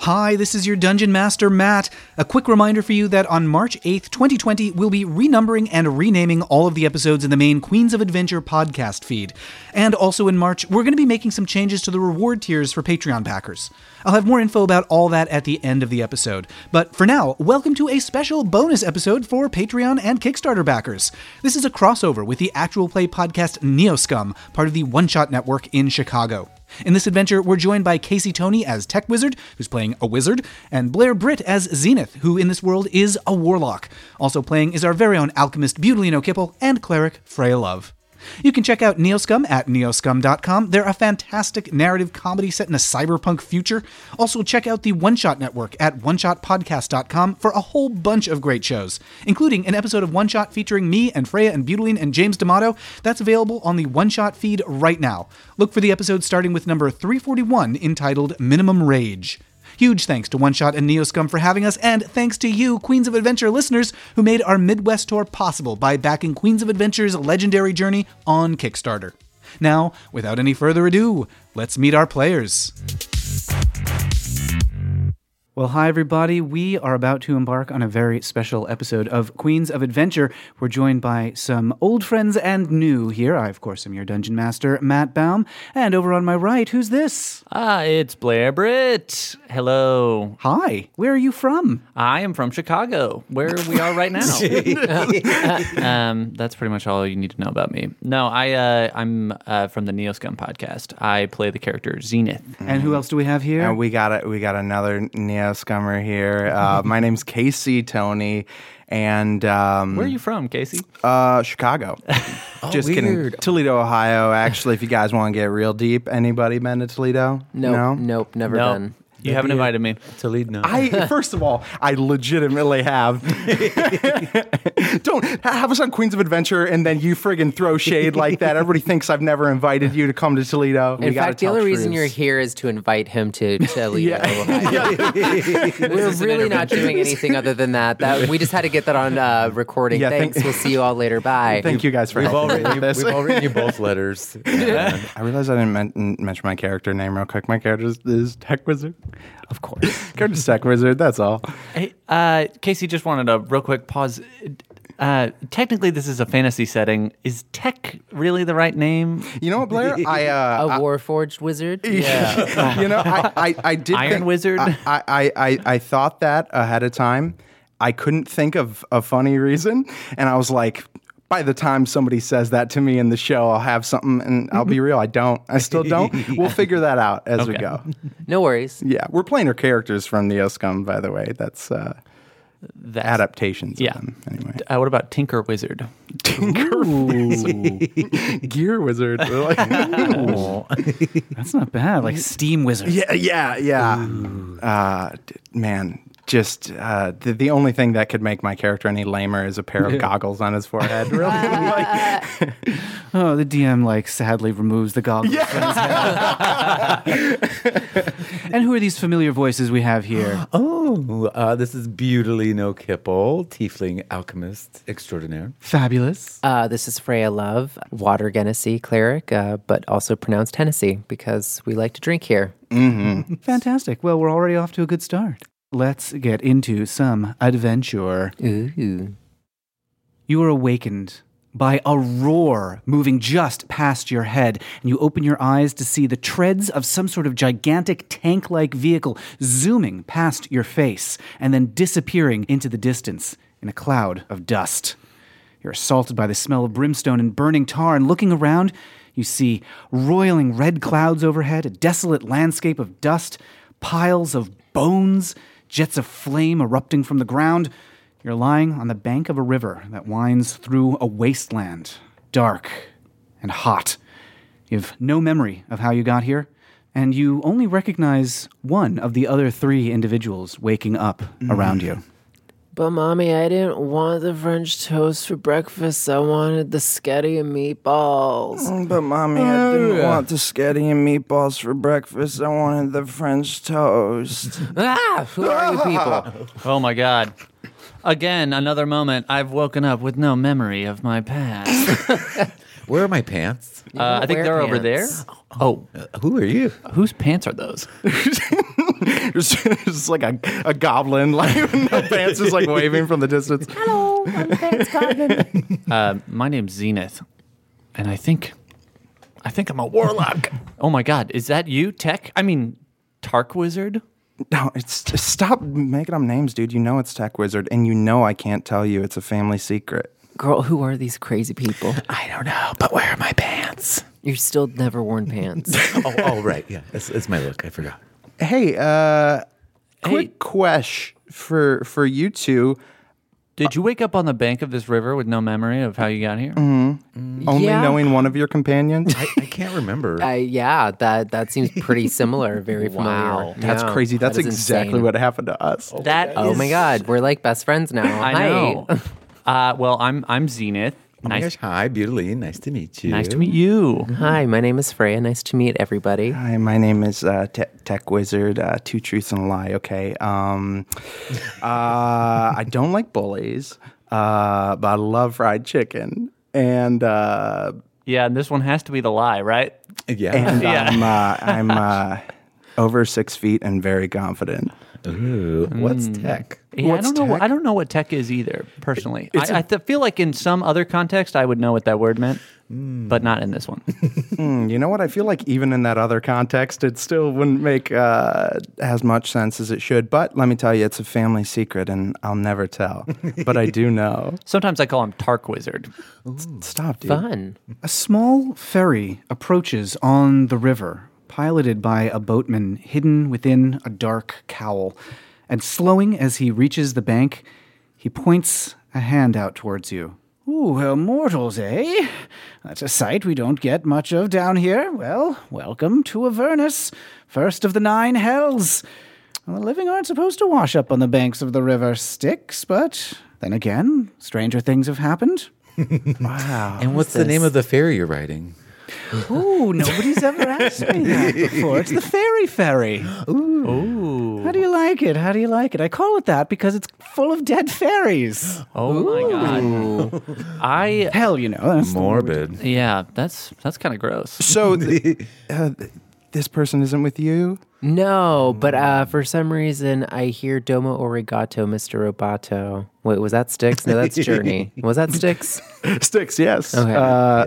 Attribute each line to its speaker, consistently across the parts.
Speaker 1: Hi, this is your Dungeon Master, Matt. A quick reminder for you that on March 8th, 2020, we'll be renumbering and renaming all of the episodes in the main Queens of Adventure podcast feed. And also in March, we're going to be making some changes to the reward tiers for Patreon backers. I'll have more info about all that at the end of the episode. But for now, welcome to a special bonus episode for Patreon and Kickstarter backers. This is a crossover with the actual play podcast Neoscum, part of the One Shot Network in Chicago. In this adventure, we're joined by Casey Tony as Tech Wizard, who's playing a wizard, and Blair Britt as Zenith, who in this world is a warlock. Also playing is our very own alchemist Butelino Kipple and cleric Freya Love. You can check out Neoscum at neoscum.com. They're a fantastic narrative comedy set in a cyberpunk future. Also, check out the One Shot Network at oneshotpodcast.com for a whole bunch of great shows, including an episode of One Shot featuring me and Freya and Buteline and James D'Amato. That's available on the One Shot feed right now. Look for the episode starting with number 341 entitled Minimum Rage. Huge thanks to One Shot and Neoscum for having us, and thanks to you, Queens of Adventure listeners, who made our Midwest tour possible by backing Queens of Adventure's legendary journey on Kickstarter. Now, without any further ado, let's meet our players. Well, hi, everybody. We are about to embark on a very special episode of Queens of Adventure. We're joined by some old friends and new here. I, of course, am your dungeon master, Matt Baum. And over on my right, who's this?
Speaker 2: Ah, it's Blair Britt. Hello.
Speaker 1: Hi, where are you from?
Speaker 2: I am from Chicago, where we are right now. um, that's pretty much all you need to know about me. No, I uh, I'm uh, from the Neoscum podcast. I play the character Zenith.
Speaker 1: And who else do we have here?
Speaker 3: And we got a, we got another neo scummer here. Uh, my name's Casey Tony, and um,
Speaker 2: Where are you from, Casey?
Speaker 3: Uh, Chicago. Just kidding.
Speaker 4: Oh, weird.
Speaker 3: Toledo, Ohio. Actually, if you guys want to get real deep, anybody been to Toledo?
Speaker 4: Nope,
Speaker 3: No.
Speaker 4: nope, never
Speaker 2: No,
Speaker 4: been.
Speaker 2: you haven't invited me.
Speaker 5: to lead now.
Speaker 3: I first of all, I legitimately have. Don't ha- have us on Queens of Adventure, and then you friggin' throw shade like that. Everybody thinks I've never invited you to come to Toledo.
Speaker 4: In fact, the only reason you're here is to invite him to Toledo. Ohio. We're really not doing anything other than that. That we just had to get that on uh, recording.
Speaker 3: Yeah, thank-
Speaker 4: Thanks. we'll see you all later. Bye.
Speaker 3: Thank you guys for
Speaker 5: We've all,
Speaker 3: helping me
Speaker 5: written,
Speaker 3: with this.
Speaker 5: we've all written you both letters. Yeah.
Speaker 3: I realize I didn't men- mention my character name real quick. My character is, is Tech Wizard.
Speaker 2: Of course.
Speaker 3: Character's Tech Wizard. That's all.
Speaker 2: Hey, uh, Casey, just wanted to real quick pause. Uh, technically, this is a fantasy setting. Is tech really the right name?
Speaker 3: You know what, Blair? I uh,
Speaker 4: A warforged wizard.
Speaker 3: you know, I, I, I did
Speaker 2: Oh, Iron
Speaker 3: think-
Speaker 2: Wizard?
Speaker 3: I, I, I, I thought that ahead of time. I couldn't think of a funny reason, and I was like. By the time somebody says that to me in the show, I'll have something, and I'll be real. I don't. I still don't. We'll figure that out as we
Speaker 2: Okay.
Speaker 3: go.
Speaker 4: No worries.
Speaker 3: Yeah, we're playing our characters from the Oscum, by the way. That's uh,
Speaker 2: That's,
Speaker 3: adaptations.
Speaker 2: Yeah.
Speaker 3: Of them, anyway,
Speaker 2: Uh, what about Tinker Wizard?
Speaker 3: Gear Wizard. We're like-
Speaker 2: Oh.
Speaker 1: That's not bad. Like Steam Wizard.
Speaker 3: Yeah, yeah, yeah. Uh, d- man, just uh, the, the only thing that could make my character any lamer is a pair of goggles on his forehead. Really? Like,
Speaker 1: Oh, the DM like sadly removes the goggles. and who are these familiar voices we have here?
Speaker 5: oh, uh, this is Butelino Kipple, tiefling alchemist extraordinaire.
Speaker 1: Fabulous.
Speaker 4: Uh, this is Freya Love, Water Genesee cleric, uh, but also pronounced Hennessy because we like to drink here.
Speaker 1: Fantastic. Well, we're already off to a good start. Let's get into some adventure.
Speaker 4: Ooh.
Speaker 1: You are awakened by a roar moving just past your head, and you open your eyes to see the treads of some sort of gigantic tank like vehicle zooming past your face and then disappearing into the distance in a cloud of dust. You're assaulted by the smell of brimstone and burning tar, and looking around, you see roiling red clouds overhead, a desolate landscape of dust, piles of bones, jets of flame erupting from the ground. You're lying on the bank of a river that winds through a wasteland, dark and hot. You have no memory of how you got here, and you only recognize one of the other three individuals waking up around you.
Speaker 4: But mommy, I didn't want the French toast for breakfast. I wanted the sketty and meatballs.
Speaker 3: Mm, but mommy, I didn't want the sketty and meatballs for breakfast. I wanted the French toast.
Speaker 4: Ah, who are you people?
Speaker 2: Oh my god. Again, another moment. I've woken up with no memory of my past.
Speaker 5: Where are my pants?
Speaker 2: Uh, I think
Speaker 4: Wear
Speaker 2: they're over there.
Speaker 4: pants.
Speaker 2: Oh,
Speaker 5: Who are you?
Speaker 2: whose pants are those?
Speaker 3: just, just like a, a goblin, like with no pants, just like waving from the distance.
Speaker 6: Hello, I'm Prince Goblin.
Speaker 2: My name's Zenith, and I think, I think I'm a warlock. oh my god, is that you, Tech? I mean, Tark Wizard.
Speaker 3: No, it's just stop making up names, dude. You know it's Tech Wizard, and you know I can't tell you. It's a family secret.
Speaker 4: Girl, who are these crazy people?
Speaker 2: I don't know, but where are my pants?
Speaker 4: You're still never worn pants.
Speaker 5: oh, oh, right. Yeah. It's, it's my look. I forgot.
Speaker 3: Hey, uh, quick question for for you two.
Speaker 2: Did you wake up on the bank of this river with no memory of how you got here?
Speaker 3: Only
Speaker 4: Yeah.
Speaker 3: knowing one of your companions.
Speaker 5: I, I can't remember.
Speaker 4: Uh, yeah, that that seems pretty similar. Very familiar.
Speaker 2: Wow.
Speaker 3: That's
Speaker 4: Yeah,
Speaker 3: crazy.
Speaker 4: that
Speaker 3: That's
Speaker 4: is
Speaker 3: exactly
Speaker 4: insane.
Speaker 3: what happened to us.
Speaker 2: That
Speaker 4: Oh
Speaker 2: is-
Speaker 4: my god, we're like best friends now.
Speaker 2: I
Speaker 4: Hi.
Speaker 2: know. uh, well, I'm I'm Zenith.
Speaker 5: Oh my
Speaker 2: Nice,
Speaker 5: gosh, hi, Butaline. Nice to meet you.
Speaker 2: nice to meet you.
Speaker 4: Hi, my name is Freya. Nice to meet everybody.
Speaker 3: Hi, my name is uh, Te- Tech Wizard. Uh, two truths and a lie. Okay. Um, uh, I don't like bullies, uh, but I love fried chicken. And uh,
Speaker 2: Yeah, and this one has to be the lie, right?
Speaker 5: Yeah.
Speaker 3: and
Speaker 2: Yeah.
Speaker 3: I'm uh, I'm uh, over six feet and very confident.
Speaker 5: Ooh, what's tech?
Speaker 2: Yeah,
Speaker 3: What's
Speaker 2: I don't know.
Speaker 3: tech?
Speaker 2: I don't know what tech is either. Personally, I I th- feel like in some other context I would know what that word meant, but not in this one.
Speaker 3: Hmm, You know what? I feel like even in that other context, it still wouldn't make uh, as much sense as it should. But let me tell you, it's a family secret, and I'll never tell. but I do know.
Speaker 2: Sometimes I call him Tark Wizard.
Speaker 3: Stop, dude.
Speaker 4: Fun.
Speaker 1: A small ferry approaches on the river, piloted by a boatman hidden within a dark cowl. And slowing as he reaches the bank, he points a hand out towards you. Ooh, well, mortals, eh? That's a sight we don't get much of down here. Well, welcome to Avernus, first of the nine hells. Well, the living aren't supposed to wash up on the banks of the river Styx, but then again, stranger things have happened.
Speaker 5: And what's the name of the ferry you're riding?
Speaker 1: Ooh, nobody's ever asked me that before. It's the fairy ferry. Ooh. How do you like it? How do you like it? I call it that because it's full of dead fairies.
Speaker 2: Oh my god! I
Speaker 1: Hell, you know. That's
Speaker 5: Morbid.
Speaker 2: yeah, that's that's kind of gross.
Speaker 3: So, th- uh, th- this person isn't with you.
Speaker 4: No, but uh, for some reason I hear Domo Origato, Mr. Robato. Wait, was that Sticks? No, that's Journey. Was that Sticks?
Speaker 3: Sticks, yes.
Speaker 4: Okay.
Speaker 3: Uh,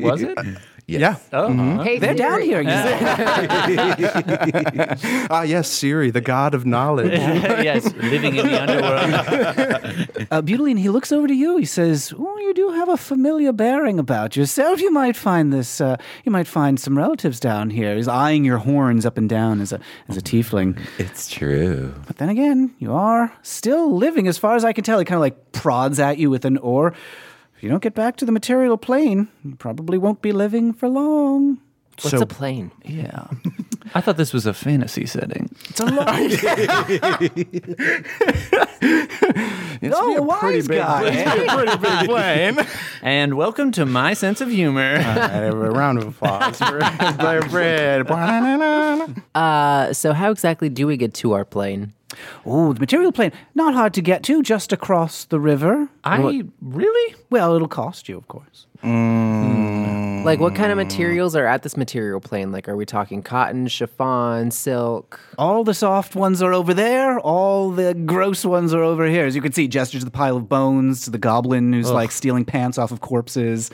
Speaker 2: Was it?
Speaker 3: yeah.
Speaker 2: Oh,
Speaker 6: Hey,
Speaker 1: They're down here. You see.
Speaker 3: Ah, yes, Siri, the god of knowledge.
Speaker 2: yes, living in the underworld.
Speaker 1: Uh, Butaline, he looks over to you. He says, "Oh, you do have a familiar bearing about yourself. You might find this. Uh, you might find some relatives down here." He's eyeing your horns up and down as a as a tiefling.
Speaker 5: It's true.
Speaker 1: But then again, you are still living, as far as I can tell. He kind of like prods at you with an oar. If you don't get back to the material plane, you probably won't be living for long.
Speaker 4: What's a plane?
Speaker 2: Yeah, I thought this was a fantasy setting.
Speaker 1: It's a long. no, Oh, wise guy.
Speaker 3: pretty big plane.
Speaker 2: And welcome to my sense of humor.
Speaker 3: a round of applause for Blair Bread.
Speaker 4: Uh, so how exactly do we get to our plane?
Speaker 1: Oh, the material plane. Not hard to get to, just across the river.
Speaker 2: I Uh, really?
Speaker 1: Well, it'll cost you, of course.
Speaker 4: Like, what kind of materials are at this material plane? Like, are we talking cotton, chiffon, silk?
Speaker 1: All the soft ones are over there. All the gross ones are over here. As you can see, gestures to the pile of bones, to the goblin who's like stealing pants off of corpses.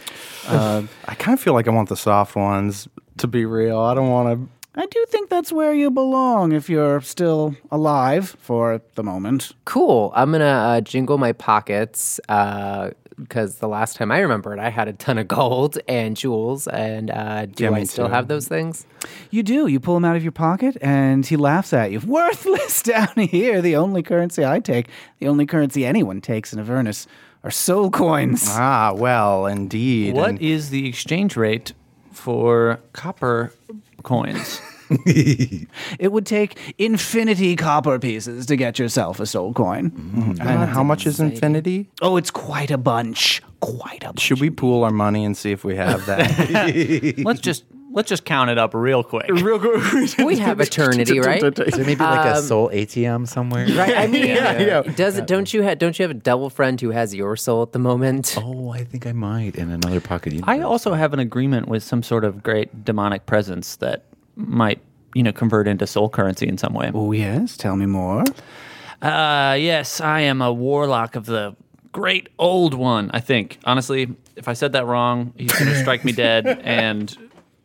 Speaker 1: Uh,
Speaker 3: I kind of feel like I want the soft ones, to be real. I don't want
Speaker 1: I do think that's where you belong if you're still alive for the moment.
Speaker 4: Cool. I'm gonna uh, jingle my pockets because the last time I remember it, I had a ton of gold and jewels. And uh, do
Speaker 3: Yeah, me
Speaker 4: I still
Speaker 3: too.
Speaker 4: have those things?
Speaker 1: You do. You pull him out of your pocket and he laughs at you. Worthless down here. The only currency I take, the only currency anyone takes in Avernus, are soul coins.
Speaker 3: to. Ah, well, indeed.
Speaker 2: What
Speaker 3: And
Speaker 2: is the exchange rate for copper coins?
Speaker 1: It would take infinity copper pieces to get yourself a soul coin.
Speaker 3: and how much is infinity?
Speaker 1: Oh, it's quite a bunch. Quite a bunch.
Speaker 3: Should we pool our money and see if we have that?
Speaker 2: let's just let's just count it up real quick.
Speaker 3: Real quick.
Speaker 4: We have eternity, right?
Speaker 5: Is there maybe like a soul ATM somewhere?
Speaker 4: Right. I mean,
Speaker 3: yeah.
Speaker 4: does it? Don't you ha- don't you have a devil friend who has your soul at the moment?
Speaker 5: Oh, I think I might in another pocket.
Speaker 2: I
Speaker 5: universe.
Speaker 2: also have an agreement with some sort of great demonic presence that might you know, convert into soul currency in some way.
Speaker 1: Oh, yes. Tell me more.
Speaker 2: Uh, yes, I am a warlock of the great old one, I think. Honestly, if I said that wrong, he's going to strike me dead. And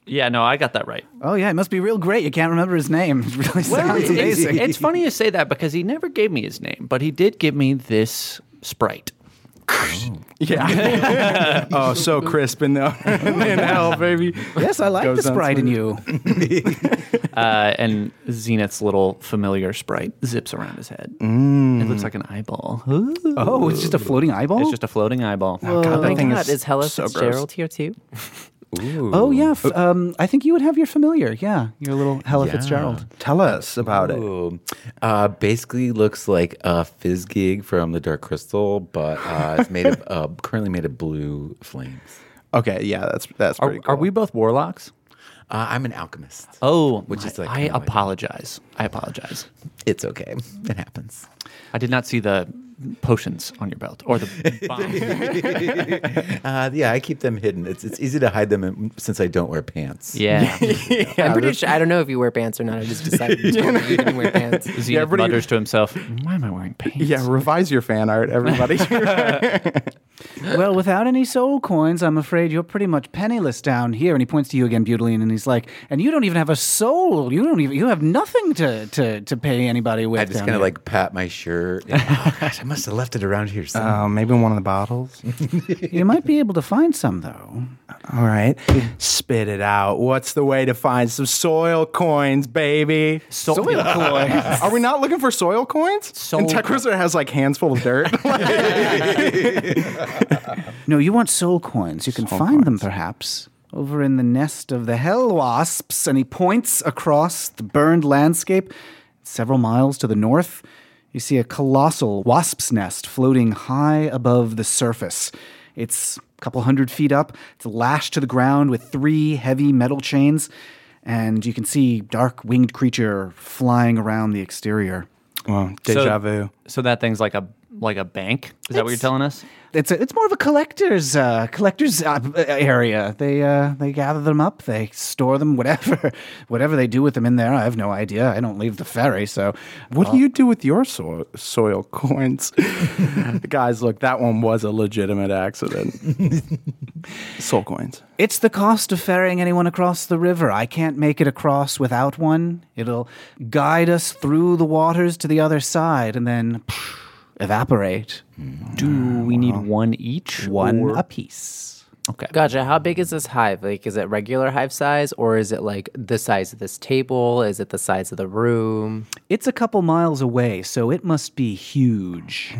Speaker 2: yeah, no, I got that right.
Speaker 1: Oh, yeah. It must be real great. You can't remember his name. It really sounds
Speaker 2: it's,
Speaker 1: amazing.
Speaker 2: it's funny you say that because he never gave me his name, but he did give me this sprite.
Speaker 3: Yeah. oh, so crisp in the in hell, baby.
Speaker 1: yes, I like the
Speaker 3: Goes on
Speaker 1: sprite in
Speaker 3: smooth.
Speaker 1: you.
Speaker 2: Uh, and Zenith's little familiar sprite zips around his head. It looks like an eyeball.
Speaker 1: Oh, it's just a floating eyeball?
Speaker 2: It's just a floating eyeball.
Speaker 4: Oh my
Speaker 3: thing
Speaker 4: God,
Speaker 3: is
Speaker 4: is, Hella
Speaker 3: so gross.
Speaker 4: Fitzgerald here too?
Speaker 1: Oh yeah, f- um, I think you would have your familiar. Yeah, your little Hella
Speaker 5: Yeah.
Speaker 1: Fitzgerald.
Speaker 3: Tell us about it.
Speaker 5: Ooh. Uh, basically looks like a fizz gig from the Dark Crystal, but uh, it's made of uh, currently made of blue flames.
Speaker 3: Okay, yeah, that's that's
Speaker 2: Are,
Speaker 3: pretty
Speaker 2: are
Speaker 3: cool.
Speaker 2: we both warlocks?
Speaker 5: Uh, I'm an alchemist.
Speaker 2: Oh,
Speaker 5: Which is like
Speaker 2: I
Speaker 5: kinda like-
Speaker 2: apologize. I apologize.
Speaker 5: It's okay. It happens.
Speaker 2: I did not see the potions on your belt or the bomb.
Speaker 5: Uh, yeah, I keep them hidden. It's it's easy to hide them in, since I don't wear pants.
Speaker 2: yeah.
Speaker 4: I'm pretty sure. I don't know if you wear pants or not. I just decided to tell you you didn't wear pants.
Speaker 2: Zenith
Speaker 3: everybody-
Speaker 2: mutters to himself, Why am I wearing pants?
Speaker 3: Yeah, revise your fan art, everybody.
Speaker 1: well, without any soul coins, I'm afraid you're pretty much penniless down here. And he points to you again, Butyline, and he's like, "And you don't even have a soul. You don't even. You have nothing to to, to pay anybody with."
Speaker 5: I just
Speaker 1: down
Speaker 5: kind of
Speaker 1: here."
Speaker 5: like pat my shirt. and, oh, gosh, I must have left it around here. somewhere."
Speaker 3: uh, maybe one of the bottles.
Speaker 1: you might be able to find some though.
Speaker 3: All right, spit it out. What's the way to find some soil coins, baby?
Speaker 2: Soil coins.
Speaker 3: Are we not looking for soil coins?
Speaker 2: Soil-
Speaker 3: and Tech Wizard has like hands full of dirt.
Speaker 1: No, you want soul coins. You can find them perhaps over in the nest of the hell wasps. And he points across the burned landscape, several miles to the north. You see a colossal wasp's nest floating high above the surface. It's a couple hundred feet up. It's lashed to the ground with three heavy metal chains, and you can see dark winged creature flying around the exterior.
Speaker 3: well, deja
Speaker 2: So-
Speaker 3: vu.
Speaker 2: So that thing's like a like a bank. Is that what you're telling us?
Speaker 1: It's a, it's more of a collector's uh, collector's uh, area. They uh, they gather them up, they store them, whatever whatever they do with them in there. I have no idea. I don't leave the ferry, so
Speaker 3: What do you do with your soil, soil coins? Guys, look, that one was a legitimate accident. soul coins.
Speaker 1: it's the cost of ferrying anyone across the river. I can't make it across without one. It'll guide us through the waters to the other side, and then pff, evaporate
Speaker 2: Do we need one each?
Speaker 1: one
Speaker 2: or-
Speaker 1: apiece.
Speaker 2: Okay.
Speaker 4: Gotcha. How big is this hive? Like, is it regular hive size, or is it like the size of this table? Is it the size of the room?
Speaker 1: It's a couple miles away, so it must be huge.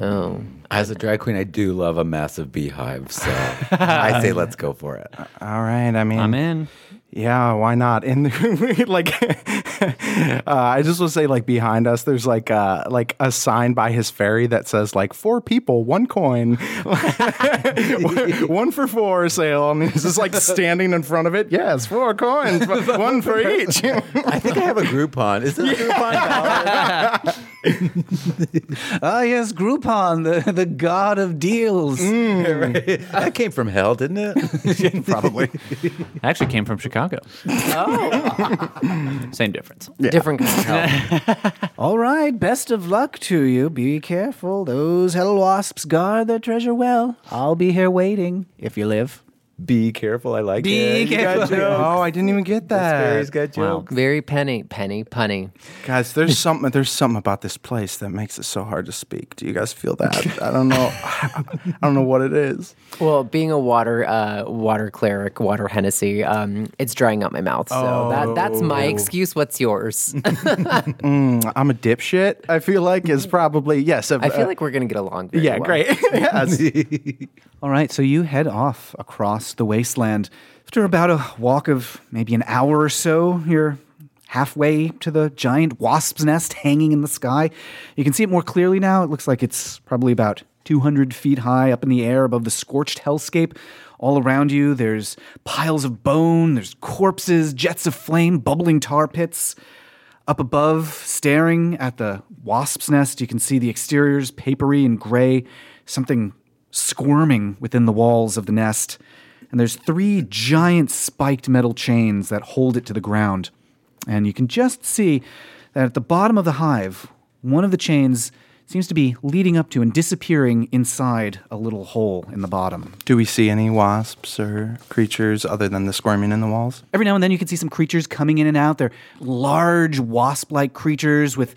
Speaker 4: Oh,
Speaker 5: As a drag queen, I do love a massive beehive, so I say let's go for it.
Speaker 3: All right, I mean,
Speaker 2: I'm in.
Speaker 3: yeah, why not? In the like, uh, I just will say, like behind us, there's like uh, like a sign by his ferry that says like four people, one coin, one for four sale, and he's just like standing in front of it. Yes, four coins, but one for each.
Speaker 5: I think I have a Groupon. Is this a Groupon? valid?
Speaker 1: Ah, yes, Groupon, the, the god of deals.
Speaker 5: that came from hell, didn't it? Probably.
Speaker 2: I actually came from Chicago. Oh. Same difference.
Speaker 4: different kind of help.
Speaker 1: All right, best of luck to you. Be careful. Those hell wasps guard their treasure well. I'll be here waiting if you live.
Speaker 5: Be careful. I like
Speaker 1: Be
Speaker 5: it. You got
Speaker 1: careful.
Speaker 5: jokes.
Speaker 3: oh, I didn't even get
Speaker 5: Barry's
Speaker 3: that,
Speaker 5: got jokes.
Speaker 4: Very penny, penny, punny.
Speaker 3: guys. There's something. There's something about this place that makes it so hard to speak. Do you guys feel that? I don't know. I don't know what it is.
Speaker 4: Well, being a water, uh, water cleric, water Hennessy, um, it's drying up my mouth. So that, that's my
Speaker 3: Oh.
Speaker 4: excuse. What's yours?
Speaker 3: I'm a dipshit. I feel like is probably yes. uh,
Speaker 4: I feel like we're gonna get along. Very
Speaker 3: yeah,
Speaker 4: well.
Speaker 3: great. yes.
Speaker 1: All right, so you head off across the wasteland. After about a walk of maybe an hour or so, you're halfway to the giant wasp's nest hanging in the sky. You can see it more clearly now. It looks like it's probably about 200 feet high up in the air above the scorched hellscape. All around you, there's piles of bone, there's corpses, jets of flame, bubbling tar pits. Up above, staring at the wasp's nest, you can see the exterior's papery and gray, something squirming within the walls of the nest. And there's three giant spiked metal chains that hold it to the ground. And you can just see that at the bottom of the hive, one of the chains seems to be leading up to and disappearing inside a little hole in the bottom.
Speaker 3: Do we see any wasps or creatures other than the squirming in the walls?
Speaker 1: Every now and then you can see some creatures coming in and out. They're large wasp like creatures with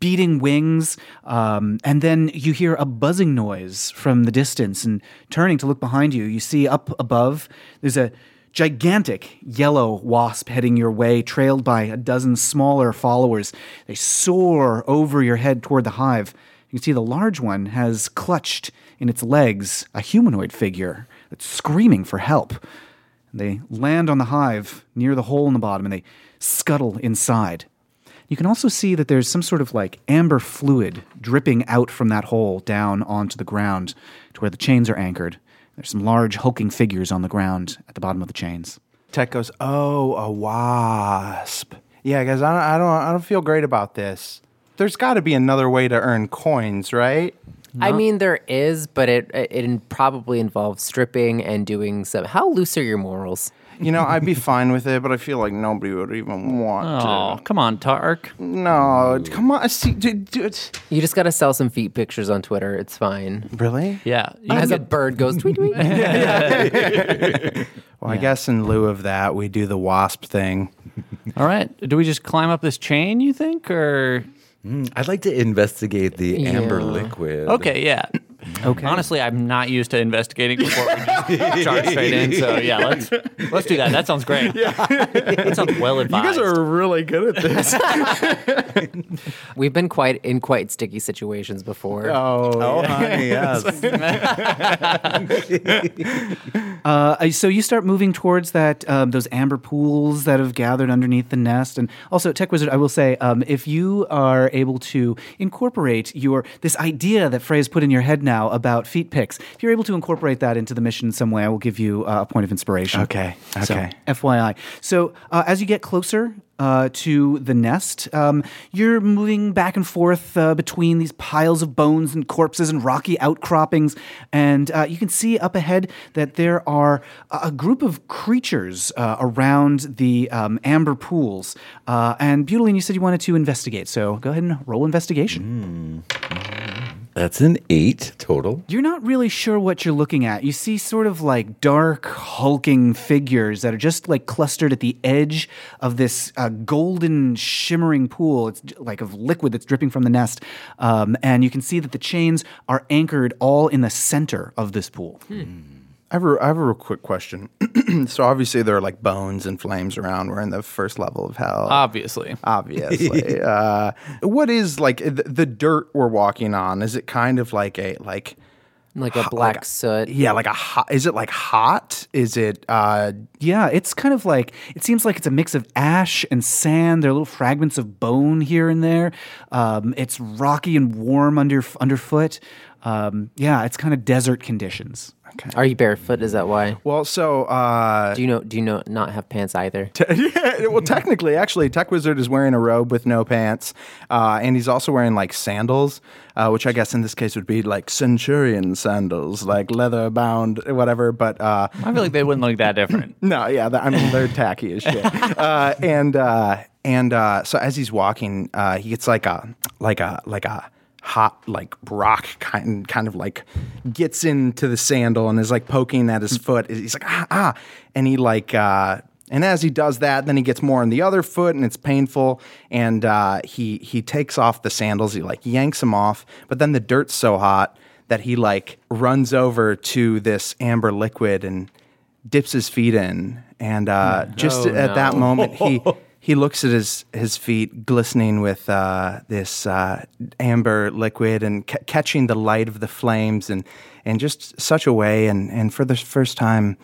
Speaker 1: beating wings. Um, and then you hear a buzzing noise from the distance. And turning to look behind you, you see up above there's a gigantic yellow wasp heading your way, trailed by a dozen smaller followers. They soar over your head toward the hive. You can see the large one has clutched in its legs a humanoid figure that's screaming for help. They land on the hive near the hole in the bottom and they scuttle inside. You can also see that there's some sort of like amber fluid dripping out from that hole down onto the ground to where the chains are anchored. There's some large hulking figures on the ground at the bottom of the chains.
Speaker 3: Tech goes, "Oh, a wasp." Yeah, guys, I don't, I don't, I don't feel great about this. There's got to be another way to earn coins, right?
Speaker 4: I mean, there is, but it it probably involves stripping and doing some. How loose are your morals?
Speaker 3: You know, I'd be fine with it, but I feel like nobody would even want
Speaker 2: Oh, come on, Tark.
Speaker 3: to. No, come on, see, dude, dude.
Speaker 4: You just got to sell some feet pictures on Twitter. It's fine.
Speaker 3: really?
Speaker 2: Yeah. you
Speaker 4: As a
Speaker 2: could-
Speaker 4: bird goes tweet tweet.
Speaker 3: Well, I guess in lieu of that, we do the wasp thing.
Speaker 2: all right. Do we just climb up this chain, you think? Or.
Speaker 5: I'd like to investigate the amber
Speaker 4: Yeah.
Speaker 5: liquid.
Speaker 2: Okay, yeah. Okay. Honestly, I'm not used to investigating before we just charge straight in. So yeah, let's let's do that. That sounds great. that sounds well advised.
Speaker 3: really good at this.
Speaker 4: We've been quite in quite sticky situations before.
Speaker 5: Oh, honey, yes.
Speaker 1: Uh, I- so you start moving towards that um, those amber pools that have gathered underneath the nest, and also Tech Wizard. I will say, um, if you are able to incorporate your this idea that Frey's put in your head now about feet picks, if you're able to incorporate that into the mission in some way, I will give you uh, a point of inspiration.
Speaker 3: Okay,
Speaker 1: So,
Speaker 3: okay.
Speaker 1: FYI. So uh, as you get closer uh, to the nest, um, you're moving back and forth uh, between these piles of bones and corpses and rocky outcroppings, and uh, you can see up ahead that there are a a group of creatures uh, around the um, amber pools. Uh, and Butaline, you said you wanted to investigate, so go ahead and roll investigation.
Speaker 5: That's an eight total.
Speaker 1: You're not really sure what you're looking at. You see sort of like dark, hulking figures that are just like clustered at the edge of this uh, golden, shimmering pool. It's j- like of liquid that's dripping from the nest. Um, and you can see that the chains are anchored all in the center of this pool.
Speaker 3: I have, a, I have a real quick question. so obviously there are like bones and flames around. We're in the first level of hell.
Speaker 2: Obviously.
Speaker 3: obviously. uh, what is like the, the dirt we're walking on? Is it kind of like a like
Speaker 4: Like a black soot.
Speaker 3: yeah like a hot? Is it like hot? Is it uh,
Speaker 1: Yeah, it's kind of like it seems like it's a mix of ash and sand. There are little fragments of bone here and there. Um, it's rocky and warm under underfoot. Um, yeah, it's kind of desert conditions.
Speaker 4: Are you barefoot? Is that why?
Speaker 3: well? So uh,
Speaker 4: Do you know? Do you know? Not have pants either.
Speaker 3: yeah, well, technically, actually, Tech Wizard is wearing a robe with no pants, uh, and he's also wearing like sandals, uh, which I guess in this case would be like centurion sandals, like leather bound, whatever. But uh,
Speaker 2: I feel like they wouldn't look that different.
Speaker 3: no, yeah, th- I mean they're tacky as shit. Uh, and uh, and uh, so as he's walking, uh, he gets like a like a like a hot like rock kind kind of like gets into the sandal and is like poking at his foot. He's like ah ah, and he like. Uh, and as he does that, then he gets more on the other foot, and it's painful. And uh, he he takes off the sandals. He like yanks them off, but then the dirt's so hot that he like runs over to this amber liquid and dips his feet in, and uh, just at that moment, he he looks at his his feet glistening with uh, this uh, amber liquid and ca- catching the light of the flames, and in just such a way, and and for the first time,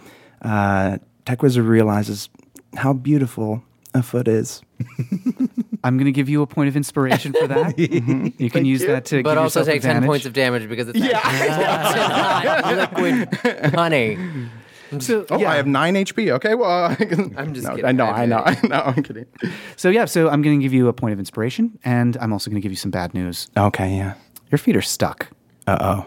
Speaker 3: uh, Tech Wizard realizes how beautiful a foot is.
Speaker 1: I'm going to give you a point of inspiration for that. Mhm. You can use that to
Speaker 4: But
Speaker 1: give
Speaker 4: also
Speaker 1: yourself
Speaker 4: take ten
Speaker 1: advantage.
Speaker 4: points of damage because it's yeah. liquid honey.
Speaker 1: So,
Speaker 3: Oh,
Speaker 1: yeah.
Speaker 3: I have nine HP. Okay, well, I can,
Speaker 4: I'm just
Speaker 3: no,
Speaker 4: kidding.
Speaker 3: I know,
Speaker 4: I
Speaker 3: I know,
Speaker 4: did
Speaker 3: I know. I'm kidding.
Speaker 1: so yeah, so I'm going to give you a point of inspiration, and I'm also going to give you some bad news.
Speaker 3: Okay, yeah.
Speaker 1: Your feet are stuck.
Speaker 3: Uh oh.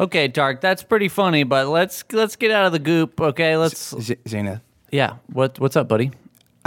Speaker 2: Okay, Tark, that's pretty funny, but let's let's get out of the goop. Okay, let's
Speaker 3: Z- Zenith,
Speaker 2: Yeah. What what's up, buddy?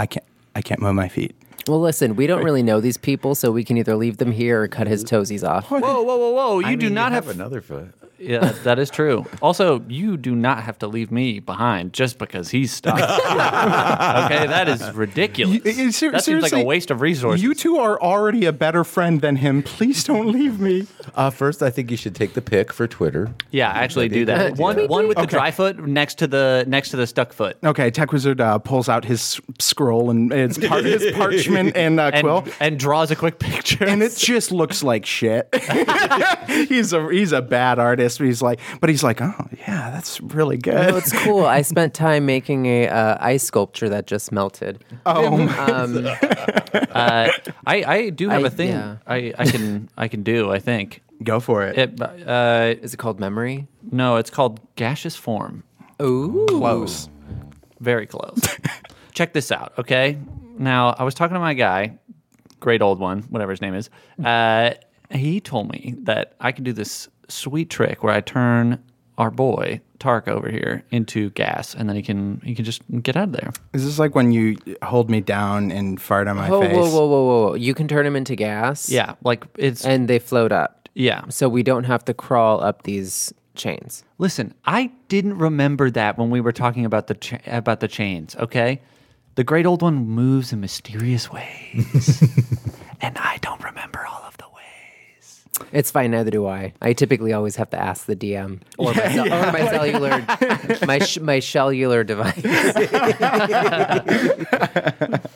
Speaker 3: I can't, I can't move my feet.
Speaker 4: Well, listen, we don't really know these people, so we can either leave them here or cut his toesies off.
Speaker 2: Whoa, whoa, whoa, whoa! You
Speaker 5: I
Speaker 2: do
Speaker 5: mean,
Speaker 2: not have.
Speaker 5: another foot.
Speaker 2: yeah, that is true. Also, you do not have to leave me behind just because he's stuck. okay, that is ridiculous.
Speaker 3: Y- y- ser-
Speaker 2: that seems like a
Speaker 3: seriously,
Speaker 2: waste of resources.
Speaker 3: You two are already a better friend than him. Please don't leave me.
Speaker 5: Uh, first, I think you should take the pic for Twitter.
Speaker 2: yeah, actually do
Speaker 5: That'd
Speaker 2: that.
Speaker 5: be a good
Speaker 2: One,
Speaker 5: idea.
Speaker 2: one with the dry foot next to the next to the stuck foot.
Speaker 3: Okay, Tech Wizard uh, pulls out his s- scroll and it's par- his parchment and uh,
Speaker 2: and,
Speaker 3: quill.
Speaker 2: and draws a quick picture.
Speaker 3: and it just looks like shit. he's a he's a bad artist. But he's like, but he's like, oh yeah, that's really
Speaker 4: Oh,
Speaker 3: good.
Speaker 4: it's cool. I spent time making a uh, ice sculpture that just melted.
Speaker 3: Oh,
Speaker 4: Um,
Speaker 2: uh, I, I do have
Speaker 4: I-
Speaker 2: a thing
Speaker 4: yeah.
Speaker 2: I, I can I can do. I think
Speaker 3: go for it.
Speaker 2: it. Uh,
Speaker 4: is it called memory?
Speaker 2: no, it's called gaseous form.
Speaker 4: Ooh,
Speaker 3: Close.
Speaker 2: Very close. Check this out, okay? Now, I was talking to my guy, great old one, whatever his name is. Uh, he told me that I could do this sweet trick where I turn our boy Tark over here into gas, and then he can he can just get out of there.
Speaker 3: Is this like when you hold me down and fart on my
Speaker 4: Whoa,
Speaker 3: face?
Speaker 4: whoa, whoa, whoa, whoa! whoa. You can turn them into gas.
Speaker 2: Yeah, like it's
Speaker 4: and they float up.
Speaker 2: yeah.
Speaker 4: So we don't have to crawl up these chains.
Speaker 2: Listen, I didn't remember that when we were talking about the cha- about the chains. Okay, the great old one moves in mysterious ways, and I don't remember all of the ways.
Speaker 4: It's fine. Neither do I. I typically always have to ask the DM or my, cell- or my cellular, my sh- my cellular device.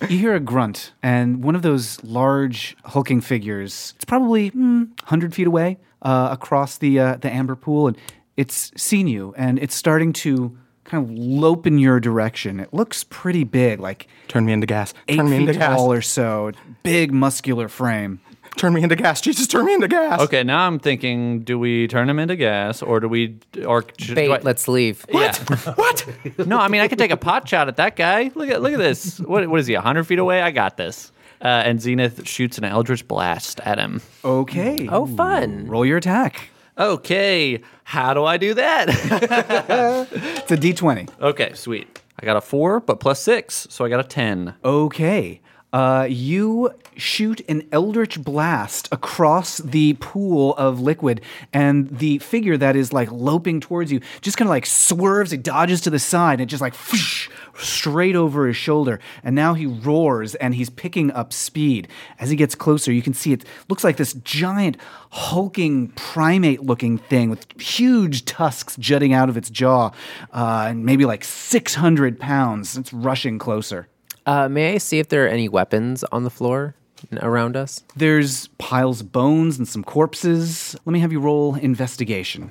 Speaker 1: You hear a grunt, and one of those large hulking figures. It's probably mm, hundred feet away uh, across the uh, the amber pool, and it's seen you, and it's starting to kind of lope in your direction. It looks pretty big, like
Speaker 3: Turn me into gas.
Speaker 1: eight
Speaker 3: Turn me into
Speaker 1: feet
Speaker 3: gas.
Speaker 1: tall or so. Big muscular frame.
Speaker 3: Turn me into gas. Jesus, turn me into gas.
Speaker 2: Okay, now I'm thinking: Do we turn him into gas, or do we? Or should,
Speaker 4: Bait.
Speaker 2: do I-
Speaker 4: Let's leave.
Speaker 2: Yeah.
Speaker 3: What?
Speaker 2: no, I mean I could take a pot shot at that guy. Look at look at this. What what is he? hundred feet away? I got this. Uh, and Zenith shoots an eldritch blast at him.
Speaker 1: Okay.
Speaker 4: Oh, fun.
Speaker 1: Roll your attack.
Speaker 2: Okay, how do I do that?
Speaker 1: It's a d20.
Speaker 2: okay, sweet. I got a four, but plus six, so I got a ten.
Speaker 1: Okay. Uh, you shoot an eldritch blast across the pool of liquid, and the figure that is like loping towards you just kind of like swerves, it dodges to the side, and it just like phoosh, straight over his shoulder. And now he roars and he's picking up speed. As he gets closer, you can see it looks like this giant, hulking, primate looking thing with huge tusks jutting out of its jaw, uh, and maybe like 600 pounds. It's rushing closer.
Speaker 4: Uh, may I see if there are any weapons on the floor n- around us?
Speaker 1: There's piles of bones and some corpses. Let me have you roll investigation.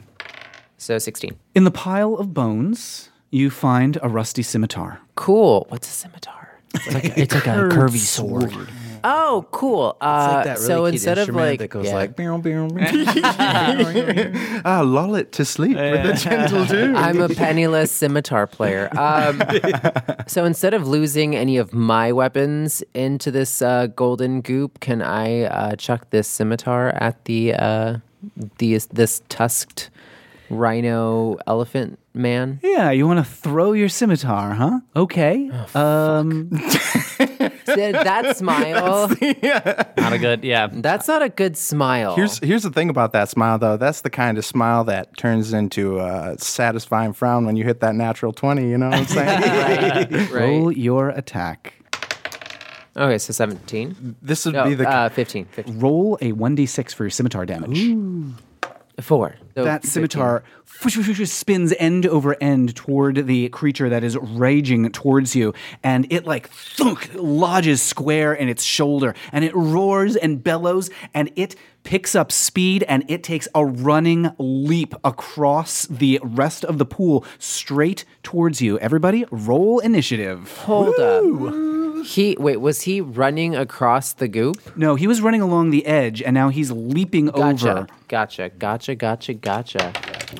Speaker 4: So sixteen.
Speaker 1: In the pile of bones, you find a rusty scimitar.
Speaker 4: Cool. What's a scimitar?
Speaker 1: It's like a curvy sword.
Speaker 4: Oh, cool. Uh, so instead of like,
Speaker 5: that goes
Speaker 4: yeah.
Speaker 5: like, "Meow, meow, meow."
Speaker 3: Ah, lull it to sleep with a gentle dew.
Speaker 4: I'm a penniless scimitar player. Um, so instead of losing any of my weapons into this uh, golden goop, can I uh, chuck this scimitar at the uh, these this tusked rhino elephant man?
Speaker 1: Yeah, you want to throw your scimitar, huh? Okay. um,
Speaker 4: that, that smile.
Speaker 2: Not a good, yeah.
Speaker 4: That's not a good smile.
Speaker 3: Here's here's the thing about that smile though. That's the kind of smile that turns into a satisfying frown when you hit that natural twenty. You know what I'm saying?
Speaker 4: right.
Speaker 1: roll your attack.
Speaker 4: Okay, so 17.
Speaker 3: this would
Speaker 4: No,
Speaker 3: be the
Speaker 4: uh, 15, 15.
Speaker 1: Roll a 1d6 for your scimitar damage.
Speaker 4: Four. So
Speaker 1: that
Speaker 4: 15.
Speaker 1: scimitar whoosh, whoosh, whoosh, spins end over end toward the creature that is raging towards you, and it like thunk lodges square in its shoulder, and it roars and bellows, and it picks up speed, and it takes a running leap across the rest of the pool straight towards you. Everybody, roll initiative.
Speaker 4: Hold up. He wait, was he running across the goop?
Speaker 1: No, he was running along the edge, and now he's leaping
Speaker 4: Gotcha.
Speaker 1: over.
Speaker 4: Gotcha. Gotcha. Gotcha. Gotcha.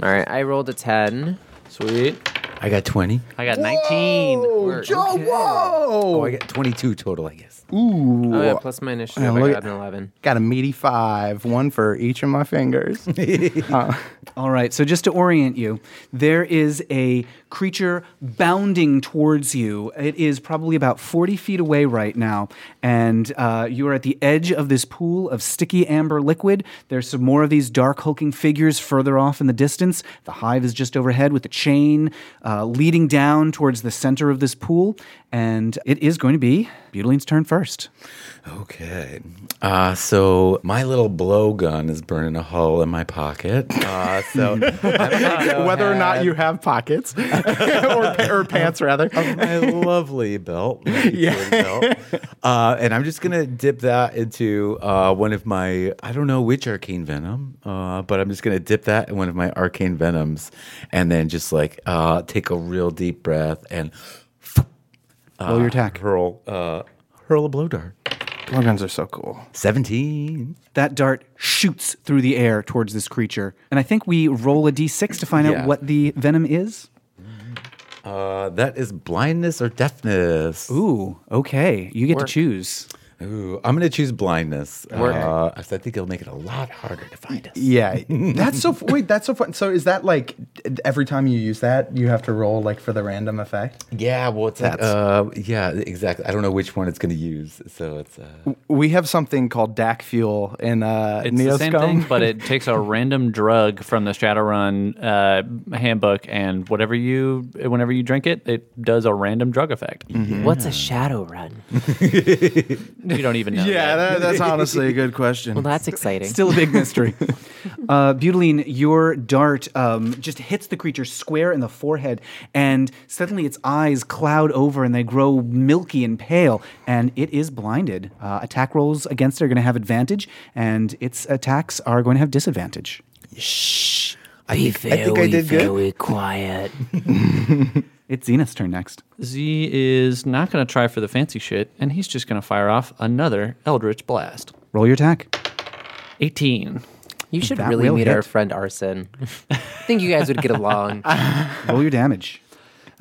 Speaker 4: All right, I rolled a 10.
Speaker 2: Sweet.
Speaker 5: I got 20.
Speaker 2: I got 19.
Speaker 3: Oh, Joe, whoa!
Speaker 5: Oh, I got 22 total, I guess.
Speaker 4: Oh, yeah, plus my initiative. I
Speaker 3: look
Speaker 4: got
Speaker 3: at-
Speaker 4: an 11.
Speaker 3: Got a meaty five, one for each of my fingers.
Speaker 1: All right, so just to orient you, there is a creature bounding towards you. It is probably about 40 feet away right now, and uh, you are at the edge of this pool of sticky amber liquid. There's some more of these dark, hulking figures further off in the distance. The hive is just overhead with a chain uh, leading down towards the center of this pool, and it is going to be Butaline's turn first.
Speaker 5: Okay. Uh, so my little blowgun is burning a hole in my pocket. Uh, so I'm gonna go
Speaker 3: Whether or not
Speaker 5: ahead
Speaker 3: you have pockets or, pa- or pants, rather.
Speaker 5: of my lovely belt, my utility belt. Uh, and I'm just gonna dip that into uh, one of my I don't know which arcane venom, uh, but I'm just gonna dip that in one of my arcane venoms, and then just like uh, take a real deep breath and
Speaker 1: Roll your attack.
Speaker 5: hurl uh, hurl a blow dart.
Speaker 3: Blowguns are so cool.
Speaker 5: Seventeen.
Speaker 1: That dart shoots through the air towards this creature. And I think we roll a d6 to find out
Speaker 5: Yeah.
Speaker 1: what the venom is.
Speaker 5: Uh, that is blindness or deafness.
Speaker 1: Ooh, okay. You get
Speaker 4: Work.
Speaker 1: to choose.
Speaker 5: Ooh, I'm gonna choose blindness. Uh, I think it'll make it a lot harder to find us.
Speaker 3: Yeah, that's so. Wait, that's so fun. So is that like every time you use that, you have to roll like for the random effect?
Speaker 5: Yeah, well, it's like, uh, yeah, exactly. I don't know which one it's gonna use, so it's. Uh,
Speaker 3: We have something called DAC fuel in uh,
Speaker 2: It's the same thing, but it takes a random drug from the Shadowrun uh, handbook, and whatever you, whenever you drink it, it does a random drug effect.
Speaker 3: Mm-hmm.
Speaker 4: What's a shadow run?
Speaker 2: You don't even know.
Speaker 3: yeah,
Speaker 2: yet.
Speaker 3: that, that's honestly a good question.
Speaker 4: Well, that's exciting.
Speaker 1: Still a big mystery. uh, Butaline, your dart um, just hits the creature square in the forehead, and suddenly its eyes cloud over and they grow milky and pale, and it is blinded. Uh, attack rolls against it are going to have advantage, and its attacks are going to have disadvantage.
Speaker 4: Be
Speaker 3: I think I did good.
Speaker 4: quiet.
Speaker 1: It's Xena's turn next.
Speaker 2: Z is not going to try for the fancy shit, and he's just going to fire off another Eldritch Blast.
Speaker 1: Roll your attack.
Speaker 2: 18.
Speaker 4: You should
Speaker 1: That
Speaker 4: really
Speaker 1: will
Speaker 4: meet
Speaker 1: hit.
Speaker 4: our friend Arson. I think you guys would get along.
Speaker 1: Roll your damage.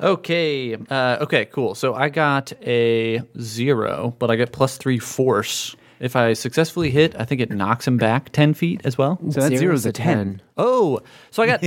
Speaker 2: Okay. Uh, okay, cool. So I got a zero, but I get plus three force. If I successfully hit, I think it knocks him back 10 feet as well.
Speaker 1: So that
Speaker 4: Zero's
Speaker 1: zero's a
Speaker 4: a
Speaker 1: 10.
Speaker 4: 10.
Speaker 2: Oh, so I got.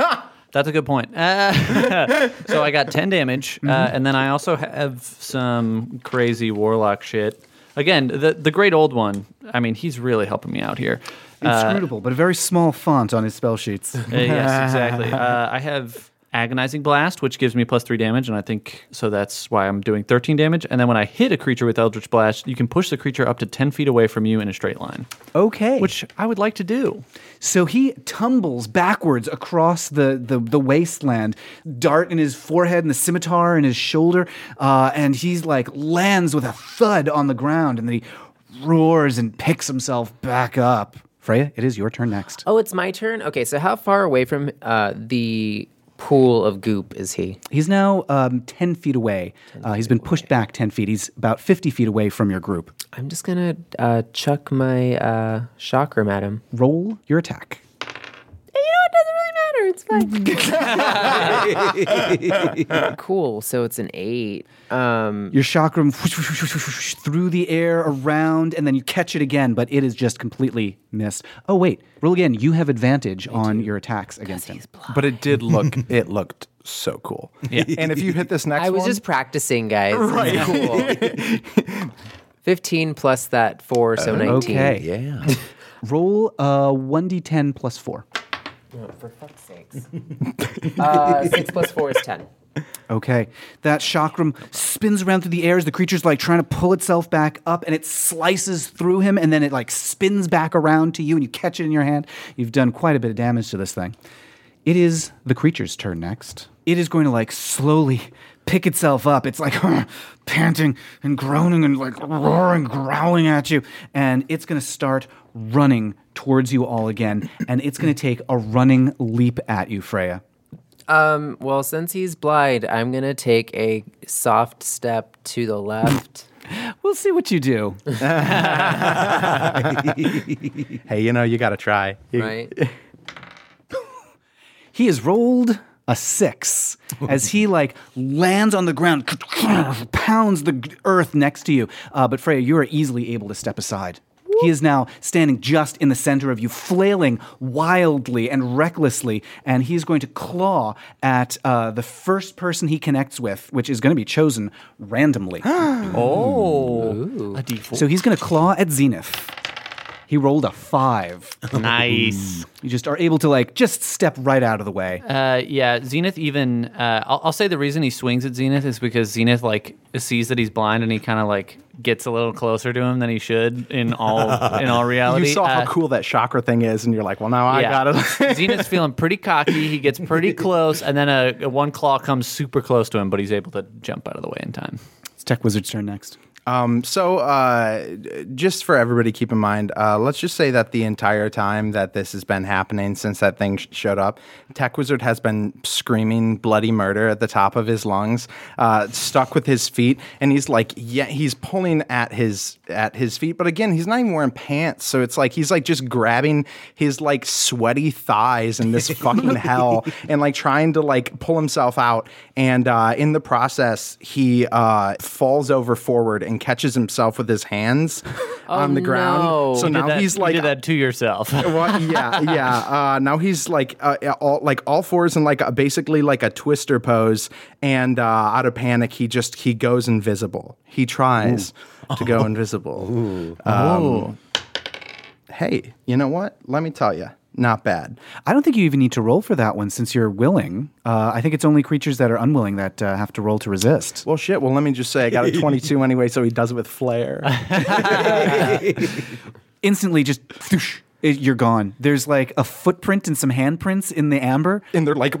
Speaker 2: uh, that's a good point. Uh, so I got 10 damage, uh, and then I also have some crazy warlock shit. Again, the, the great old one, I mean, he's really helping me out here.
Speaker 1: Inscrutable, but a very small font on his spell sheets.
Speaker 2: Uh, yes, exactly. Uh, I have agonizing blast, which gives me plus three damage, and I think so. That's why I'm doing 13 damage. And then when I hit a creature with eldritch blast, you can push the creature up to 10 feet away from you in a straight line,
Speaker 1: Okay.
Speaker 2: which I would like to do.
Speaker 1: so he tumbles backwards across the, the, the wasteland, dart in his forehead and the scimitar in his shoulder, uh, and he's like lands with a thud on the ground, and then he roars and picks himself back up. Freya, it is your turn next.
Speaker 4: Oh, it's my turn? Okay, so how far away from uh, the pool of goop is he?
Speaker 1: He's now um, 10 feet away. Uh, he's been pushed back 10 feet. He's about 50 feet away from your group.
Speaker 4: I'm just gonna uh, chuck my uh, chakram at him.
Speaker 1: Roll your attack.
Speaker 4: You know, it doesn't really matter. It's
Speaker 1: Mm-hmm.
Speaker 4: fine. cool. So it's an eight. Um,
Speaker 1: your chakram through the air around and then you catch it again but it is just completely missed oh wait roll again you have advantage on your attacks against him
Speaker 3: But it did look. it looked so cool. Yeah. And if you hit this next
Speaker 4: I was
Speaker 3: one,
Speaker 4: just practicing, guys. Right. Cool. 15 plus that four, so 19.
Speaker 1: Uh, okay
Speaker 5: yeah.
Speaker 1: roll uh 1d10 plus 4
Speaker 4: For fuck's sakes. uh, six plus four is 10.
Speaker 1: okay that chakram spins around through the air as the creature's like trying to pull itself back up and it slices through him and then it like spins back around to you and you catch it in your hand you've done quite a bit of damage to this thing It is the creature's turn next. It is going to like slowly pick itself up. It's like panting and groaning and like roaring, growling at you. And it's going to start running towards you all again. And it's going to take a running leap at you, Freya.
Speaker 4: Um, well, since he's blind, I'm going to take a soft step to the left.
Speaker 1: We'll see what you do.
Speaker 3: hey, you know, you got to try. You-
Speaker 4: right?
Speaker 1: he has rolled a six as he like lands on the ground, pounds the g- earth next to you. Uh, but Freya, you are easily able to step aside. He is now standing just in the center of you, flailing wildly and recklessly, and he is going to claw at uh, the first person he connects with, which is going to be chosen randomly.
Speaker 2: Oh, a D4.
Speaker 1: so he's going to claw at Zenith. He rolled a five.
Speaker 3: Mm.
Speaker 2: nice.
Speaker 1: You just are able to like just step right out of the way.
Speaker 2: Uh, yeah, Zenith even. Uh, I'll, I'll say the reason he swings at Zenith is because Zenith like sees that he's blind and he kind of like gets a little closer to him than he should in all in all reality.
Speaker 3: You saw
Speaker 2: Uh,
Speaker 3: how cool that shocker thing is, and you're like, well, now I got it.
Speaker 2: Zenith's feeling pretty cocky. He gets pretty close, and then a, a one claw comes super close to him, but he's able to jump out of the way in time.
Speaker 1: It's Tech Wizard's turn next.
Speaker 3: Um, so, uh, just for everybody, to keep in mind, uh, let's just say that the entire time that this has been happening since that thing sh- showed up, Tech Wizard has been screaming bloody murder at the top of his lungs, uh, stuck with his feet, and he's like, yeah, he's pulling at his at his feet, but again, he's not even wearing pants, so it's like he's like just grabbing his like sweaty thighs in this fucking hell, and like trying to like pull himself out, and uh, in the process, he uh, falls over forward and catches himself with his hands on the ground.
Speaker 4: no.
Speaker 3: So
Speaker 4: He
Speaker 3: now
Speaker 2: Did that-
Speaker 3: he's like,
Speaker 2: you did that to yourself.
Speaker 3: well, yeah, yeah. Uh, now he's like uh, all like all fours and like a, basically like a twister pose. And uh, out of panic, he just he goes invisible. He tries to
Speaker 2: Oh.
Speaker 3: go invisible. Um, Hey, you know what? Let me tell you, not bad.
Speaker 1: I don't think you even need to roll for that one since you're willing. Uh, I think it's only creatures that are unwilling that uh, have to roll to resist.
Speaker 3: Well, shit. Well, let me just say, I got a 22 anyway, so he does it with flair.
Speaker 1: Instantly, just thoosh, it- you're gone. There's like a footprint and some handprints in the amber.
Speaker 3: and they're like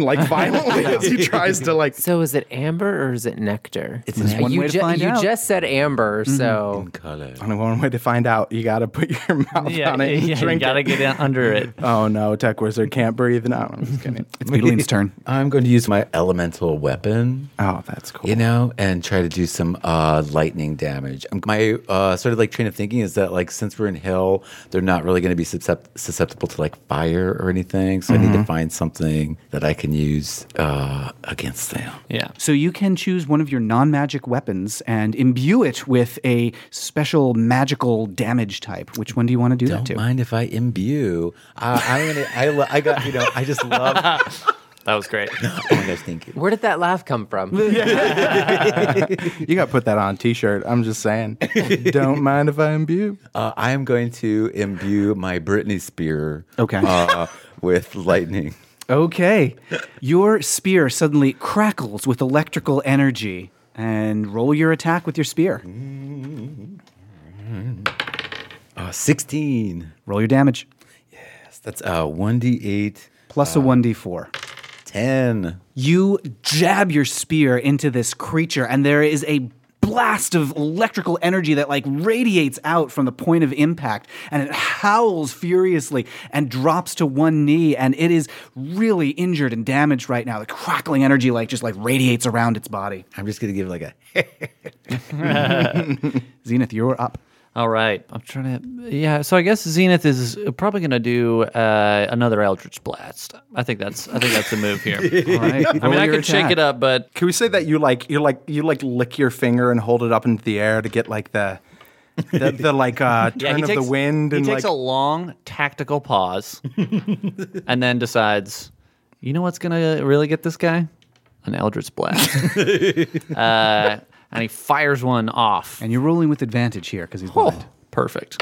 Speaker 3: like violently as he tries to like
Speaker 4: So is it amber or is it nectar? It's
Speaker 1: just one
Speaker 4: you
Speaker 1: way to find
Speaker 4: you
Speaker 1: out. Mm-hmm.
Speaker 4: just said amber, so
Speaker 5: Color.
Speaker 3: only one way to find out you gotta put your mouth
Speaker 2: yeah,
Speaker 3: on it
Speaker 2: yeah,
Speaker 3: and
Speaker 2: you
Speaker 3: drink
Speaker 2: gotta
Speaker 3: it.
Speaker 2: get in under it.
Speaker 3: oh no tech wizard can't breathe now i'm just kidding
Speaker 1: It's Beetleman's turn.
Speaker 5: I'm going to use my elemental weapon.
Speaker 3: oh that's cool
Speaker 5: You know, and try to do some uh, lightning damage. Um, My uh, sort of like train of thinking is that like since we're in hell, they're not really going to be suscept- susceptible to like fire or anything. So I need to find something that I can use uh, against them.
Speaker 2: Yeah.
Speaker 1: So you can choose one of your non-magic weapons and imbue it with a special magical damage type. Which one do you want to do that
Speaker 5: Don't
Speaker 1: to?
Speaker 5: mind if I imbue. Uh, I wanna, I, lo- I got you know. I just love. Oh
Speaker 2: That was great.
Speaker 5: my gosh, thank you.
Speaker 4: where did that laugh come from?
Speaker 3: you gotta put that on a t-shirt i'm just saying don't mind if i imbue
Speaker 5: Uh, I am going to imbue my Britney spear.
Speaker 1: Okay.
Speaker 5: Uh, with lightning.
Speaker 1: Okay. Your spear suddenly crackles with electrical energy and roll your attack with your spear.
Speaker 5: Uh, Sixteen.
Speaker 1: Roll your damage.
Speaker 5: Yes, that's uh one d eight.
Speaker 1: Plus a 1d4.
Speaker 5: Ten.
Speaker 1: You jab your spear into this creature, and there is a blast of electrical energy that like radiates out from the point of impact and it howls furiously and drops to one knee and it is really injured and damaged right now the crackling energy like just like radiates around its body
Speaker 5: I'm just gonna give like a.
Speaker 1: zenith you're up
Speaker 2: All right. I'm trying to. Yeah. So I guess Zenith is probably going to do uh, another Eldritch Blast. I think that's. I think that's the move here.
Speaker 1: all right
Speaker 2: I mean, I could shake it up, but
Speaker 3: can we say that you like you like you like lick your finger and hold it up into the air to get like the the, the like uh
Speaker 2: yeah,
Speaker 3: turn
Speaker 2: he
Speaker 3: of
Speaker 2: takes
Speaker 3: the wind
Speaker 2: He
Speaker 3: and
Speaker 2: takes
Speaker 3: like
Speaker 2: a long tactical pause, and then decides, you know what's going to really get this guy? An Eldritch Blast. uh, and he fires one off.
Speaker 1: and you're rolling with advantage here because he's blind
Speaker 2: oh, perfect.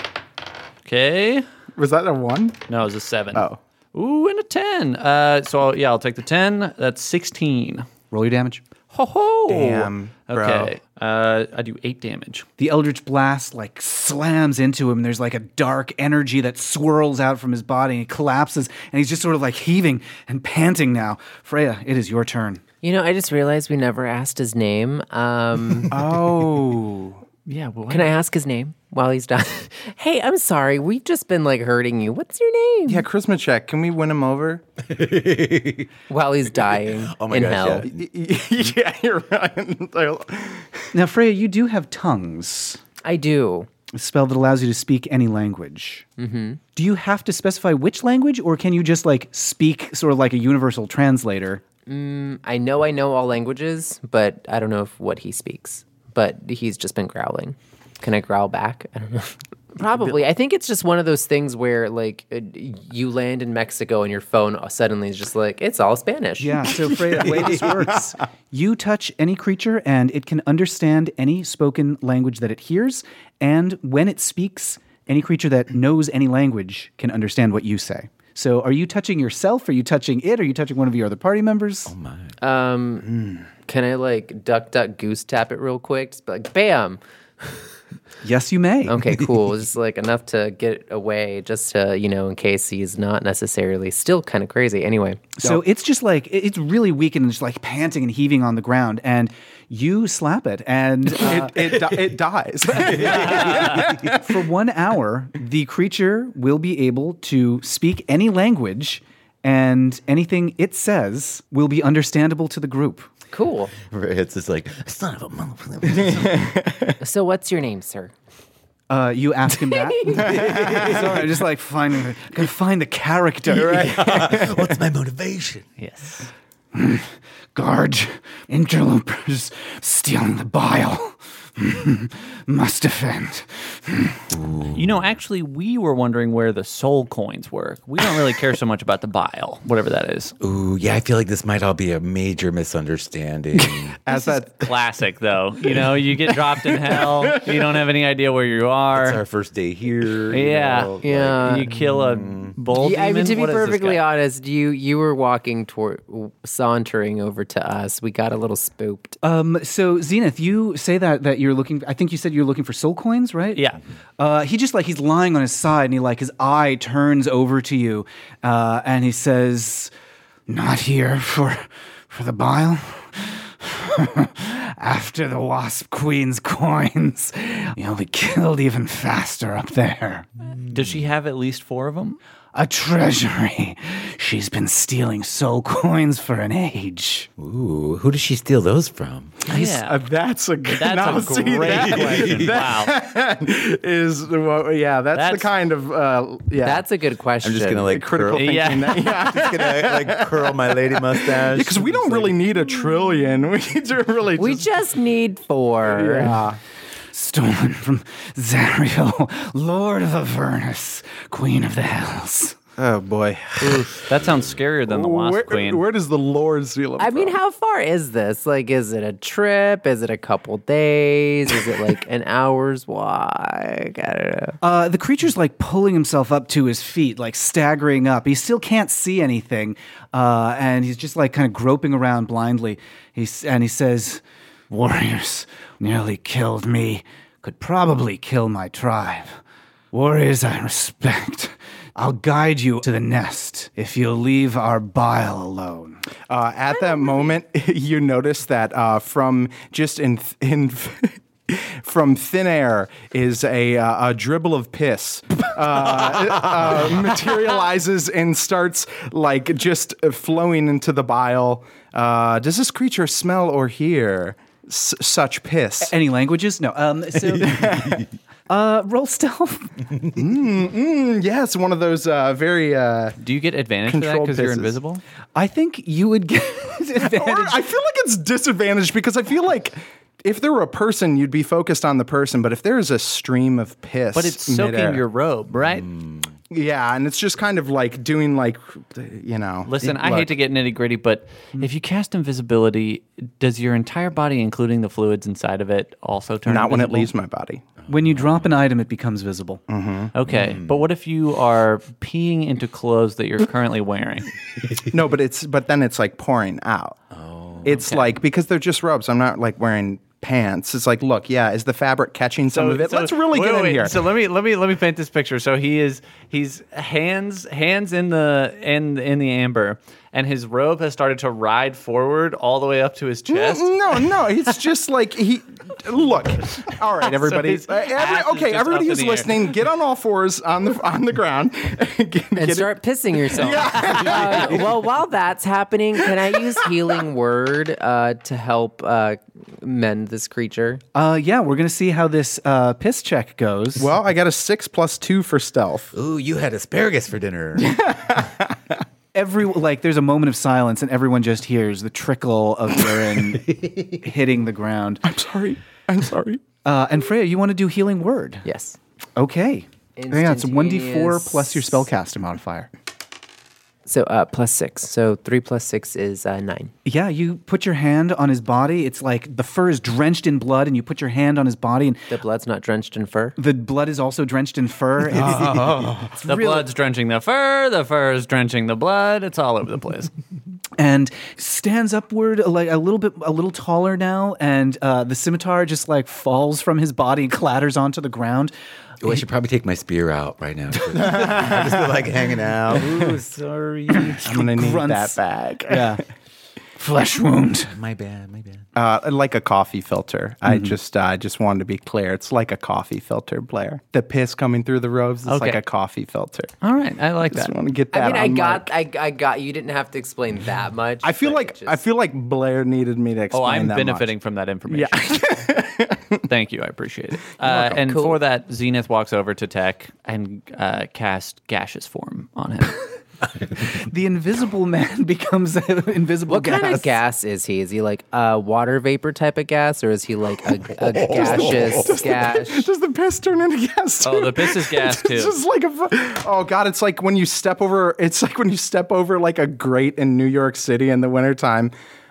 Speaker 2: Okay.
Speaker 3: was that a one?
Speaker 2: No, it was a seven.
Speaker 3: Oh.
Speaker 2: Ooh, and a ten. Uh, so yeah, I'll take the ten. That's sixteen.
Speaker 1: roll your damage
Speaker 2: Ho ho!
Speaker 3: Damn, bro.
Speaker 2: Okay. Uh, I do eight damage.
Speaker 1: the eldritch blast like slams into him there's like a dark energy that swirls out from his body and he collapses and he's just sort of like heaving and panting now freya it is your turn
Speaker 4: you know, I just realized we never asked his name. Um,
Speaker 5: Uh,
Speaker 3: Oh.
Speaker 2: Yeah. Well,
Speaker 4: can I ask his name while he's done? hey, I'm sorry, we've just been like hurting you. What's your name?
Speaker 3: yeah, Christmas check. Can we win him over?
Speaker 4: While he's dying
Speaker 5: Oh my
Speaker 4: in
Speaker 5: gosh,
Speaker 4: hell.
Speaker 5: yeah.
Speaker 3: yeah, you're right.
Speaker 1: now freya you do have tongues
Speaker 4: I do.
Speaker 1: a spell that allows you to speak any language. Do you have to specify which language, or can you just like speak sort of like a universal translator?
Speaker 4: I know I know all languages, but I don't know if what he speaks. But he's just been growling. Can I growl back? I don't know. Probably. I think it's just one of those things where, like, uh, you land in Mexico and your phone suddenly is just like, it's all Spanish.
Speaker 1: Yeah, so Freya, the way this works, you touch any creature and it can understand any spoken language that it hears. And when it speaks, any creature that knows any language can understand what you say. So are you touching yourself? Are you touching it? Are you touching one of your other party members?
Speaker 4: Can I, like, duck, duck, goose tap it real quick? Just be like, bam.
Speaker 1: yes, you may.
Speaker 4: Okay, cool. just like enough to get away, just to, you know, in case he's not necessarily still kind of crazy. Anyway.
Speaker 1: So it's just like, it- it's really weakened and just like panting and heaving on the ground. And you slap it. And uh,
Speaker 3: it, it, di- it dies.
Speaker 1: for one hour, the creature will be able to speak any language, and anything it says will be understandable to the group.
Speaker 4: Cool.
Speaker 5: It's just like son of a motherfucker.
Speaker 4: So, what's your name, sir?
Speaker 1: Uh, you ask him that. Sorry, I'm just like finding, gotta find the character.
Speaker 5: What's my motivation?
Speaker 4: Yes.
Speaker 1: Guard, interlopers, stealing the bile. Must defend.
Speaker 2: You know, actually, we were wondering where the soul coins work. We don't really care so much about the bile, whatever that is.
Speaker 5: Ooh, yeah, I feel like this might all be a major misunderstanding.
Speaker 3: As that
Speaker 2: Classic, though. You know, you get dropped in hell. You don't have any idea where you are.
Speaker 5: it's our first day here. you
Speaker 2: yeah,
Speaker 5: know, like-
Speaker 4: Yeah.
Speaker 2: you kill a
Speaker 3: Mm.
Speaker 2: bull.
Speaker 4: Yeah, I mean,
Speaker 2: demon?
Speaker 4: to be
Speaker 2: What is this
Speaker 4: perfectly
Speaker 2: guy?
Speaker 4: honest, you you were walking toward, sauntering over to us. We got a little spooked.
Speaker 1: Um, so Zenith, you say that that you're looking. I think you said you're looking for soul coins, right?
Speaker 2: Yeah.
Speaker 1: Uh, he just like he's lying on his side, and he like his eye turns over to you, uh, and he says, "Not here for for the bile." After the Wasp Queen's coins, you'll be killed even faster up there.
Speaker 2: Does she have at least four of them?
Speaker 1: A treasury. She's been stealing soul coins for an age.
Speaker 5: Ooh, who does she steal those from?
Speaker 2: Yeah.
Speaker 3: Uh, that's a good.
Speaker 2: That's
Speaker 3: now,
Speaker 2: a
Speaker 3: see,
Speaker 2: great
Speaker 3: that-
Speaker 2: question. wow.
Speaker 3: is well, yeah. That's,
Speaker 2: That's-
Speaker 3: the kind of uh, yeah.
Speaker 4: That's a good question.
Speaker 5: I'm just gonna like
Speaker 3: critical
Speaker 5: curl,
Speaker 3: thinking.
Speaker 2: Yeah.
Speaker 3: that- yeah.
Speaker 5: just gonna like curl my lady mustache.
Speaker 3: Because we don't really need a trillion. We do really.
Speaker 4: We
Speaker 3: just,
Speaker 4: just need four.
Speaker 3: yeah.
Speaker 1: stolen from Zariel, Lord of the Furnace, Queen of the Hells.
Speaker 3: Oh boy.
Speaker 2: That sounds scarier than the Wasp
Speaker 3: Where,
Speaker 2: Queen.
Speaker 3: where does the Lord seal them
Speaker 4: I
Speaker 3: from?
Speaker 4: mean, how far is this? Like, is it a trip? Is it a couple days? Is it like an hour's walk? I don't know.
Speaker 1: Uh, the creature's like pulling himself up to his feet, like staggering up. He still can't see anything, uh, and he's just like kind of groping around blindly. He's, and he says, Warriors nearly killed me, could probably kill my tribe. Warriors I respect. I'll guide you to the nest if you'll leave our bile alone.
Speaker 3: Uh, at that moment, you notice that uh, from just in th- in. From thin air is a, uh, a dribble of piss uh, uh, materializes and starts like just flowing into the bile. Uh, does this creature smell or hear s- such piss?
Speaker 1: Any languages? No. Um, so, uh, roll stealth.
Speaker 3: Mm, yes, one of those uh, very. Uh,
Speaker 2: Do you get advantage for that
Speaker 3: Controlled
Speaker 2: because you're
Speaker 3: pisses.
Speaker 2: invisible?
Speaker 1: I think you would get
Speaker 3: or
Speaker 1: advantage.
Speaker 3: I feel like it's disadvantaged because I feel like if there were a person, you'd be focused on the person. But if there is a stream of piss,
Speaker 2: But it's soaking
Speaker 3: midair- Mm.
Speaker 2: your robe, right?
Speaker 3: yeah, and it's just kind of like doing like you know.
Speaker 2: Listen, I
Speaker 3: look, Mm.
Speaker 2: hate to get nitty gritty, but if you cast invisibility, does your entire body, including the fluids inside of it, also turn
Speaker 3: not when it
Speaker 2: invisible?
Speaker 3: leaves my body.
Speaker 1: when you drop an item, it becomes visible.
Speaker 2: Okay, but what if you are peeing into clothes that you're currently wearing?
Speaker 3: no, but it's but then it's like pouring out. Oh, it's like because they're just rubs. I'm not like wearing pants. It's like look, yeah, is the fabric catching some of it? Let's really
Speaker 2: wait,
Speaker 3: get in
Speaker 2: wait,
Speaker 3: here.
Speaker 2: So let me let me let me paint this picture. So he is he's hands hands in the in in the amber, and his robe has started to ride forward all the way up to his
Speaker 3: Mm-hmm.
Speaker 2: chest.
Speaker 3: Mm, No, no, it's just like he. Look, all right, everybody.
Speaker 2: his
Speaker 3: Uh, every-
Speaker 2: ass is
Speaker 3: okay,
Speaker 2: just
Speaker 3: everybody
Speaker 2: up
Speaker 3: who's
Speaker 2: in the air.
Speaker 3: listening, get on all fours on the on the ground. Get-
Speaker 4: And
Speaker 3: get it-
Speaker 4: start pissing yourself. Uh, well, while that's happening, can I use healing word uh, to help uh, mend this creature?
Speaker 1: Uh, yeah, we're gonna see how this uh, piss check goes.
Speaker 3: Well, I got a six plus two for stealth.
Speaker 5: Ooh, you had asparagus for dinner.
Speaker 1: every like, there's a moment of silence, and everyone just hears the trickle of urine hitting the ground.
Speaker 3: I'm sorry. I'm sorry.
Speaker 1: Uh, and Freya, you want to do healing word?
Speaker 4: Yes.
Speaker 1: Okay. Yeah, it's one d four
Speaker 4: Instantaneous.
Speaker 1: plus your spellcaster modifier.
Speaker 4: So uh, plus six. So three plus six is uh, nine.
Speaker 1: Yeah, you put your hand on his body. It's like the fur is drenched in blood, and you put your hand on his body, and
Speaker 4: The blood's not drenched in fur.
Speaker 1: the blood is also drenched in fur. It's,
Speaker 2: The blood's drenching the fur. The fur is drenching the blood. It's all over the place.
Speaker 1: and stands upward like a little bit a little taller now and uh, the scimitar just like falls from his body and clatters onto the ground
Speaker 5: Ooh, I should probably take my spear out right now. I just feel like hanging out. Ooh, sorry.
Speaker 3: I'm gonna need
Speaker 1: Grunts.
Speaker 3: that back.
Speaker 1: yeah flesh wound
Speaker 5: my bad, my bad.
Speaker 3: Uh, like a coffee filter. I
Speaker 2: Mm-hmm.
Speaker 3: just, uh, I just wanted to be clear. It's like a coffee filter, Blair. The piss coming through the robes is like
Speaker 2: Okay.
Speaker 3: a coffee filter.
Speaker 2: All right, I like
Speaker 3: I
Speaker 2: that.
Speaker 3: just want to get that.
Speaker 4: I mean, I
Speaker 3: on
Speaker 4: got, I, I got. You didn't have to explain that much.
Speaker 3: mic. I feel
Speaker 4: but
Speaker 3: like
Speaker 4: it just-
Speaker 3: I feel like Blair needed me to explain.
Speaker 2: Oh, I'm
Speaker 3: that much.
Speaker 2: benefiting from that information. Thank you, I appreciate it. Uh, and
Speaker 4: Cool.
Speaker 2: for that, Zenith walks over to Tech and uh, casts gaseous form on him.
Speaker 1: the invisible man becomes an invisible
Speaker 4: What
Speaker 1: gas.
Speaker 4: kind of gas is he? Is he like a water vapor type of gas, or is he like a, a gaseous gas?
Speaker 3: Does the piss turn into gas too?
Speaker 2: Oh, the piss is gas, too.
Speaker 3: It's just like a. fu- Oh God, it's like when you step over. It's like when you step over like a grate in New York City in the wintertime,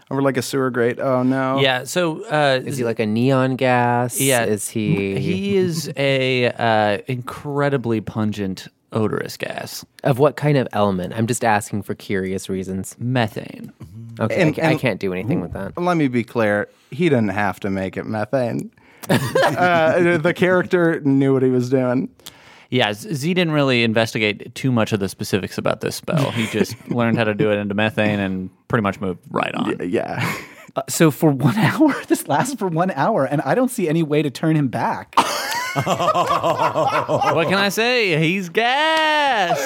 Speaker 3: over like a sewer grate. Oh no.
Speaker 2: yeah. So uh,
Speaker 4: Is he like a neon gas?
Speaker 2: Yeah.
Speaker 4: Is he,
Speaker 2: he is a uh, incredibly pungent, odorous gas,
Speaker 4: of what kind of element? I'm just asking for curious reasons.
Speaker 2: methane.
Speaker 4: Okay, I
Speaker 3: And-
Speaker 4: ca- I,
Speaker 3: and-
Speaker 4: can't do anything with that.
Speaker 3: Let me be clear. He didn't have to make it methane. uh, the character knew what he was doing.
Speaker 2: Yeah, Z Z didn't really investigate too much of the specifics about this spell. He just learned how to do it into methane and pretty much moved right on.
Speaker 3: Yeah.
Speaker 1: Uh, so for one hour this lasts for one hour and i don't see any way to turn him back
Speaker 2: What can I say? He's gas.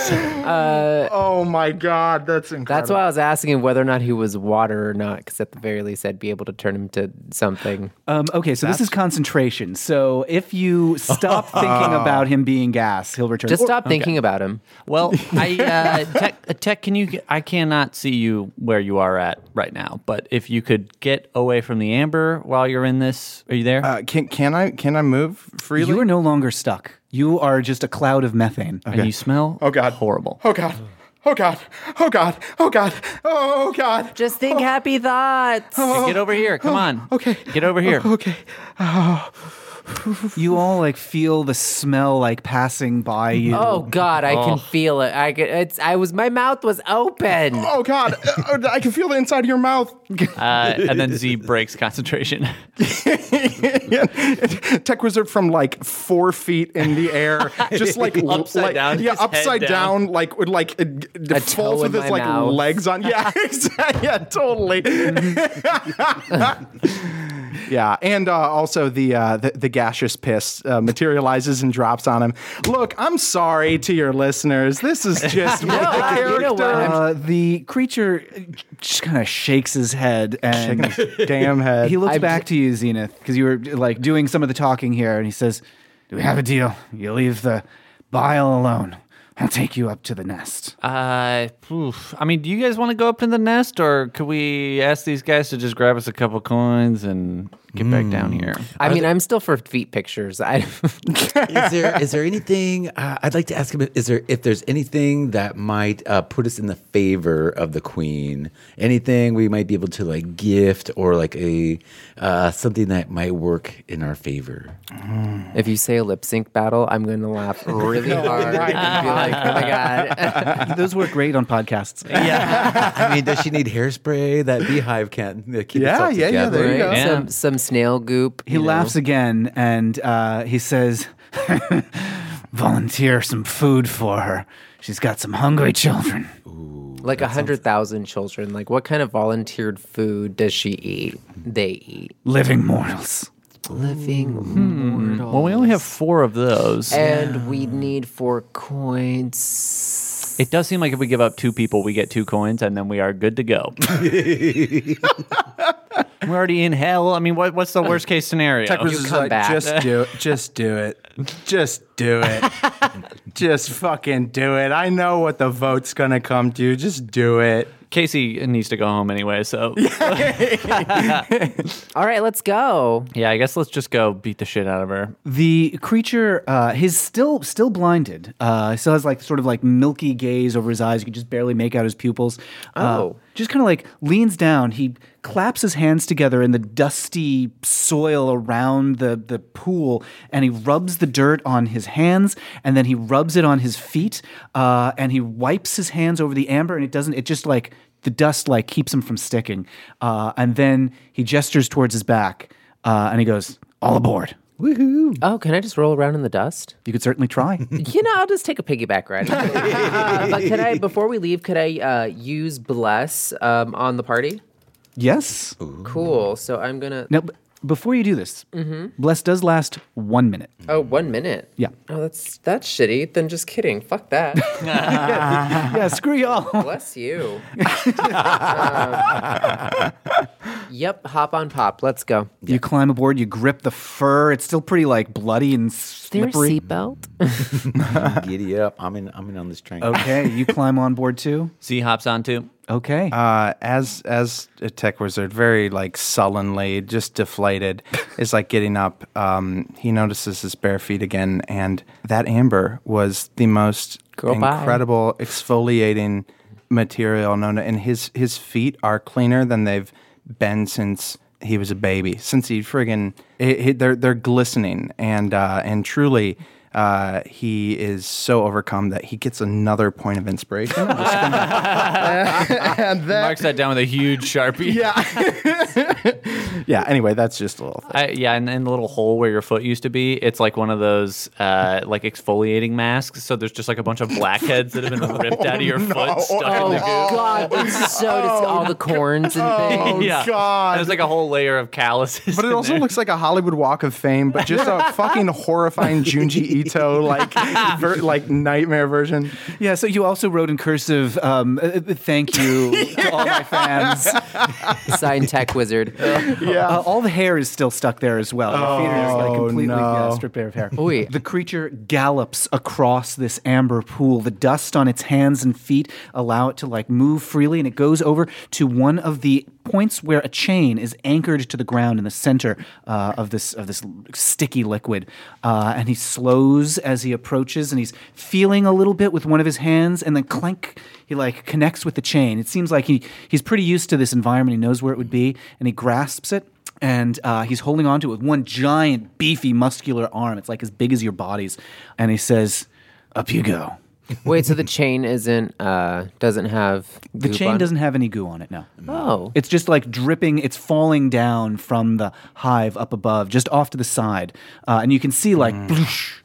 Speaker 3: Oh my God, that's incredible.
Speaker 4: That's why I was asking him whether or not he was water or not, because at the very least, I'd be able to turn him to something.
Speaker 1: um, okay so this is concentration so if you stop thinking about him being gas he'll return
Speaker 4: Just
Speaker 1: Or-
Speaker 4: stop thinking about him.
Speaker 2: Well, I uh, tech, uh, tech. Can you? I cannot see you where you are at right now. But if you could get away from the amber while you're in this, are you there?
Speaker 3: Uh, can can I can I move freely?
Speaker 1: you are no longer stuck you are just a cloud of methane
Speaker 2: And you smell.
Speaker 3: Oh, God.
Speaker 2: Horrible.
Speaker 3: oh God. Oh God. Oh God. Oh God. Oh God.
Speaker 4: Just think happy thoughts.
Speaker 2: Get over here. Come on.
Speaker 3: oh, okay. Oh,
Speaker 2: Get over here.
Speaker 3: Okay.
Speaker 1: you all like feel the smell like passing by you
Speaker 4: Oh God, I can feel it. I could, it's. I was. My mouth was open.
Speaker 3: Oh God. Uh, I can feel the inside of your mouth.
Speaker 2: Uh, and then Z breaks concentration.
Speaker 3: Tech wizard from like four feet in the air, just like
Speaker 2: Upside
Speaker 3: like-
Speaker 2: down,
Speaker 3: Yeah,
Speaker 2: his head
Speaker 3: upside down.
Speaker 2: down.
Speaker 3: like with like it, it
Speaker 4: A
Speaker 3: falls
Speaker 4: toe
Speaker 3: with
Speaker 4: in
Speaker 3: his
Speaker 4: my
Speaker 3: like
Speaker 4: mouth.
Speaker 3: legs on. Yeah, exactly. Yeah, totally. yeah, and uh, also the, uh, the the gaseous piss uh, materializes and drops on him. Look, I'm sorry to your listeners. This is just what the
Speaker 4: I-
Speaker 3: character.
Speaker 4: you know what? I'm-
Speaker 1: Uh, the creature uh, just kind of shakes his head and
Speaker 3: Shaking his damn head.
Speaker 1: he looks
Speaker 4: I-
Speaker 1: back to you, Zenith, because you were like doing some of the talking here, and he says, "Do we have a deal? You leave the bile alone. I'll take you up to the nest."
Speaker 2: Uh, oof. I mean, do you guys want to go up in the nest, or could we ask these guys to just grab us a couple coins and get back down
Speaker 3: Hmm.
Speaker 2: here?
Speaker 4: I mean, I'm still for feet pictures. I
Speaker 5: is there is there anything uh, I'd like to ask him? Is there if there's anything that might uh, put us in the favor of the queen? Anything we might be able to like gift or like a uh, something that might work in our favor?
Speaker 4: if you say a lip sync battle, I'm going to laugh really hard and be like, "Oh my God!"
Speaker 1: Those work great on podcasts.
Speaker 5: Yeah, I mean, does she need hairspray? That beehive can't uh, keep
Speaker 3: Yeah,
Speaker 5: itself
Speaker 3: yeah, yeah,
Speaker 5: together.
Speaker 3: there you go.
Speaker 2: Yeah.
Speaker 4: Some some snail goop.
Speaker 1: He laughs again, and uh, he says, "Volunteer some food for her. She's got some hungry children."
Speaker 4: like a hundred thousand children. Like, what kind of volunteered food does she eat? They eat
Speaker 1: Living mortals.
Speaker 4: living mortals.
Speaker 2: Hmm. Well, we only have four of those.
Speaker 4: and we need four coins.
Speaker 2: It does seem like if we give up two people, we get two coins, and then we are good to go. We're already in hell. I mean, what, what's the worst case scenario?
Speaker 3: Tucker's
Speaker 4: You
Speaker 3: just
Speaker 4: come
Speaker 3: like,
Speaker 4: back.
Speaker 3: just do it. Just do it. Just do it. just fucking do it. I know what the vote's gonna come to. Just do it.
Speaker 2: Casey needs to go home anyway, so
Speaker 4: All right, let's go.
Speaker 2: yeah, I guess let's just go beat the shit out of her.
Speaker 1: The creature, uh, he's still still blinded. Uh, he still has like sort of like milky gaze over his eyes. You can just barely make out his pupils.
Speaker 4: Oh.
Speaker 1: Uh, just kind of like leans down. He claps his hands together in the dusty soil around the the pool, and he rubs the dirt on his hands, and then he rubs it on his feet, uh, and he wipes his hands over the amber, and it doesn't. It just like the dust like keeps him from sticking. Uh, and then he gestures towards his back, uh, and he goes, "All aboard."
Speaker 4: Oh, can I just roll around in the dust?
Speaker 1: You could certainly try.
Speaker 4: You know, I'll just take a piggyback ride. Uh, but could I, before we leave, could I uh, use bless um, on the party?
Speaker 1: yes.
Speaker 4: Cool. So I'm gonna.
Speaker 1: Now, b- before you do this, bless does last one minute.
Speaker 4: Oh, one minute.
Speaker 1: Yeah.
Speaker 4: Oh, that's that's shitty. Then just kidding. Fuck that.
Speaker 1: yeah, screw y'all.
Speaker 4: Bless you. Um, yep. Hop on pop. Let's go.
Speaker 1: You climb aboard. You grip the fur. It's still pretty like bloody and slippery.
Speaker 4: seatbelt?
Speaker 5: Giddy up. I'm in. I'm in on this train.
Speaker 1: Okay, you climb on board too.
Speaker 2: Z hops on too.
Speaker 1: Okay.
Speaker 3: Uh, as as a tech wizard, very like sullenly, just deflated, is like getting up. Um, he notices his bare feet again, and that amber was the most
Speaker 4: Girl, bye.
Speaker 3: incredible exfoliating material known. To, and his his feet are cleaner than they've been since he was a baby. Since he friggin' it, it- they're they're glistening, and uh, and truly. Uh, he is so overcome that he gets another point of inspiration. and then,
Speaker 2: Marks that down with a huge sharpie.
Speaker 3: yeah. Anyway, that's just a little thing.
Speaker 2: I, yeah, and, and the little hole where your foot used to be, it's like one of those uh, like exfoliating masks. So there's just like a bunch of blackheads that have been ripped out of your foot, stuck in the goo.
Speaker 4: Oh, God, Oh, that's so dis- all the corns and things.
Speaker 2: yeah.
Speaker 3: God.
Speaker 2: There's like a whole layer of calluses.
Speaker 3: But it
Speaker 2: in
Speaker 3: also
Speaker 2: there.
Speaker 3: looks like a Hollywood Walk of Fame, but just a fucking horrifying Junji Ito like ver- like nightmare version.
Speaker 1: yeah. So you also wrote in cursive, um, uh, uh, "Thank you to all my fans."
Speaker 4: Sign tech wizard.
Speaker 1: Uh, all the hair is still stuck there as well. Oh, feet are just, like completely yeah,
Speaker 3: no.
Speaker 1: stripped bare of hair.
Speaker 4: Oy.
Speaker 1: The creature gallops across this amber pool. The dust on its hands and feet allow it to like move freely, and it goes over to one of the points where a chain is anchored to the ground in the center uh, of this of this sticky liquid. Uh, and he slows as he approaches, and he's feeling a little bit with one of his hands, and then clank. He like connects with the chain. It seems like he he's pretty used to this environment. He knows where it would be, and he grasps it and uh, he's holding on to it with one giant, beefy, muscular arm. It's like as big as your body's. And he says, "Up you go."
Speaker 4: Wait, so the chain isn't uh doesn't have
Speaker 1: The chain doesn't have any goo on it now.
Speaker 4: Oh.
Speaker 1: It's just like dripping. It's falling down from the hive up above, just off to the side, uh, and you can see like, bloosh,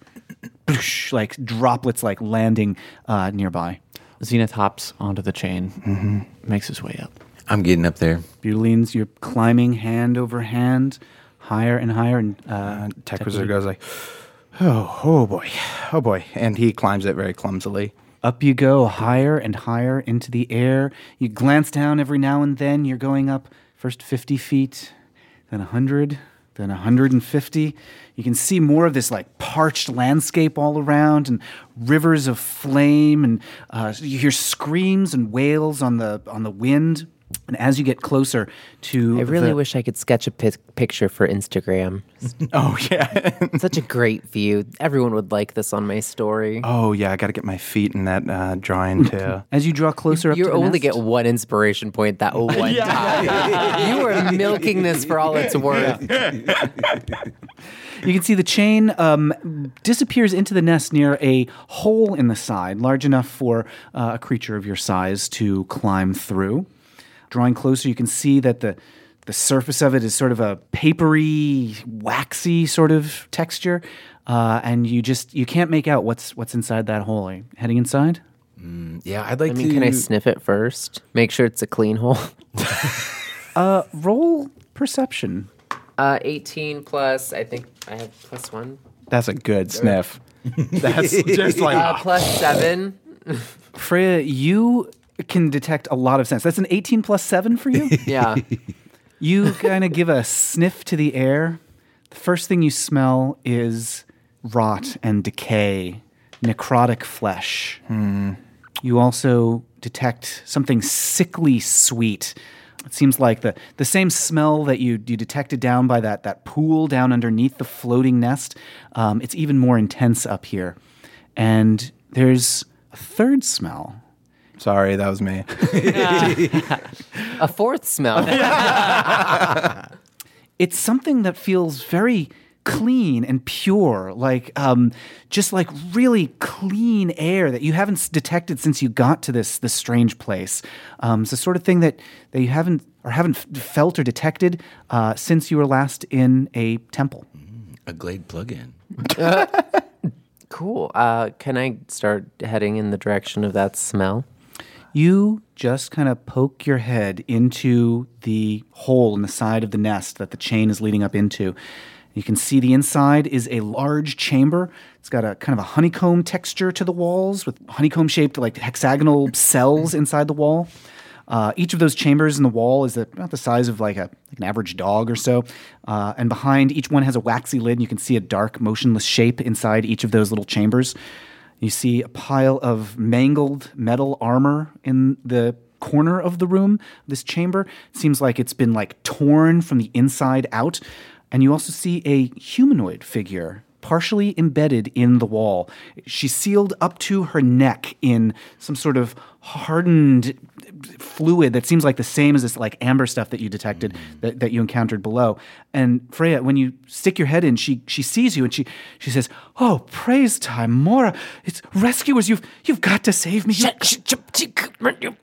Speaker 1: bloosh, like droplets like landing uh, nearby.
Speaker 2: Zenith hops onto the chain,
Speaker 3: Mm-hmm.
Speaker 2: makes his way up.
Speaker 5: I'm getting up there.
Speaker 1: Butylines, you're climbing hand over hand, higher and higher, and uh,
Speaker 3: Tech Wizard goes like, oh, oh boy, oh boy, and he climbs it very clumsily.
Speaker 1: Up you go, higher and higher into the air. You glance down every now and then. You're going up first 50 feet, then 100, then 150. You can see more of this like parched landscape all around and rivers of flame. And uh, you hear screams and wails on the, on the wind. And as you get closer to.
Speaker 4: I really
Speaker 1: the-
Speaker 4: wish I could sketch a pic- picture for Instagram.
Speaker 3: Oh yeah,
Speaker 4: Such a great view. Everyone would like this on my story.
Speaker 3: oh yeah. I got to get my feet in that uh, drawing too.
Speaker 1: As you draw closer up
Speaker 4: you
Speaker 1: to the
Speaker 4: only
Speaker 1: nest-
Speaker 4: get one inspiration point that one time. you are milking this for all it's worth.
Speaker 1: You can see the chain um, disappears into the nest near a hole in the side, large enough for uh, a creature of your size to climb through. Drawing closer, you can see that the the surface of it is sort of a papery, waxy sort of texture, uh, and you just you can't make out what's what's inside that hole. Are you heading inside?
Speaker 5: Yeah, I'd like
Speaker 4: I mean,
Speaker 5: to.
Speaker 4: can I sniff it first? Make sure it's a clean hole.
Speaker 1: Roll perception.
Speaker 4: Uh, 18 plus, I think I have plus one.
Speaker 3: That's a good sniff. That's just like
Speaker 4: Uh, plus seven.
Speaker 1: Freya, you can detect a lot of sense. That's an eighteen plus seven for you.
Speaker 4: Yeah.
Speaker 1: You kind of give a sniff to the air. The first thing you smell is rot and decay, necrotic flesh. You also detect something sickly sweet. It seems like the, the same smell that you, you detected down by that, that pool down underneath the floating nest. Um, it's even more intense up here. And there's a third smell.
Speaker 3: Sorry, that was me.
Speaker 4: A fourth smell.
Speaker 1: it's something that feels very clean and pure, like um, just like really clean air that you haven't s- detected since you got to this this strange place. Um, it's the sort of thing that that you haven't or haven't f- felt or detected uh, since you were last in a temple.
Speaker 5: A Glade plug-in.
Speaker 4: cool. Uh, can I start heading in the direction of that smell?
Speaker 1: You just kind of poke your head into the hole in the side of the nest that the chain is leading up into. You can see the inside is a large chamber. It's got a kind of a honeycomb texture to the walls with honeycomb shaped, like hexagonal cells inside the wall. Uh, each of those chambers in the wall is about the size of like, a, like an average dog or so. Uh, and behind each one has a waxy lid, and you can see a dark, motionless shape inside each of those little chambers. You see a pile of mangled metal armor in the corner of the room, this chamber. seems like it's been like torn from the inside out. And you also see a humanoid figure partially embedded in the wall. She's sealed up to her neck in some sort of hardened fluid that seems like the same as this like amber stuff that you detected that, that you encountered below. And Freya, when you stick your head in, she she sees you and she she says, "Oh, praise time, Mora! It's rescuers. You've you've got to save me. You've, you've,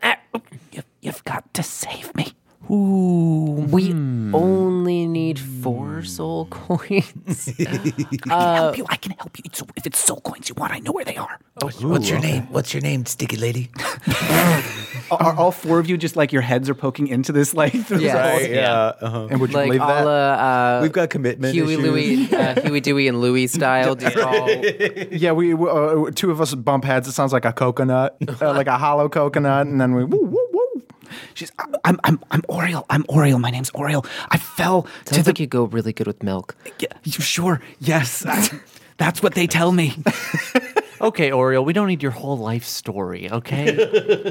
Speaker 1: you've got to save me."
Speaker 4: We
Speaker 3: Hmm.
Speaker 4: only need four soul coins.
Speaker 1: I can help you. I can help you. It's, if it's soul coins you want, I know where they are.
Speaker 5: What's your name? What's your name, sticky lady?
Speaker 1: Are all four of you just like your heads are poking into this like?
Speaker 4: yeah.
Speaker 5: yeah. uh-huh.
Speaker 3: and would you
Speaker 4: Like
Speaker 3: believe
Speaker 4: all
Speaker 3: that?
Speaker 4: uh,
Speaker 5: We've got commitment
Speaker 4: Huey,
Speaker 5: issues.
Speaker 4: Louie, uh, Huey, Dewey, and Louie style. Just all
Speaker 3: yeah, we uh, two of us bump heads. It sounds like a coconut, uh, like a hollow coconut, and then we woo woo woo.
Speaker 1: She's. I- I'm. I'm. I'm Oriel. I'm Oriel. My name's Oriel. I fell to
Speaker 4: Sounds
Speaker 1: the
Speaker 4: like you go really good with milk.
Speaker 1: Yeah, you- sure. Yes. I- That's what they tell me.
Speaker 2: Okay, Oriole, we don't need your whole life story, okay?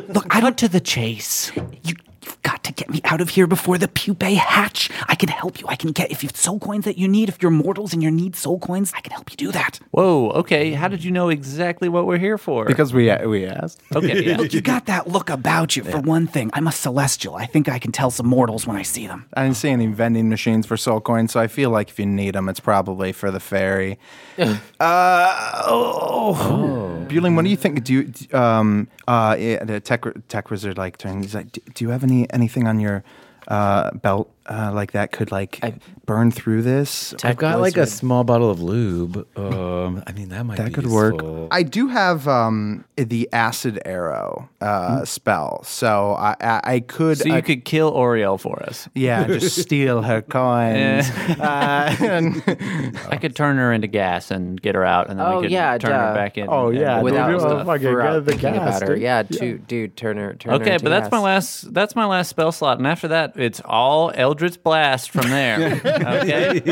Speaker 1: Look, I don't.
Speaker 2: Cut to the chase.
Speaker 1: You, you've got to get me out of here before the pupae hatch. I can help you. I can get if you've soul coins that you need. If you're mortals and you need soul coins, I can help you do that.
Speaker 2: Whoa, okay. How did you know exactly what we're here for?
Speaker 3: Because we uh, we asked.
Speaker 2: okay, yeah.
Speaker 1: Look, you got that look about you for one thing. I'm a celestial. I think I can tell some mortals when I see them.
Speaker 3: I didn't see any vending machines for soul coins, so I feel like if you need them, it's probably for the fairy. uh, oh. Bueling, what do you think? Do you d- um uh yeah, the tech tech wizard like turns? He's like, do, do you have any anything on your uh belt uh like that could like burn through this?
Speaker 5: I've got like a small bottle of lube. Um, I mean, that might
Speaker 3: That
Speaker 5: be
Speaker 3: could
Speaker 5: useful.
Speaker 3: work. I do have um, the acid arrow uh, spell, so I, I, I could.
Speaker 2: Hmm. So you
Speaker 3: I-
Speaker 2: could kill Oriole for us.
Speaker 3: yeah, just steal her coins. uh, and-
Speaker 2: I could turn her into gas and get her out, and then
Speaker 4: Oh,
Speaker 2: we could
Speaker 4: yeah,
Speaker 2: turn her
Speaker 4: duh.
Speaker 2: back in.
Speaker 3: Oh,
Speaker 2: and-
Speaker 3: yeah,
Speaker 2: and
Speaker 3: dude,
Speaker 2: all
Speaker 4: without,
Speaker 2: that
Speaker 3: you
Speaker 2: stuff.
Speaker 3: are fucking
Speaker 4: without
Speaker 3: good, the
Speaker 4: thinking
Speaker 3: gas,
Speaker 4: about her.
Speaker 3: dude.
Speaker 4: Yeah, dude, dude, turn her, turn her.
Speaker 2: Okay,
Speaker 4: into
Speaker 2: but that's my
Speaker 4: gas.
Speaker 2: last. That's my last spell slot, and after that, it's all Eldritch Blast from there. okay,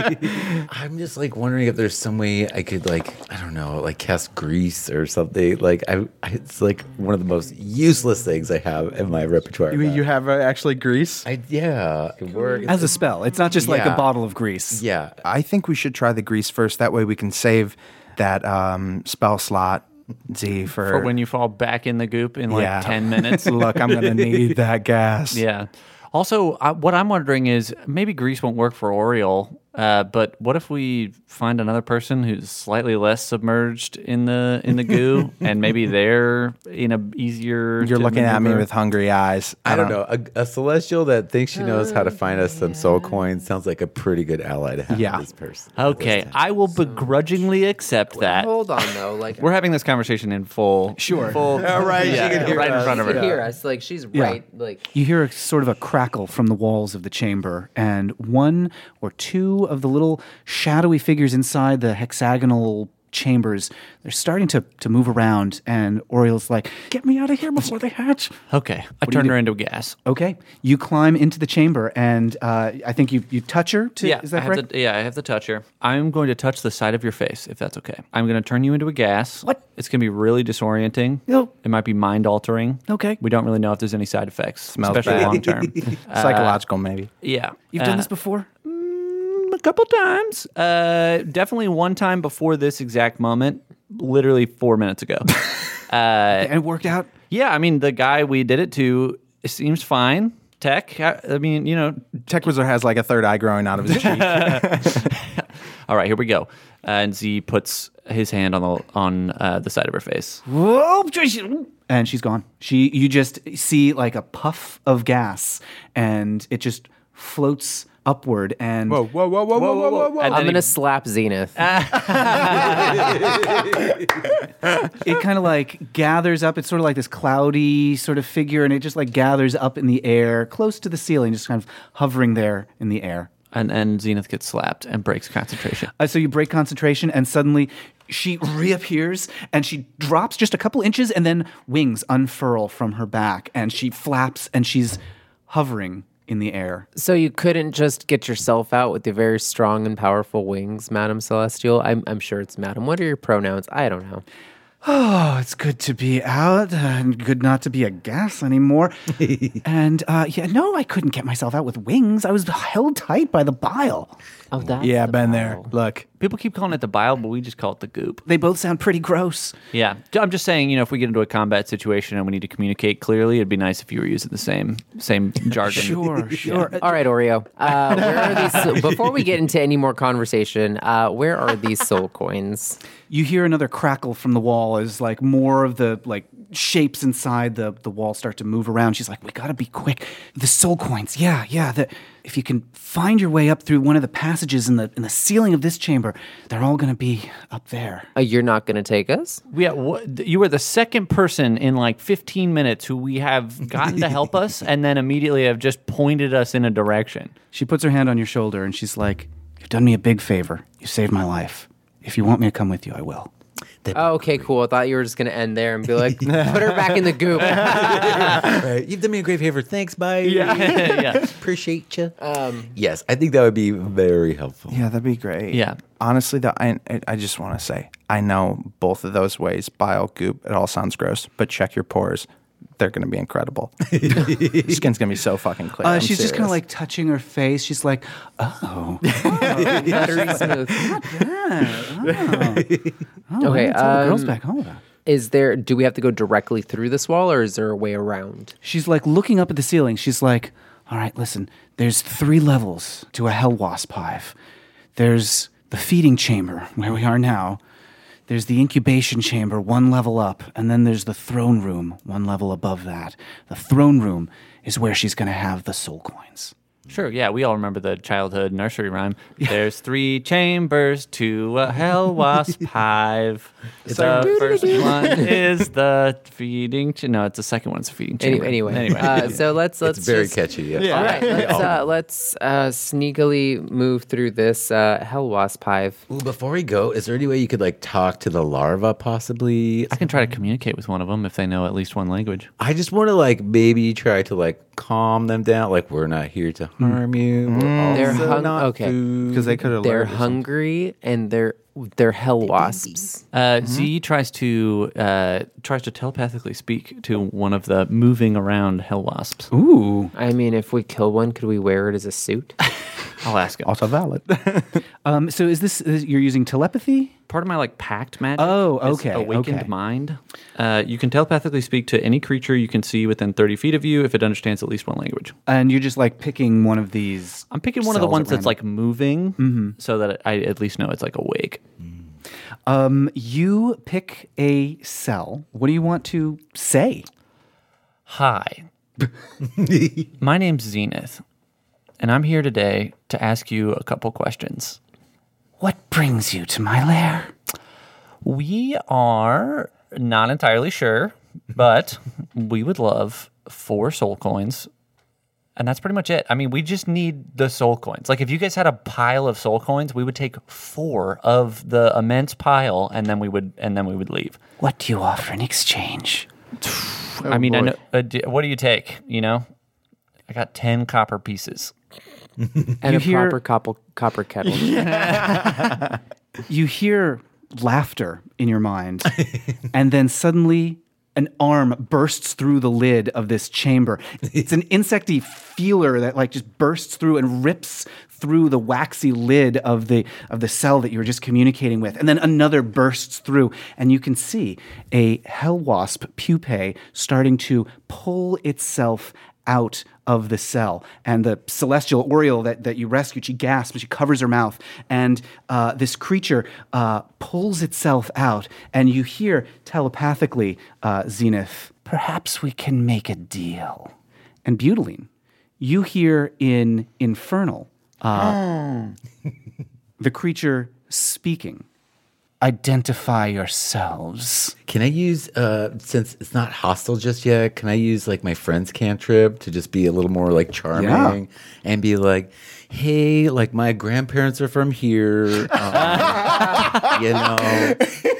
Speaker 5: I'm just like wondering if there's some way I could like I don't know like cast grease or something. Like I, I it's like one of the most useless things I have in my repertoire.
Speaker 3: you, you have uh, actually grease.
Speaker 5: I yeah, it works.
Speaker 1: As a spell, it's not just like a
Speaker 5: Yeah.
Speaker 1: bottle of grease.
Speaker 5: yeah,
Speaker 3: I think we should try the grease first. That way we can save that um, spell slot Z for,
Speaker 2: for when you fall back in the goop in like
Speaker 3: Yeah.
Speaker 2: ten minutes.
Speaker 3: Look, I'm gonna need that gas.
Speaker 2: yeah. Also, I, what I'm wondering is maybe Greece won't work for Oriole, uh, but what if we find another person who's slightly less submerged in the in the goo, and maybe they're in a easier.
Speaker 3: You're
Speaker 2: to
Speaker 3: looking at me
Speaker 2: maneuver?
Speaker 3: with hungry eyes.
Speaker 5: I don't know. A, a celestial that thinks she knows how to find us some soul coins sounds like a pretty good ally to have.
Speaker 3: Yeah.
Speaker 5: Yeah. this person.
Speaker 2: Okay, I will begrudgingly accept that.
Speaker 4: Hold on though, like uh,
Speaker 2: We're having this conversation in full.
Speaker 1: Sure.
Speaker 2: Full,
Speaker 5: All right,
Speaker 2: yeah,
Speaker 5: she can hear
Speaker 2: right in
Speaker 5: us.
Speaker 2: front of
Speaker 4: she
Speaker 2: her.
Speaker 4: can hear us. Like she's right. Like
Speaker 1: you hear a sort of a crackle from the walls of the chamber, and one or two of the little shadowy figures inside the hexagonal chambers. They're starting to, to move around, and Oriole's like, Get me out of here before they hatch.
Speaker 2: Okay. I turned her into gas.
Speaker 1: Okay. You climb into the chamber, and uh, I think you, you touch her. To,
Speaker 2: yeah,
Speaker 1: is that
Speaker 2: I
Speaker 1: correct?
Speaker 2: Have the, yeah, I have the toucher. I'm going to touch the side of your face, if that's okay. I'm going to turn you into a gas.
Speaker 1: What?
Speaker 2: It's going to be really disorienting.
Speaker 1: No.
Speaker 2: It might be mind altering.
Speaker 1: Okay.
Speaker 2: We don't really know if there's any side effects,
Speaker 3: Smells
Speaker 2: especially
Speaker 3: bad.
Speaker 2: long term.
Speaker 3: Psychological, maybe.
Speaker 2: yeah.
Speaker 1: You've done
Speaker 2: Uh, mm,
Speaker 1: this before?
Speaker 2: a couple times. Uh, definitely one time before this exact moment, literally four minutes ago.
Speaker 1: and it worked out?
Speaker 2: yeah, I mean, the guy we did it to seems fine. Tech, I, I mean, you know,
Speaker 3: Tech Wizard has like a third eye growing out of his cheek.
Speaker 2: all right, here we go. Uh, and Z puts his hand on the on uh, the side of her face.
Speaker 1: Whoa! And she's gone. She, you just see like a puff of gas, and it just floats upward. And
Speaker 3: whoa, whoa, whoa, whoa, whoa, whoa, whoa, whoa.
Speaker 2: And
Speaker 4: I'm
Speaker 2: then
Speaker 4: gonna
Speaker 2: he-
Speaker 4: slap Zenith.
Speaker 1: it kind of like gathers up. It's sort of like this cloudy sort of figure, and it just like gathers up in the air, close to the ceiling, just kind of hovering there in the air.
Speaker 2: and and Zenith gets slapped and breaks concentration.
Speaker 1: Uh, so you break concentration, and suddenly she reappears and she drops just a couple inches, and then wings unfurl from her back, and she flaps and she's hovering in the air.
Speaker 4: So you couldn't just get yourself out with the very strong and powerful wings, Madam Celestial. I'm, I'm sure it's Madam. What are your pronouns? I don't know.
Speaker 1: Oh, it's good to be out uh, and good not to be a gas anymore. and uh, yeah, no, I couldn't get myself out with wings. I was held tight by the bile.
Speaker 4: Oh, that's
Speaker 3: Yeah,
Speaker 4: the
Speaker 3: been there.
Speaker 4: vowel.
Speaker 3: Look.
Speaker 2: People keep calling it the bile, but we just call it the goop.
Speaker 1: They both sound pretty gross.
Speaker 2: Yeah, I'm just saying, you know, if we get into a combat situation and we need to communicate clearly, it'd be nice if you were using the same same jargon.
Speaker 1: Sure, sure.
Speaker 4: All right, Oreo. Uh, where are these? Before we get into any more conversation, uh, where are these soul coins?
Speaker 1: You hear another crackle from the wall as like more of the like shapes inside the the wall start to move around. She's like, "We got to be quick. The soul coins. Yeah, yeah, the if you can find your way up through one of the passages in the in the ceiling of this chamber, they're all going to be up there."
Speaker 4: Uh, you're not gonna take us?
Speaker 2: Yeah, wha- you were the second person in like 15 minutes who we have gotten to help us, and then immediately have just pointed us in a direction.
Speaker 1: She puts her hand on your shoulder and she's like, "You've done me a big favor. You saved my life. If you want me to come with you, I will."
Speaker 4: Oh, okay, cool. I thought you were just gonna end there and be like, put her back in the goop.
Speaker 5: Right. You've done me a great favor. Thanks. Bye.
Speaker 2: yeah,
Speaker 5: Appreciate you.
Speaker 4: Um,
Speaker 5: yes, I think that would be very helpful.
Speaker 3: Yeah, that'd be great.
Speaker 2: Yeah.
Speaker 3: Honestly, though, I I- I just want to say I know both of those ways. Bile, goop, it all sounds gross, but check your pores. They're gonna be incredible. Skin's gonna be so fucking clear.
Speaker 1: Uh,
Speaker 3: I'm
Speaker 1: she's just kind of
Speaker 3: serious.
Speaker 1: like touching her face. She's like, "Oh,
Speaker 4: Buttery smooth.
Speaker 1: oh I
Speaker 4: Okay,
Speaker 1: need to tell the girls
Speaker 4: um,
Speaker 1: back home about." it."
Speaker 4: Is there? Do we have to go directly through this wall, or is there a way around?
Speaker 1: She's like looking up at the ceiling. She's like, all right, listen, there's three levels to a hell wasp hive. There's the feeding chamber, where we are now. There's the incubation chamber, one level up. And then there's the throne room, one level above that. The throne room is where she's going to have the soul coins.
Speaker 2: sure. Yeah, we all remember the childhood nursery rhyme. There's three chambers to a hell wasp hive. the first one is the feeding. Ch- no, it's the second one's the feeding
Speaker 4: Any,
Speaker 2: chamber.
Speaker 4: anyway, Uh, so let's let's
Speaker 5: It's very
Speaker 4: just-
Speaker 5: catchy. Yeah.
Speaker 4: All right, let's, uh, let's uh, sneakily move through this uh, hell wasp hive.
Speaker 5: Ooh, before we go, is there any way you could like talk to the larva possibly?
Speaker 2: I can try to communicate with one of them if they know at least one language.
Speaker 5: I just want to like maybe try to like calm them down. Like we're not here to harm you. We're also
Speaker 4: Mm. They're hung-
Speaker 5: not
Speaker 4: okay.
Speaker 5: food.
Speaker 3: because they could have
Speaker 4: They're hungry and they're they're hell wasps.
Speaker 2: Uh, Z tries to uh, tries to telepathically speak to one of the moving around hell wasps.
Speaker 1: Ooh.
Speaker 4: I mean, if we kill one, could we wear it as a suit?
Speaker 2: I'll ask him.
Speaker 3: also valid.
Speaker 1: Um, so is this, is, you're using telepathy?
Speaker 2: Part of my like pact magic.
Speaker 1: Oh,
Speaker 2: is
Speaker 1: okay,
Speaker 2: awakened
Speaker 1: okay.
Speaker 2: mind. Uh, you can telepathically speak to any creature you can see within thirty feet of you if it understands at least one language.
Speaker 1: And you're just like picking one of these.
Speaker 2: I'm picking one of the
Speaker 1: Cells at
Speaker 2: ones that's
Speaker 1: random. Mm-hmm.
Speaker 2: like moving, so that I at least know it's like awake.
Speaker 1: Um, you pick a cell. What do you want to say?
Speaker 2: Hi. My name's Zenith, and I'm here today to ask you a couple questions.
Speaker 1: What brings you to my lair?
Speaker 2: We are not entirely sure, but we would love four soul coins And that's pretty much it. I mean, we just need the soul coins. Like, if you guys had a pile of soul coins, we would take four of the immense pile, and then we would, and then we would leave.
Speaker 1: What do you offer in exchange?
Speaker 2: I mean, I
Speaker 3: boy.
Speaker 2: know, uh, d- what do you take? You know, I got ten copper pieces.
Speaker 4: and
Speaker 1: You
Speaker 4: a
Speaker 1: hear-
Speaker 4: proper copper copper kettle.
Speaker 1: You hear laughter in your mind, and then suddenly an arm bursts through the lid of this chamber. It's an insecty feeler that like just bursts through and rips through the waxy lid of the of the cell that you were just communicating with. And then another bursts through and you can see a hell wasp pupae starting to pull itself out of the cell. And the celestial oriole that, that you rescued, she gasps, she covers her mouth, and uh, this creature uh, pulls itself out. And you hear telepathically, uh, Zenith, perhaps we can make a deal. And Butylene, you hear in Infernal Hmm. uh, the creature speaking. Identify yourselves.
Speaker 5: Can I use uh since it's not hostile just yet? Can I use like my friend's cantrip to just be a little more like charming and be like, hey, like my grandparents are from here, um, you know,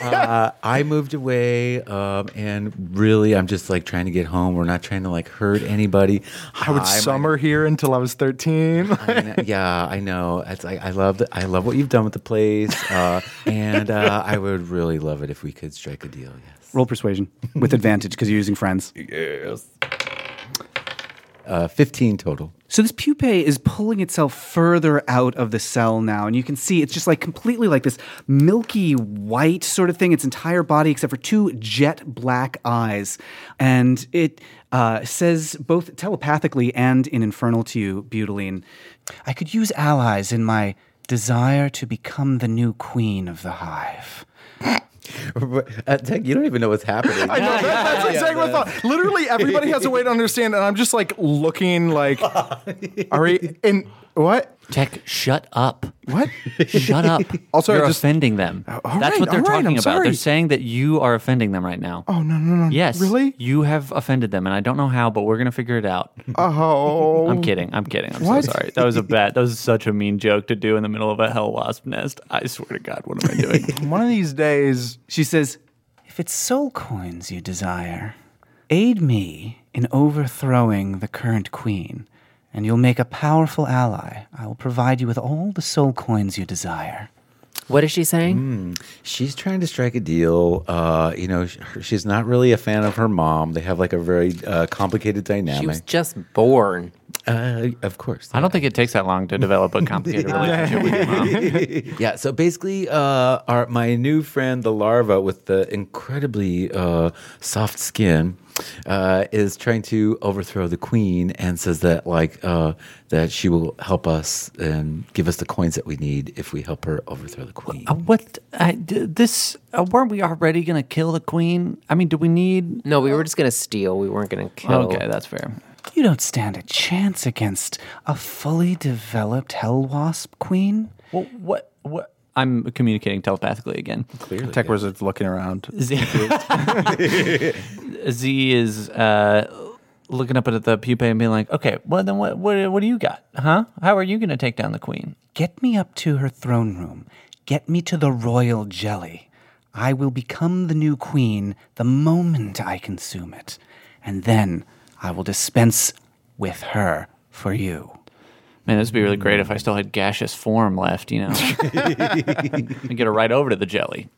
Speaker 5: uh, I moved away, um, and really, I'm just like trying to get home. We're not trying to like hurt anybody.
Speaker 3: I would
Speaker 5: Hi, my-
Speaker 3: summer here until I was 13.
Speaker 5: I know- yeah, I know. It's like I love the, I love what you've done with the place, uh, and uh, I would really love it if we could strike a deal. Yes,
Speaker 1: Roll persuasion with advantage because you're using friends.
Speaker 5: uh, fifteen total.
Speaker 1: So this pupae is pulling itself further out of the cell now, and you can see it's just like completely like this milky white sort of thing. Its entire body, except for two jet black eyes, and it uh, says both telepathically and in infernal to you, Butylene. I could use allies in my desire to become the new queen of the hive.
Speaker 5: Uh, Tech, you don't even know what's happening.
Speaker 3: I know, that- that's exactly what I thought. Literally, everybody has a way to understand, and I'm just like looking like, are we in what?
Speaker 2: Tech, shut up.
Speaker 3: What?
Speaker 2: Shut up.
Speaker 3: Also, I
Speaker 2: you're
Speaker 3: just-
Speaker 2: offending them.
Speaker 3: all
Speaker 2: That's
Speaker 3: right,
Speaker 2: what they're
Speaker 3: all right,
Speaker 2: talking
Speaker 3: I'm
Speaker 2: about.
Speaker 3: sorry.
Speaker 2: They're saying that you are offending them right now.
Speaker 3: Oh no, no, no!
Speaker 2: yes.
Speaker 3: really?
Speaker 2: You have offended them, and I don't know how, but we're gonna figure it out.
Speaker 3: Oh,
Speaker 2: I'm kidding. I'm kidding. I'm
Speaker 3: What?
Speaker 2: so sorry. That was a bad. That was such a mean joke to do in the middle of a hell wasp nest. I swear to God, what am I doing?
Speaker 3: one of these days.
Speaker 1: She says, If it's soul coins you desire, aid me in overthrowing the current queen, and you'll make a powerful ally. I will provide you with all the soul coins you desire.
Speaker 4: what is she saying?
Speaker 5: She's trying to strike a deal. Uh, you know, sh- her- she's not really a fan of her mom. They have like a very uh, complicated
Speaker 4: She was
Speaker 5: dynamic.
Speaker 4: just born.
Speaker 5: Uh, of course.
Speaker 2: I don't think it takes that long to develop a complicated relationship with your mom.
Speaker 5: yeah. So basically, uh, our my new friend, the larva with the incredibly uh, soft skin, uh, is trying to overthrow the queen and says that like uh, that she will help us and give us the coins that we need if we help her overthrow the queen.
Speaker 1: Oh,
Speaker 2: Uh, What I, d- this? Uh, weren't we already gonna kill the queen? I mean, do we need?
Speaker 4: No, we were just gonna steal. We weren't gonna kill.
Speaker 2: Oh, Okay, that's fair.
Speaker 1: You don't stand a chance against a fully developed hell wasp queen.
Speaker 2: Well, what? What? I'm communicating telepathically again.
Speaker 3: Tech wizard's looking around.
Speaker 2: Z, Z is uh, looking up at the pupae and being like, "Okay, well then, what, what, what do you got, huh? How are you gonna take down the queen?"
Speaker 1: Get me up to her throne room. Get me to the royal jelly. I will become the new queen the moment I consume it. And then I will dispense with her for you.
Speaker 2: Man, this would be really great if I still had gaseous form left, you know. and get her right over to the jelly.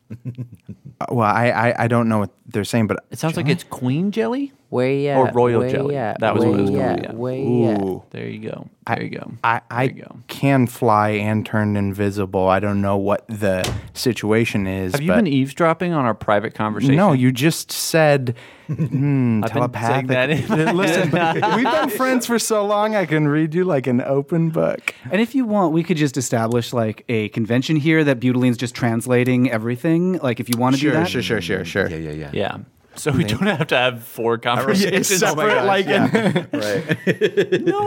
Speaker 3: Uh, well, I, I I don't know what they're saying, but
Speaker 2: It sounds like it's queen jelly.
Speaker 4: Where you
Speaker 2: Or
Speaker 4: at?
Speaker 2: royal
Speaker 4: Where
Speaker 2: jelly.
Speaker 4: you at?
Speaker 2: That was what it
Speaker 4: Where
Speaker 2: was
Speaker 4: you
Speaker 2: called,
Speaker 4: at?
Speaker 2: yeah.
Speaker 4: Where you at?
Speaker 3: ooh,
Speaker 2: There you go. There you go.
Speaker 3: I I
Speaker 2: there you go.
Speaker 3: can fly and turn invisible. I don't know what the situation is.
Speaker 2: Have you
Speaker 3: but
Speaker 2: been eavesdropping on our private conversation?
Speaker 3: No, you just said mm,
Speaker 2: I've been saying
Speaker 3: telepathic.
Speaker 2: that in-
Speaker 3: Listen, we've been friends for so long. I can read you like an open book.
Speaker 1: And if you want, we could just establish like a convention here that Butylene's just translating everything. Like if you want to do that.
Speaker 3: sure, sure, sure.
Speaker 5: Yeah, yeah, yeah.
Speaker 2: Yeah. So we don't have to have four conversations.
Speaker 3: separate, like,
Speaker 2: no,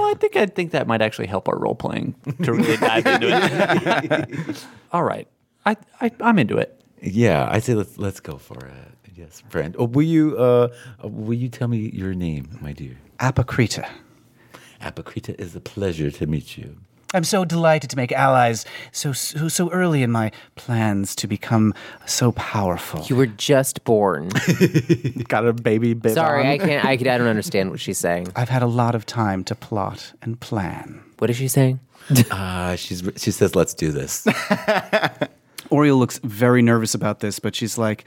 Speaker 2: I think I think that might actually help our role playing to really dive into it. All right, I, I I'm into it.
Speaker 5: Yeah, I say let's let's go for it. Yes, friend. Oh, will you uh, will you tell me your name, my dear?
Speaker 1: Apocrita.
Speaker 5: Apocrita is a pleasure to meet you.
Speaker 1: I'm so delighted to make allies so so, so early in my plans to become so powerful.
Speaker 4: You were just born.
Speaker 3: Got a baby bit.
Speaker 4: Sorry,
Speaker 3: on.
Speaker 4: I can't. I, I don't understand what she's saying.
Speaker 1: I've had a lot of time to plot and plan.
Speaker 4: What is she saying?
Speaker 5: Uh, she's she says, "Let's do this."
Speaker 1: Oriole looks very nervous about this, but she's like,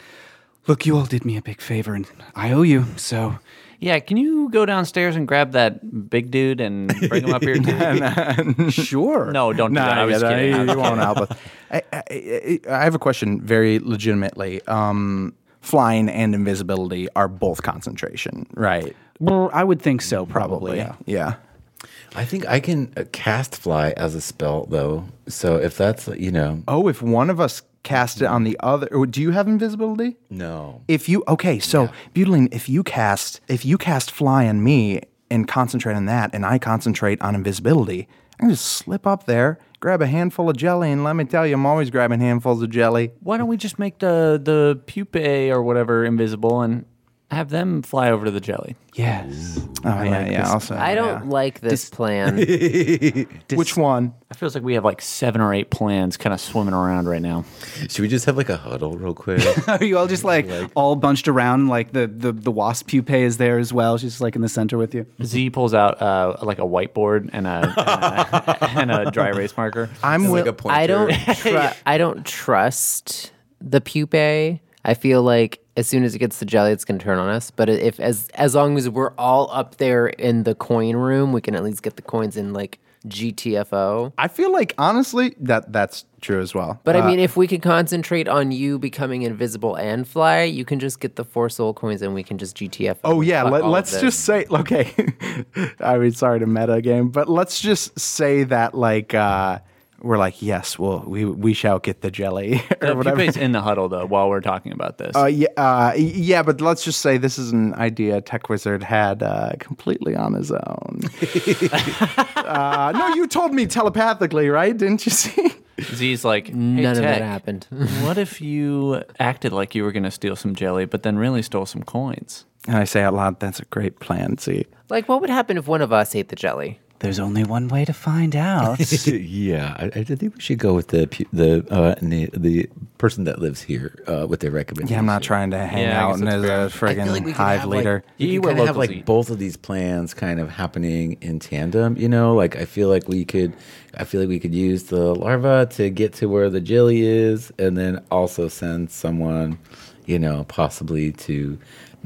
Speaker 1: "Look, you all did me a big favor, and I owe you. So
Speaker 2: Yeah, can you go downstairs and grab that big dude and bring him up here? too?
Speaker 1: sure,
Speaker 2: no, don't do that. I was
Speaker 3: yeah,
Speaker 2: kidding. I
Speaker 3: You
Speaker 2: was
Speaker 3: you won't help us. I, I, I I have a question, very legitimately. Um, flying and invisibility are both concentration, right?
Speaker 1: Well, I would think so, probably.
Speaker 3: Yeah. Yeah.
Speaker 5: I think I can uh, cast fly as a spell though. So if that's you know,
Speaker 3: Oh, if one of us cast it on the other, oh, do you have invisibility?
Speaker 5: no,
Speaker 3: If you okay, so Butylene, if you cast if you cast fly on me and concentrate on that, and I concentrate on invisibility, I can just slip up there, grab a handful of jelly, and let me tell you, I'm always grabbing handfuls of jelly.
Speaker 2: why don't we just make the the pupae or whatever invisible and have them fly over to the jelly?
Speaker 1: Yes.
Speaker 3: Oh yeah, yeah. Also,
Speaker 4: I don't like this plan.
Speaker 3: Which one?
Speaker 2: It feels like we have like seven or eight plans kind of swimming around right now.
Speaker 5: should we just have like a huddle real quick?
Speaker 1: Are you all just like, all bunched around? Like the the the wasp pupae is there as well. She's like in the center with you.
Speaker 2: Z pulls out uh, like a whiteboard and a, and a and a dry erase marker.
Speaker 3: I'm
Speaker 5: like
Speaker 3: with.
Speaker 5: a pointer.
Speaker 4: I don't. Tru- I don't trust the pupae. I feel like as soon as it gets to jelly, it's going to turn on us. But if as as long as we're all up there in the coin room, we can at least get the coins in like GTFO.
Speaker 3: I feel like honestly that that's true as well.
Speaker 4: But
Speaker 3: Uh,
Speaker 4: I mean, if we can concentrate on you becoming invisible and fly, you can just get the four soul coins and we can just GTFO.
Speaker 3: Oh yeah,
Speaker 4: Fuck
Speaker 3: let,
Speaker 4: all of
Speaker 3: let's
Speaker 4: this.
Speaker 3: just say okay. I mean, sorry to meta game, but let's just say that like uh, we're like yes, well we we shall get the jelly or
Speaker 2: The
Speaker 3: whatever.
Speaker 2: pupae's in the huddle though while we're talking about this.
Speaker 3: Uh, yeah, uh, y- yeah, but let's just say this is an idea Tech Wizard had uh, completely on his own. uh, no, you told me telepathically, right? Didn't you see?
Speaker 2: Z's like, hey,
Speaker 4: None of that
Speaker 2: Tech,
Speaker 4: happened.
Speaker 2: what if you acted like you were going to steal some jelly, but then really stole some coins?
Speaker 3: And I say out loud, "That's a great plan." See,
Speaker 4: like, what would happen if one of us ate the jelly?
Speaker 1: There's only one way to find out.
Speaker 5: yeah, I, I think we should go with the pu- the uh, the, the person that lives here uh, with their recommendation.
Speaker 3: yeah, I'm not trying to hang
Speaker 2: Yeah, I
Speaker 3: out
Speaker 2: guess
Speaker 3: in
Speaker 2: that's
Speaker 3: a
Speaker 5: I feel like
Speaker 3: friggin'
Speaker 5: we could
Speaker 3: hive
Speaker 5: have,
Speaker 3: leader.
Speaker 5: Like, you
Speaker 2: You were
Speaker 5: kind of have
Speaker 2: local
Speaker 5: like
Speaker 2: Z.
Speaker 5: both of these plans kind of happening in tandem. You know, like I feel like we could, I feel like we could use the larva to get to where the jelly is, and then also send someone, you know, possibly to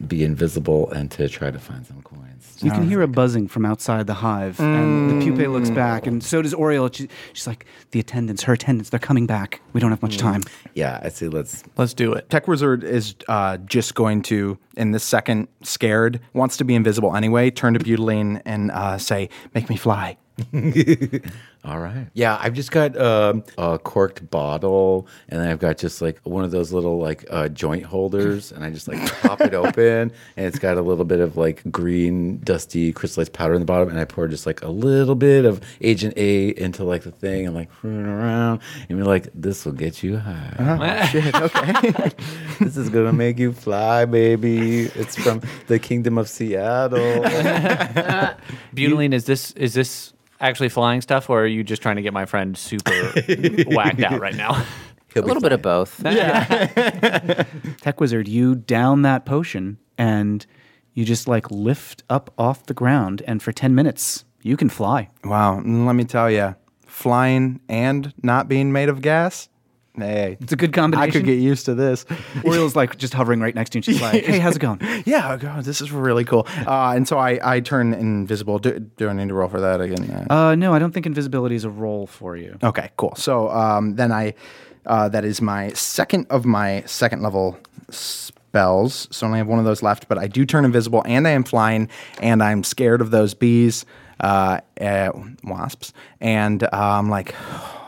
Speaker 5: be invisible and to try to find some coins.
Speaker 1: You can hear a buzzing from outside the hive, and the pupae looks back, and so does Oriole. She, she's like, the attendants, her attendants, they're coming back. We don't have much time.
Speaker 5: Yeah, I see. Let's.
Speaker 2: Let's do it.
Speaker 3: Tech Wizard is uh, just going to, in this second, scared, wants to be invisible anyway, turn to Butylene and uh, say, Make me fly.
Speaker 5: All right. Yeah, I've just got um, a corked bottle, and then I've got just like one of those little like uh, joint holders, and I just like pop it open, and it's got a little bit of like green, dusty, crystallized powder in the bottom, and I pour just like a little bit of Agent A into like the thing, and like run around, and be like, "This will get you high. Oh, this is gonna make you fly, baby. It's from the Kingdom of Seattle."
Speaker 2: Butylene, is this is this actually flying stuff, or are you just trying to get my friend super whacked out right now?
Speaker 4: A little bit of both.
Speaker 1: Tech Wizard, you down that potion, and you just like lift up off the ground, and for 10 minutes, you can fly.
Speaker 3: Wow, and let me tell you, flying and not being made of gas? Hey,
Speaker 1: It's a good
Speaker 3: I
Speaker 1: combination.
Speaker 3: could get used to this.
Speaker 1: Oriole's like just hovering right next to you, and she's like, hey, how's it going?
Speaker 3: yeah, oh God, this is really cool. Uh, and so I, I turn invisible. Do, do I need to roll for that again? Uh,
Speaker 1: Uh, no, I don't think invisibility is a role for you.
Speaker 3: Okay, cool. So um, then I, uh, that is my second of my second level spells. So I only have one of those left, but I do turn invisible and I am flying and I'm scared of those bees, uh, uh, wasps. And uh, I'm like,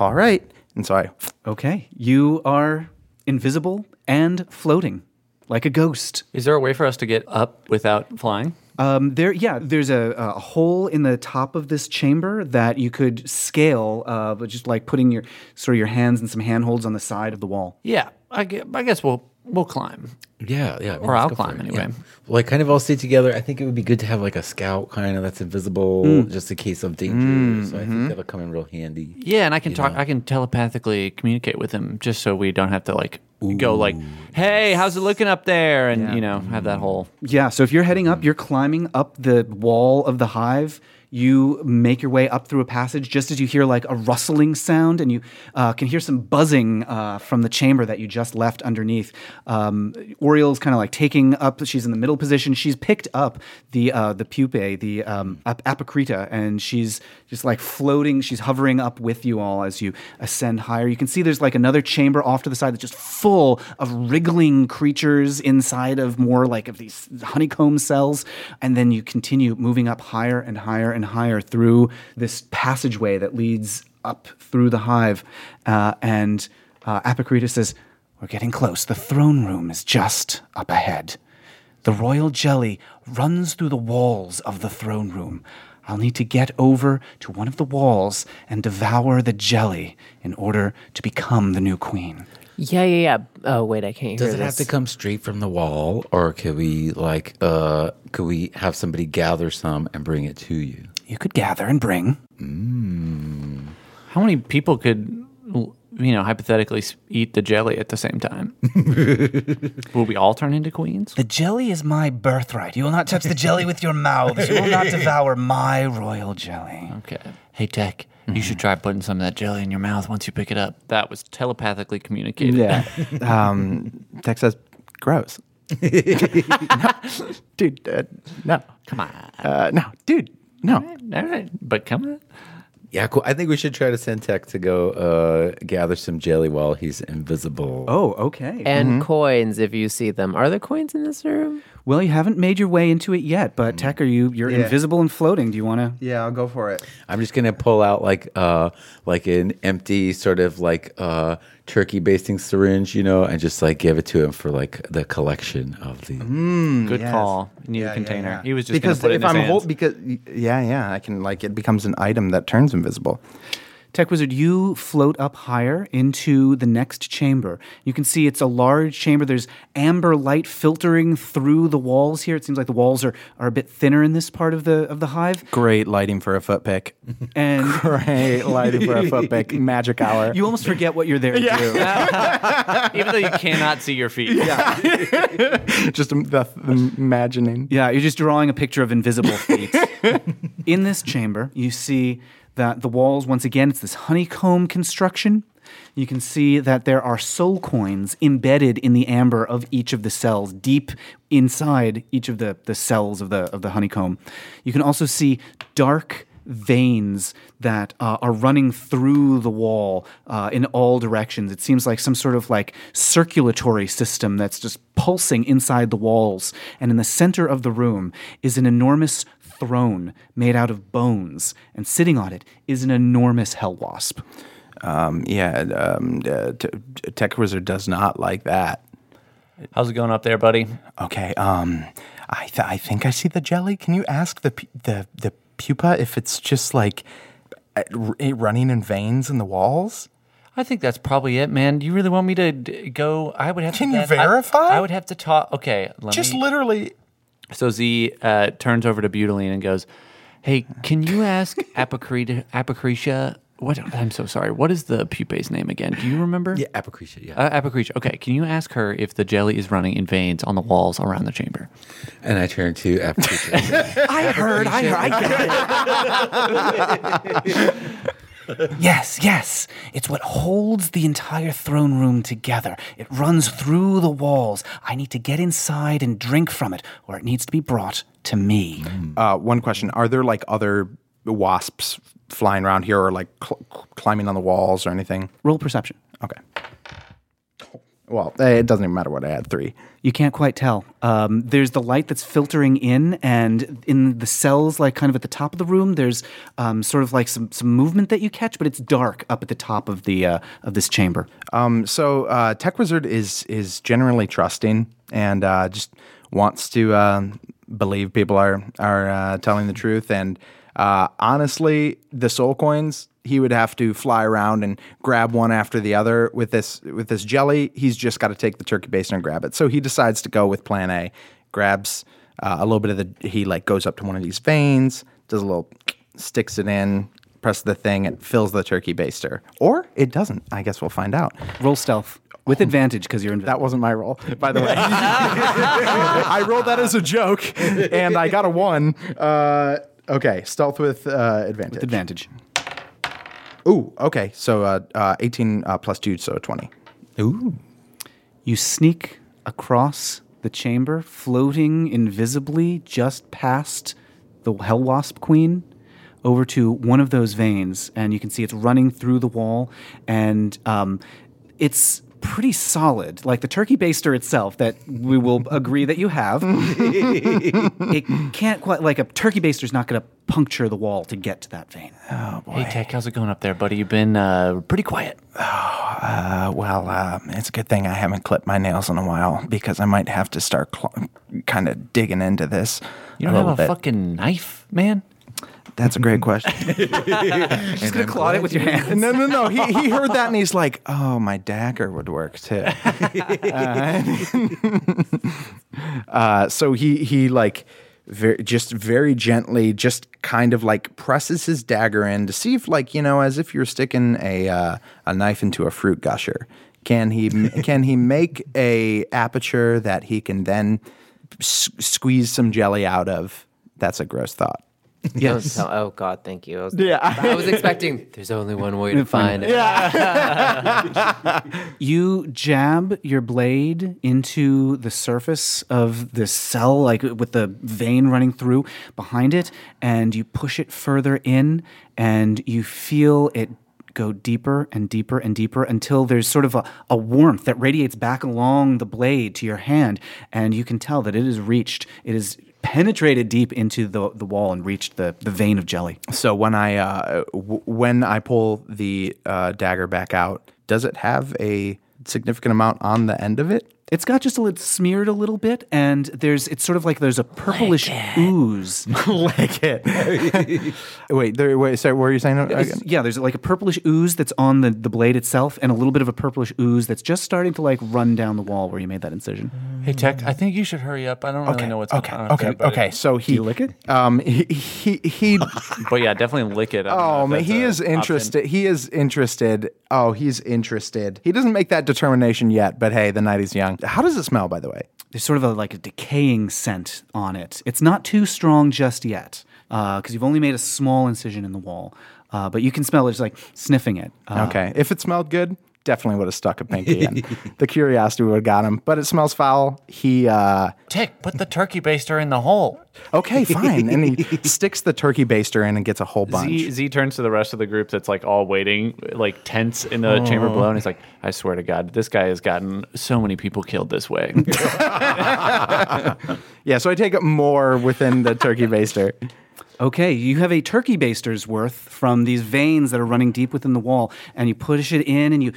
Speaker 3: all right. And so I,
Speaker 1: Okay, you are invisible and floating like a ghost.
Speaker 2: Is there a way for us to get up without flying?
Speaker 1: Um, there, yeah, there's a, a hole in the top of this chamber that you could scale, uh, but just like putting your sort of your hands and some handholds on the side of the wall.
Speaker 2: Yeah, I guess, I guess we'll we'll climb.
Speaker 5: Yeah, yeah. I mean,
Speaker 2: Or
Speaker 5: let's
Speaker 2: I'll
Speaker 5: go for
Speaker 2: climb
Speaker 5: it,
Speaker 2: anyway.
Speaker 5: Like kind of all stay together. I think it would be good to have like a scout kind of that's invisible,
Speaker 2: Hmm.
Speaker 5: just in case of danger. So I think that'll come in real handy.
Speaker 2: Mm, mm-hmm. Yeah, and I can talk. I can telepathically communicate with him just so we don't have to like go like, "Hey, how's it looking up there?" And you know, have that whole
Speaker 1: Yeah, so if you're heading up, you're climbing up the wall of the hive. You make your way up through a passage just as you hear like a rustling sound, and you uh, can hear some buzzing uh, from the chamber that you just left underneath. Um, Oriole's kind of like taking up; she's in the middle position. She's picked up the uh, the pupae, the um, ap- apocrita, and she's just like floating. She's hovering up with you all as you ascend higher. You can see there's like another chamber off to the side that's just full of wriggling creatures inside of more like of these honeycomb cells. And then you continue moving up higher and higher and higher through this passageway that leads up through the hive. Uh, and uh, Apocrita says, We're getting close. The throne room is just up ahead. The royal jelly runs through the walls of the throne room. I'll need to get over to one of the walls and devour the jelly in order to become the new queen.
Speaker 4: Yeah, yeah, yeah. Oh wait, I can't
Speaker 5: Does
Speaker 4: hear
Speaker 5: it have
Speaker 4: this.
Speaker 5: to come straight from the wall, or could we like uh could we have somebody gather some and bring it to you?
Speaker 1: You could gather and bring.
Speaker 2: how many people could l- you know hypothetically s- eat the jelly at the same time? Will we all turn into queens?
Speaker 1: The jelly is my birthright. You will not touch the jelly with your mouths. You will not devour my royal jelly.
Speaker 2: Okay. Hey Tech, you should try putting some of that jelly in your mouth once you pick it up. That was telepathically communicated.
Speaker 3: Yeah. um, Tech says, gross. dude, uh, no.
Speaker 2: Come on.
Speaker 3: Uh, no, dude, no.
Speaker 2: All right, but come on.
Speaker 5: Yeah, cool. I think we should try to send Tech to go uh gather some jelly while he's invisible.
Speaker 1: Oh, okay.
Speaker 4: and
Speaker 5: Mm-hmm.
Speaker 4: coins, if you see them, are there coins in this room?
Speaker 1: well, you haven't made your way into it yet, but Tech, are you? You're
Speaker 3: Yeah.
Speaker 1: invisible and floating. Do you want to?
Speaker 3: Yeah, I'll go for it.
Speaker 5: I'm just gonna pull out like uh like an empty sort of like uh turkey basting syringe, you know, and just like give it to him for like the collection of the
Speaker 2: Good
Speaker 3: Yes.
Speaker 2: call. You need
Speaker 3: Yeah,
Speaker 2: a
Speaker 3: yeah,
Speaker 2: container.
Speaker 3: yeah.
Speaker 2: He was just
Speaker 3: because
Speaker 2: gonna put it
Speaker 3: if
Speaker 2: in his
Speaker 3: I'm
Speaker 2: hands.
Speaker 3: hol- because yeah, yeah, I can like it becomes an item that turns invisible.
Speaker 1: Tech Wizard, you float up higher into the next chamber. You can see it's a large chamber. There's amber light filtering through the walls here. It seems like the walls are, are a bit thinner in this part of the of the hive.
Speaker 3: Great lighting for a foot pick.
Speaker 1: And
Speaker 3: Great lighting for a foot pick. Magic hour.
Speaker 1: you almost forget what you're there to do.
Speaker 2: Even though you cannot see your feet.
Speaker 3: just im- the, the imagining.
Speaker 1: Yeah, you're just drawing a picture of invisible feet. In this chamber, you see that the walls, once again, it's this honeycomb construction. You can see that there are soul coins embedded in the amber of each of the cells, deep inside each of the, the cells of the, of the honeycomb. You can also see dark veins that uh, are running through the wall uh, in all directions. It seems like some sort of like circulatory system that's just pulsing inside the walls. And in the center of the room is an enormous throne made out of bones, and sitting on it is an enormous hell wasp.
Speaker 3: Um, yeah, um, uh, t- t- Tech Wizard does not like that.
Speaker 2: How's it going up there, buddy?
Speaker 3: Okay, um, I, th- I think I see the jelly. Can you ask the pu- the the pupa if it's just like uh, r- it running in veins in the walls?
Speaker 2: I think that's probably it, man. Do you really want me to d- go? I would have.
Speaker 3: Can
Speaker 2: to,
Speaker 3: you
Speaker 2: I-
Speaker 3: verify?
Speaker 2: I, would have to talk. Okay, let
Speaker 3: Just
Speaker 2: me-
Speaker 3: literally.
Speaker 2: so Z uh, turns over to Butylene and goes, "Hey, can you ask Apocrita, Apocretia? What? I'm so sorry. What is the pupae's name again? Do you remember?
Speaker 5: Yeah, apocrypha, yeah.
Speaker 2: Uh, Apocretia. Okay, can you ask her if the jelly is running in veins on the walls around the chamber?
Speaker 5: and I turn to apocrypha.
Speaker 1: I heard, I heard, I got it. yes, yes. It's what holds the entire throne room together. It runs through the walls. I need to get inside and drink from it, or it needs to be brought to me.
Speaker 3: Uh, one question: Are there like other wasps flying around here, or like cl- cl- climbing on the walls, or anything?
Speaker 1: Roll perception.
Speaker 3: Okay. Well, eh, it doesn't even matter what I had three.
Speaker 1: You can't quite tell. Um, there's the light that's filtering in, and in the cells, like kind of at the top of the room, there's um, sort of like some, some movement that you catch, but it's dark up at the top of the uh, of this chamber.
Speaker 3: Um, so uh, Tech Wizard is is generally trusting and uh, just wants to um believe people are are uh, telling the truth. And uh, honestly, the soul coins he would have to fly around and grab one after the other with this with this jelly. He's just got to take the turkey baster and grab it. So he decides to go with Plan A. Grabs uh, a little bit of the. He like goes up to one of these veins, does a little, sticks it in. Press the thing, it fills the turkey baster, or it doesn't. I guess we'll find out.
Speaker 1: Roll stealth with advantage because you're in.
Speaker 3: That wasn't my roll, by the way. I rolled that as a joke, and I got a one. Uh, okay, stealth with uh, advantage.
Speaker 1: advantage.
Speaker 3: Ooh, okay. So uh, uh, 18 uh, plus 2, so 20.
Speaker 5: Ooh.
Speaker 1: You sneak across the chamber, floating invisibly just past the Hell Wasp Queen over to one of those veins. And you can see it's running through the wall. And um, it's pretty solid. Like the turkey baster itself, that we will agree that you have, it can't quite, like a turkey baster's not going to puncture the wall to get to that vein.
Speaker 2: Hey, Tech, how's it going up there, buddy? You've been uh, pretty quiet.
Speaker 3: Uh, well, uh, it's a good thing I haven't clipped my nails in a while because I might have to start cl- kind of digging into this
Speaker 2: You don't
Speaker 3: a
Speaker 2: have
Speaker 3: little
Speaker 2: a
Speaker 3: bit.
Speaker 2: fucking knife, man?
Speaker 3: That's a great question.
Speaker 1: Just going to claw it with your hands.
Speaker 3: no, no, no. He, he heard that and he's like, oh, my dagger would work too. Uh, so he he like ver just very gently, just kind of like presses his dagger in to see if like you know, as if you're sticking a uh, a knife into a fruit gusher. Can he can he make a aperture that he can then s- squeeze some jelly out of? That's a gross thought.
Speaker 4: Yes. oh God, thank you. I was, yeah. I was expecting. There's only one way to find it. Yeah.
Speaker 1: you jab your blade into the surface of the cell, like with the vein running through behind it, and you push it further in, and you feel it go deeper and deeper and deeper until there's sort of a, a warmth that radiates back along the blade to your hand, and you can tell that it has reached, it has penetrated deep into the, the wall and reached the, the vein of jelly.
Speaker 3: So when I uh, w- when I pull the uh, dagger back out, does it have a significant amount on the end of it?
Speaker 1: It's got just a little smeared a little bit, and there's it's sort of like there's a purplish ooze
Speaker 3: like it. wait, there, wait. Sorry, what were you saying?
Speaker 1: It's-
Speaker 3: again?
Speaker 1: yeah, there's like a purplish ooze that's on the, the blade itself, and a little bit of a purplish ooze that's just starting to like run down the wall where you made that incision.
Speaker 2: Hey, Tech, I think you should hurry up. I don't really know what's
Speaker 3: okay,
Speaker 2: on.
Speaker 3: okay, okay. So he
Speaker 1: lick it?
Speaker 3: Um, he he he.
Speaker 2: But yeah, definitely lick it. I don't know
Speaker 3: oh
Speaker 2: if
Speaker 3: man,
Speaker 2: that's
Speaker 3: he
Speaker 2: a
Speaker 3: is
Speaker 2: option.
Speaker 3: interested. He is interested. Oh, he's interested. He doesn't make that determination yet, but hey, the night is young. How does it smell, by the way?
Speaker 1: There's sort of a like a decaying scent on it. It's not too strong just yet because you've only made a small incision in the wall, uh, but you can smell it. It's like sniffing it. Uh,
Speaker 3: Okay, if it smelled good, definitely would have stuck a pinky in. The curiosity would have got him, but it smells foul. He uh,
Speaker 2: Tech, put the turkey baster in the hole.
Speaker 3: okay, fine, and he sticks the turkey baster in and gets a whole bunch.
Speaker 2: Z, Z turns to the rest of the group that's like all waiting, like tense in the chamber
Speaker 3: Oh.
Speaker 2: below, and he's like, "I swear to God, this guy has gotten so many people killed this way."
Speaker 3: Yeah, so I take up more within the turkey baster.
Speaker 1: Okay, you have a turkey baster's worth from these veins that are running deep within the wall, and you push it in and you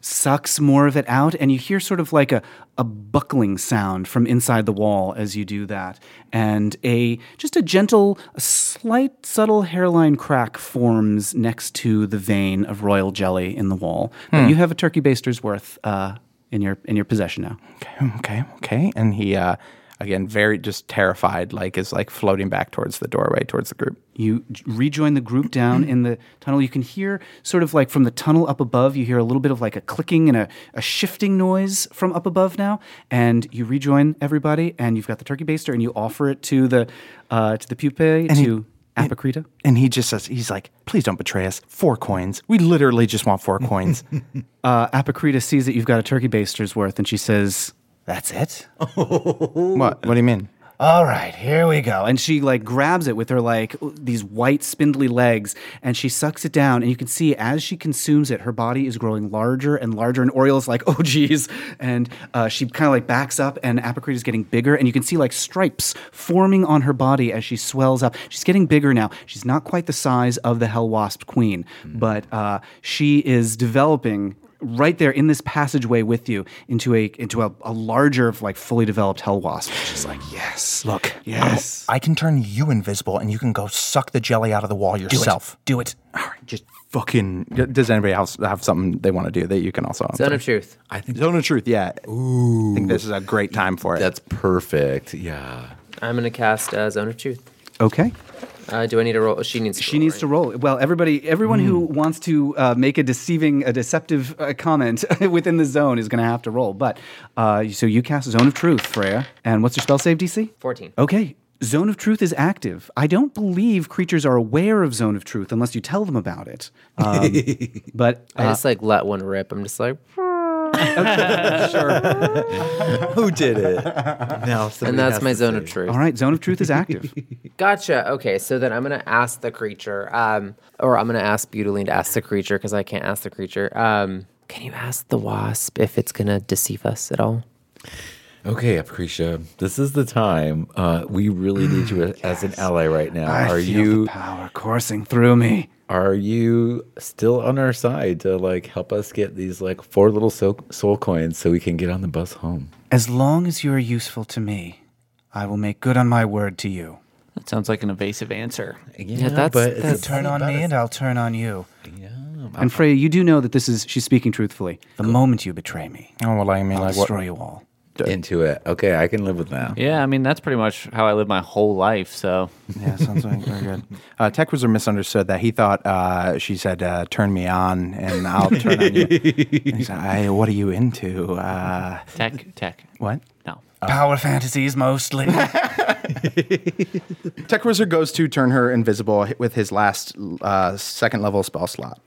Speaker 1: sucks more of it out, and you hear sort of like a, a buckling sound from inside the wall as you do that, and a just a gentle, a slight, subtle hairline crack forms next to the vein of royal jelly in the wall. But you have a turkey baster's worth uh, in your in your possession now.
Speaker 3: Okay, okay, okay. And he, uh, again, very just terrified, like is like floating back towards the doorway, towards the group.
Speaker 1: You j- rejoin the group down in the tunnel. You can hear, sort of like from the tunnel up above, you hear a little bit of like a clicking and a, a shifting noise from up above now. And you rejoin everybody, and you've got the turkey baster, and you offer it to the uh, to the pupae to Apocrita.
Speaker 3: And he just says, he's like, please don't betray us. Four coins. We literally just want four coins.
Speaker 1: Uh, Apocrita sees that you've got a turkey baster's worth, and she says, "That's it."
Speaker 3: what? What do you mean?
Speaker 1: All right, here we go. And she like grabs it with her like these white spindly legs and she sucks it down and you can see as she consumes it her body is growing larger and larger and Oriole's like, "Oh geez." And uh, she kind of like backs up and Apocrite is getting bigger and you can see like stripes forming on her body as she swells up. She's getting bigger now. She's not quite the size of the Hell Wasp Queen, but uh, she is developing right there in this passageway with you into a into a, a larger like fully developed hell wasp which is like yes
Speaker 7: Look,
Speaker 1: yes
Speaker 7: I can turn you invisible, and you can go suck the jelly out of the wall yourself.
Speaker 1: do it
Speaker 3: Just fucking. Does anybody else have something they want to do that you can also?
Speaker 4: Zone of truth.
Speaker 5: I think
Speaker 3: Zone of truth. Yeah. Ooh. I think this is a great time for it.
Speaker 5: that's perfect. Yeah.
Speaker 4: I'm gonna cast uh, Zone of Truth.
Speaker 1: okay
Speaker 4: Uh, do I need to roll? She needs. To
Speaker 1: she needs to roll well everybody everyone who wants to uh, make a deceiving a deceptive uh, comment within the zone is going to have to roll but uh, so you cast zone of truth freya and what's your spell save dc
Speaker 4: Fourteen.
Speaker 1: Okay. Zone of Truth is active. I don't believe creatures are aware of Zone of Truth unless you tell them about it. Um, but
Speaker 4: I just like let one rip. I'm just like,
Speaker 5: Who did it? now,
Speaker 4: and that's my zone of
Speaker 5: Oh,
Speaker 4: truth.
Speaker 1: uh, all right, Zone of Truth is active.
Speaker 4: Gotcha. Okay, so then I'm gonna ask the creature, um, or I'm gonna ask Butylene to ask the creature because I can't ask the creature. Um, can you ask the wasp if it's gonna deceive us at all?
Speaker 5: Okay, Aprecia, this is the time. Uh, we really need you a- as an ally right now. are you
Speaker 1: power coursing through me?
Speaker 5: are you still on our side to like help us get these like four little soul, soul coins so we can get on the bus home?
Speaker 1: As long as you are useful to me, I will make good on my word to you.
Speaker 2: That sounds like an evasive answer.
Speaker 4: Yeah, that's-
Speaker 5: but
Speaker 4: that's-
Speaker 5: it's,
Speaker 7: Turn on me, and I'll turn on you.
Speaker 1: And Freya, you do know that this is she's speaking truthfully. The moment you betray me,
Speaker 7: Oh well, I mean,
Speaker 1: I'll
Speaker 7: like what?
Speaker 1: destroy you all.
Speaker 5: into it. Okay, I can live with that.
Speaker 2: Yeah, I mean that's pretty much how I live my whole life. So
Speaker 3: Yeah, sounds like very good. Uh, Tech was misunderstood that he thought uh, she said, uh, "Turn me on, and I'll turn on you." And he said, I, "What are you into?" Uh,
Speaker 2: tech, tech.
Speaker 3: what?
Speaker 2: No.
Speaker 7: Power fantasies mostly.
Speaker 3: Tech Wizard goes to turn her invisible with his last uh, second level spell slot.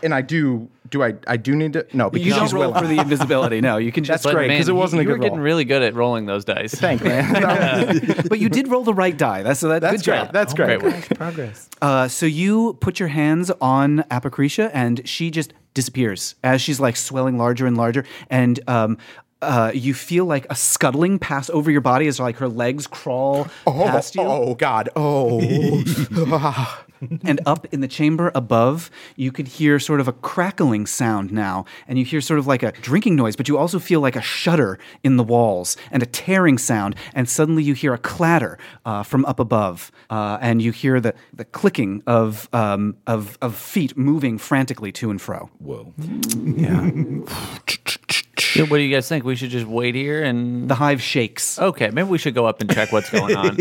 Speaker 3: And I do, do I? I do need to. No, because
Speaker 1: You don't
Speaker 3: she's
Speaker 1: roll
Speaker 3: willing.
Speaker 1: for the invisibility. No, you can just.
Speaker 3: That's
Speaker 2: But,
Speaker 3: great
Speaker 2: man,
Speaker 3: because it wasn't
Speaker 2: you,
Speaker 3: a
Speaker 2: you
Speaker 3: good
Speaker 2: were getting
Speaker 3: roll.
Speaker 2: really good at rolling those dice.
Speaker 3: Thank man.
Speaker 1: but you did roll the right die. That's so that,
Speaker 3: That's
Speaker 1: good job.
Speaker 3: great. That's great.
Speaker 5: Progress.
Speaker 1: Uh, so you put your hands on Apocretia, and she just disappears as she's like swelling larger and larger, and um, uh, you feel like a scuttling pass over your body as like her legs crawl past you,
Speaker 3: Oh God! Oh,
Speaker 1: and up in the chamber above, you could hear sort of a crackling sound now, and you hear sort of like a drinking noise, but you also feel like a shudder in the walls and a tearing sound, and suddenly you hear a clatter uh, from up above, uh, and you hear the, the clicking of, um, of, of feet moving frantically to and fro.
Speaker 5: Whoa.
Speaker 2: Yeah, What do you guys think? We should just wait here and
Speaker 1: The hive shakes.
Speaker 2: okay, maybe we should go up and check what's going on.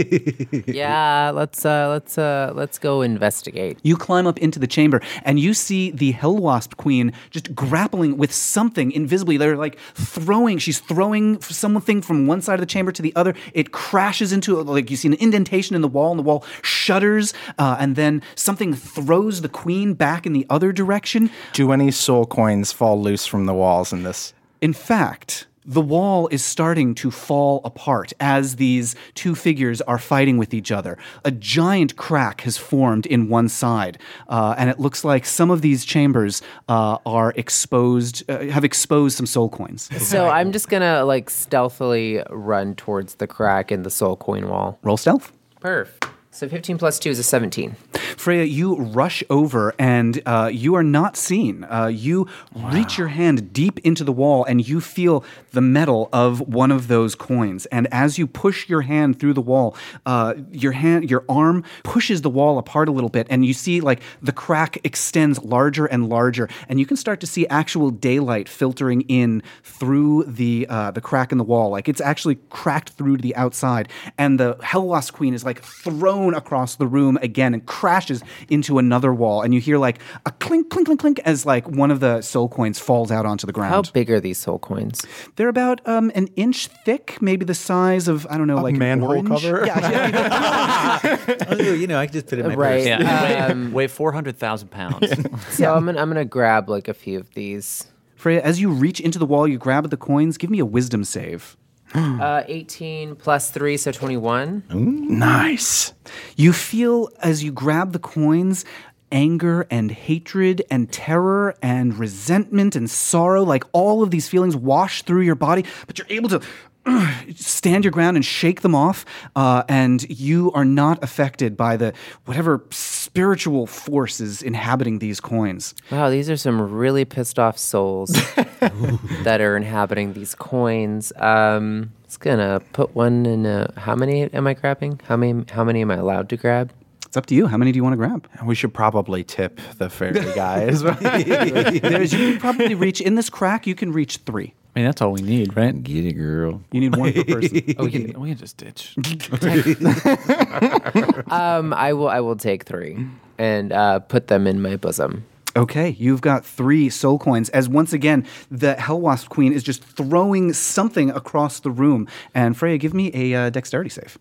Speaker 4: yeah, let's uh, let's uh, let's go investigate.
Speaker 1: You climb up into the chamber and you see the Hell Wasp Queen just grappling with something invisibly. They're like throwing, she's throwing something from one side of the chamber to the other. It crashes into, like, you see an indentation in the wall, and the wall shudders, uh, and then something throws the Queen back in the other direction.
Speaker 3: do any soul coins fall loose from the walls in this?
Speaker 1: In fact, the wall is starting to fall apart as these two figures are fighting with each other. A giant crack has formed in one side, uh, and it looks like some of these chambers uh, are exposed, uh, have exposed some soul coins.
Speaker 4: So I'm just gonna like stealthily run towards the crack in the soul coin wall.
Speaker 1: Roll stealth.
Speaker 4: Perf. So 15 plus two is a 17.
Speaker 1: Freya, you rush over and uh, you are not seen. Uh, you reach your hand deep into the wall and you feel the metal of one of those coins. And as you push your hand through the wall, uh, your hand, your arm pushes the wall apart a little bit, and you see like the crack extends larger and larger, and you can start to see actual daylight filtering in through the uh, the crack in the wall. Like it's actually cracked through to the outside, and the Hellwasp Queen is like thrown across the room again and crashes into another wall. And you hear like a clink, clink, clink, clink as like one of the soul coins falls out onto the
Speaker 4: How
Speaker 1: ground.
Speaker 4: big are these soul coins?
Speaker 1: They're about um, an inch thick, maybe the size of I don't know, like an
Speaker 3: manhole
Speaker 1: orange?
Speaker 3: cover?
Speaker 1: Yeah, yeah,
Speaker 5: Oh, you know, I can just put it in my
Speaker 4: Right.
Speaker 5: purse.
Speaker 2: Yeah,
Speaker 3: Um,
Speaker 2: weigh, weigh four hundred thousand pounds.
Speaker 4: So I'm gonna I'm gonna grab like a few of these.
Speaker 1: Freya, as you reach into the wall, you grab at the coins. Give me a wisdom save.
Speaker 4: Uh, 18 plus three, so 21.
Speaker 3: Nice.
Speaker 1: You feel as you grab the coins anger and hatred and terror and resentment and sorrow like all of these feelings wash through your body, but you're able to stand your ground and shake them off, uh, and you are not affected by the whatever spiritual force is inhabiting these coins.
Speaker 4: Wow, these are some really pissed off souls that are inhabiting these coins. Um, it's gonna put one in a. How many am I grabbing? How many? How many am I allowed to grab?
Speaker 1: It's up to you. How many do you want to grab?
Speaker 3: We should probably tip the fairy guys.
Speaker 1: There's, you can probably reach in this crack. You can reach three.
Speaker 2: I mean, that's all we need, right? Oh,
Speaker 5: Get it, girl.
Speaker 1: You need one per person.
Speaker 2: We can, we can just ditch.
Speaker 4: Um, I will. I will take three and uh, put them in my bosom.
Speaker 1: Okay, you've got three soul coins. As once again, the Hell Wasp Queen is just throwing something across the room. And Freya, give me a uh, dexterity save.